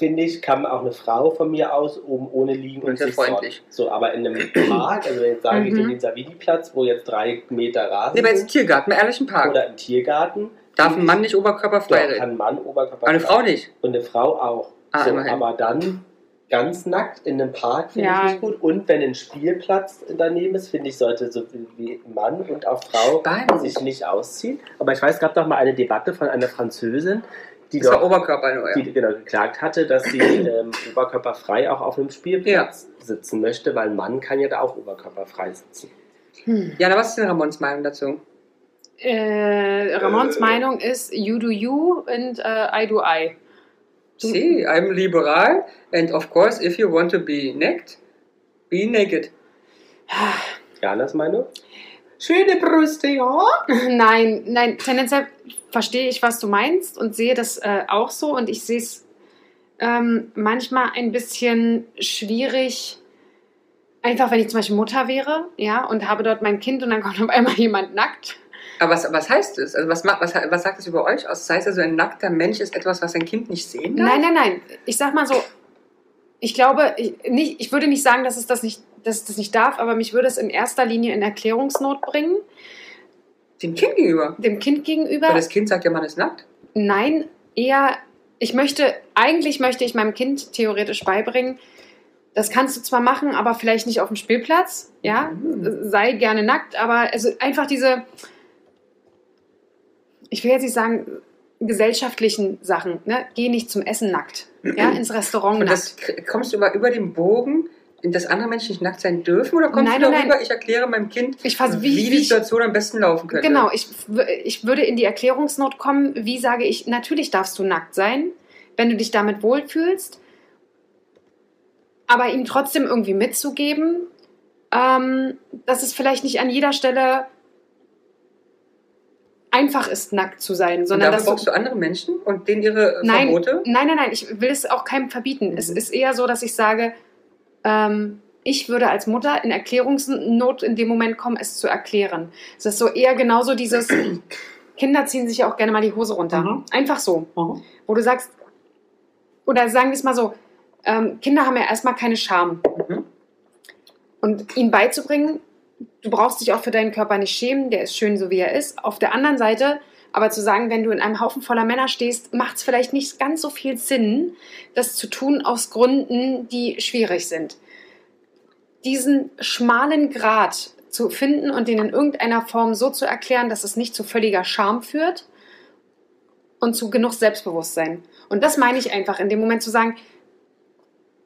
Speaker 3: finde ich, kann auch eine Frau von mir aus oben ohne liegen und
Speaker 2: Und sehr
Speaker 3: sich sonnen.
Speaker 2: freundlich.
Speaker 3: So, aber in einem Park, also wenn jetzt sage ich
Speaker 1: Mhm.
Speaker 3: den Savini-Platz, wo jetzt drei Meter
Speaker 2: Nee,
Speaker 3: Rasen
Speaker 2: aber jetzt
Speaker 3: sind,
Speaker 2: Tiergarten, im ehrlichen Park.
Speaker 3: oder im Tiergarten,
Speaker 2: Darf ein Mann nicht oberkörperfrei
Speaker 3: da kann
Speaker 2: reden.
Speaker 3: ein Mann Oberkörper.
Speaker 2: Aber eine Frau nicht.
Speaker 3: Und eine Frau auch.
Speaker 2: Ah,
Speaker 3: so,
Speaker 2: immerhin.
Speaker 3: aber dann ganz nackt in einem Park finde
Speaker 1: Ja.
Speaker 3: ich nicht gut. Und wenn ein Spielplatz daneben ist, finde ich, sollte so wie Mann und auch Frau
Speaker 2: Spannend.
Speaker 3: sich nicht ausziehen. Aber ich weiß, gab doch mal eine Debatte von einer Französin, die
Speaker 2: Das war
Speaker 3: doch
Speaker 2: Oberkörper nur, ja.
Speaker 3: die genau geklagt hatte, dass sie ähm, oberkörperfrei auch auf einem Spielplatz sitzen möchte, weil ein Mann kann ja da auch oberkörperfrei sitzen.
Speaker 1: Hm.
Speaker 2: Jana, was ist denn Ramons Meinung dazu?
Speaker 1: Äh, Ramons Meinung ist, you do you and äh, I do I.
Speaker 2: See, I'm liberal and of course if you want to be naked, be naked.
Speaker 3: Janas Meinung? Schöne Brüste, ja.
Speaker 1: Nein, nein, tendenziell verstehe ich, was du meinst und sehe das äh, auch so und ich sehe es ähm, manchmal ein bisschen schwierig. Einfach, wenn ich zum Beispiel Mutter wäre, ja, und habe dort mein Kind und dann kommt auf einmal jemand nackt.
Speaker 2: Aber was, was heißt es? Also was, ma- was, was sagt das über euch aus? Das heißt also, ein nackter Mensch ist etwas, was ein Kind nicht sehen darf?
Speaker 1: Nein, nein, nein. Ich sag mal so, ich glaube, ich, nicht, ich würde nicht sagen, dass es das nicht, dass es das nicht darf, aber mich würde es in erster Linie in Erklärungsnot bringen,
Speaker 2: Dem Kind gegenüber.
Speaker 1: dem Kind gegenüber.
Speaker 2: Weil das Kind sagt ja, man ist nackt.
Speaker 1: Nein, eher, ich möchte, eigentlich möchte ich meinem Kind theoretisch beibringen, das kannst du zwar machen, aber vielleicht nicht auf dem Spielplatz, ja,
Speaker 2: Mhm.
Speaker 1: sei gerne nackt, aber also einfach diese, ich will jetzt nicht sagen, gesellschaftlichen Sachen, ne? geh nicht zum Essen nackt, ja, ins Restaurant
Speaker 2: Und
Speaker 1: nackt.
Speaker 2: das k- kommst du über, über den Bogen, dass andere Menschen nicht nackt sein dürfen? Oder kommst
Speaker 1: Nein,
Speaker 2: du
Speaker 1: nein,
Speaker 2: darüber,
Speaker 1: nein.
Speaker 2: ich erkläre meinem Kind,
Speaker 1: ich fasse,
Speaker 2: wie,
Speaker 1: wie, wie,
Speaker 2: die
Speaker 1: ich,
Speaker 2: Situation am besten laufen könnte?
Speaker 1: genau, ich, w- ich würde in die Erklärungsnot kommen, wie sage ich, natürlich darfst du nackt sein, wenn du dich damit wohlfühlst, aber ihm trotzdem irgendwie mitzugeben, ähm, dass es vielleicht nicht an jeder Stelle einfach ist, nackt zu sein,
Speaker 2: Und
Speaker 1: sondern
Speaker 2: dafür
Speaker 1: dass du
Speaker 2: brauchst du andere Menschen und denen ihre äh,
Speaker 1: Nein,
Speaker 2: Verbote?
Speaker 1: nein, nein, nein, ich will es auch keinem verbieten. Es
Speaker 2: Mhm.
Speaker 1: ist eher so, dass ich sage, ähm, ich würde als Mutter in Erklärungsnot in dem Moment kommen, es zu erklären. Es ist so eher genauso dieses, Kinder ziehen sich ja auch gerne mal die Hose runter.
Speaker 2: Mhm.
Speaker 1: Einfach so.
Speaker 2: Mhm.
Speaker 1: Wo du sagst, oder sagen wir es mal so, ähm, Kinder haben ja erstmal keine Scham.
Speaker 2: Mhm.
Speaker 1: Und ihnen beizubringen, du brauchst dich auch für deinen Körper nicht schämen, der ist schön, so wie er ist. Auf der anderen Seite aber zu sagen, wenn du in einem Haufen voller Männer stehst, macht es vielleicht nicht ganz so viel Sinn, das zu tun aus Gründen, die schwierig sind. Diesen schmalen Grat zu finden und den in irgendeiner Form so zu erklären, dass es nicht zu völliger Scham führt und zu genug Selbstbewusstsein. Und das meine ich einfach, in dem Moment zu sagen,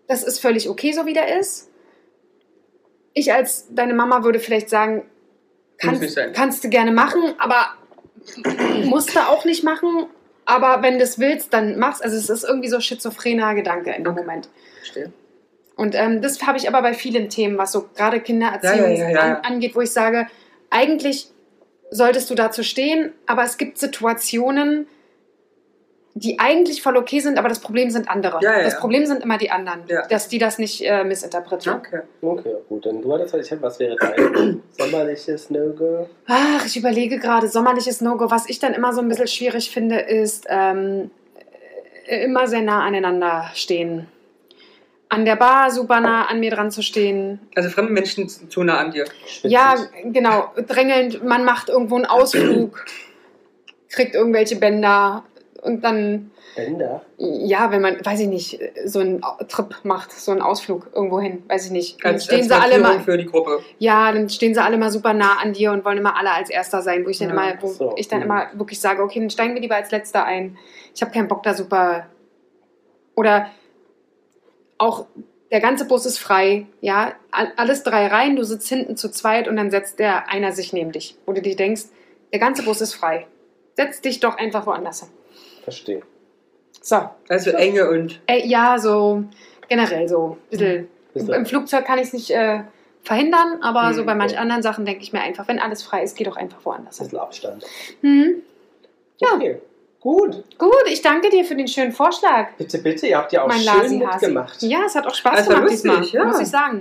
Speaker 1: das ist völlig okay, so wie der ist. Ich als deine Mama würde vielleicht sagen,
Speaker 2: Muss
Speaker 1: kannst,
Speaker 2: nicht sein.
Speaker 1: kannst du gerne machen, aber musst du auch nicht machen. Aber wenn du es willst, dann mach's. Also es ist irgendwie so schizophrener Gedanke in dem
Speaker 2: Okay.
Speaker 1: Moment.
Speaker 2: Verstehe.
Speaker 1: Und ähm, das habe ich aber bei vielen Themen, was so gerade Kindererziehung
Speaker 2: Ja, ja, ja, ja, ja.
Speaker 1: An, angeht, wo ich sage, eigentlich solltest du dazu stehen, aber es gibt Situationen, die eigentlich voll okay sind, aber das Problem sind andere.
Speaker 2: Ja, ja,
Speaker 1: das
Speaker 2: ja.
Speaker 1: Problem sind immer die anderen,
Speaker 2: Ja.
Speaker 1: dass die das nicht äh, missinterpretieren.
Speaker 2: Danke.
Speaker 3: Okay, gut. Dann du hattest, halt, ich hab, was wäre dein sommerliches ne, No-Go?
Speaker 1: Ach, ich überlege gerade, sommerliches No-Go. Was ich dann immer so ein bisschen schwierig finde, ist ähm, äh, immer sehr nah aneinander stehen. An der Bar super nah an mir dran zu stehen.
Speaker 2: Also fremde Menschen zu zu nah an dir.
Speaker 3: Spitzig.
Speaker 1: Ja, genau, drängelnd. Man macht irgendwo einen Ausflug, kriegt irgendwelche Bänder und dann,
Speaker 3: Bänder?
Speaker 1: ja, wenn man, weiß ich nicht, so einen Au- Trip macht, so einen Ausflug irgendwo hin, weiß ich nicht. Dann
Speaker 2: Als, als
Speaker 1: stehen sie alle
Speaker 2: Markierung
Speaker 1: mal,
Speaker 2: für die Gruppe.
Speaker 1: ja, dann stehen sie alle mal super nah an dir und wollen immer alle als Erster sein, wo ich dann
Speaker 2: Ja,
Speaker 1: immer, wo
Speaker 3: ach so,
Speaker 1: ich dann
Speaker 3: mhm.
Speaker 1: immer wirklich sage, okay, dann steigen wir lieber als Letzter ein. Ich habe keinen Bock da super. Oder auch der ganze Bus ist frei, ja, Al- alles drei Reihen, du sitzt hinten zu zweit und dann setzt der einer sich neben dich, wo du dir denkst, der ganze Bus ist frei. Setz dich doch einfach woanders hin.
Speaker 3: Verstehe.
Speaker 1: So,
Speaker 2: Also enge und
Speaker 1: äh, ja, so generell so ein bisschen.
Speaker 3: Bist du-
Speaker 1: Im Flugzeug kann ich es nicht äh, verhindern, aber
Speaker 2: Hm,
Speaker 1: so bei manch
Speaker 3: okay.
Speaker 1: anderen Sachen denke ich mir einfach, wenn alles frei ist, geh doch einfach woanders hin.
Speaker 3: bisschen Abstand.
Speaker 1: Hm. Ja.
Speaker 3: Okay. Gut.
Speaker 1: Gut, ich danke dir für den schönen Vorschlag,
Speaker 3: Bitte, bitte, ihr habt ja auch
Speaker 1: mein
Speaker 3: schön
Speaker 1: Lasihasi.
Speaker 3: mitgemacht.
Speaker 1: Ja, es hat auch Spaß
Speaker 2: Es war
Speaker 1: gemacht
Speaker 2: lustig,
Speaker 1: diesmal,
Speaker 2: ja.
Speaker 1: muss ich sagen.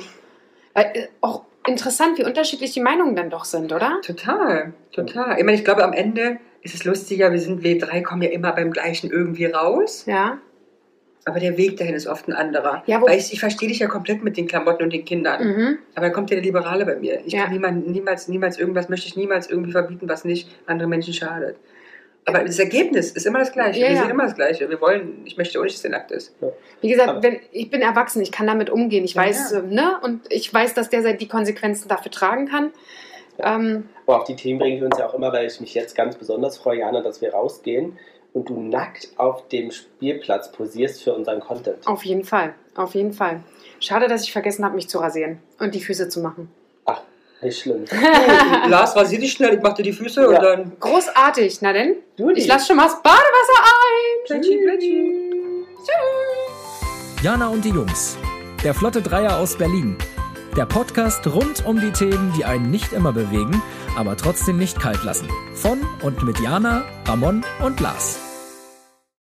Speaker 1: Weil, äh, auch interessant, wie unterschiedlich die Meinungen dann doch sind, oder?
Speaker 2: total, total. Ich meine, ich glaube, am Ende ist es lustiger, wir sind, wir drei kommen ja immer beim gleichen irgendwie raus,
Speaker 1: Ja.
Speaker 2: aber der Weg dahin ist oft ein anderer.
Speaker 1: Ja, wo-
Speaker 2: Weil ich, ich verstehe dich ja komplett mit den Klamotten und den Kindern,
Speaker 1: Mhm.
Speaker 2: aber da kommt ja der Liberale bei mir. Ich
Speaker 1: Ja.
Speaker 2: kann niemand, niemals, niemals irgendwas, möchte ich niemals irgendwie verbieten, was nicht anderen Menschen schadet. Aber das Ergebnis ist immer das Gleiche.
Speaker 1: Ja,
Speaker 2: wir
Speaker 1: ja.
Speaker 2: sind immer das Gleiche. Wir wollen, ich möchte auch nicht, dass der nackt ist.
Speaker 1: Wie gesagt,
Speaker 3: Aber-
Speaker 1: wenn, ich bin erwachsen, ich kann damit umgehen. Ich
Speaker 2: Ja,
Speaker 1: weiß,
Speaker 2: ja.
Speaker 1: äh, ne? Und ich weiß, dass der die Konsequenzen dafür tragen kann.
Speaker 3: Ja.
Speaker 1: Ähm,
Speaker 3: Aber auf die Themen bringen wir uns ja auch immer, weil ich mich jetzt ganz besonders freue, Jana, dass wir rausgehen und du nackt auf dem Spielplatz posierst für unseren Content.
Speaker 1: auf jeden Fall. Auf jeden Fall. Schade, dass ich vergessen habe, mich zu rasieren und die Füße zu machen.
Speaker 3: Nicht schlimm.
Speaker 2: Du, Oh, Lars, rasier dich schnell, ich mach dir die Füße
Speaker 3: Ja.
Speaker 2: und dann...
Speaker 1: Großartig. Na denn,
Speaker 3: Du,
Speaker 1: ich lasse schon mal das Badewasser ein.
Speaker 2: Plätschi, plätschi.
Speaker 4: Jana und die Jungs. Der Flotte Dreier aus Berlin. Der Podcast rund um die Themen, die einen nicht immer bewegen, aber trotzdem nicht kalt lassen. Von und mit Jana, Ramon und Lars.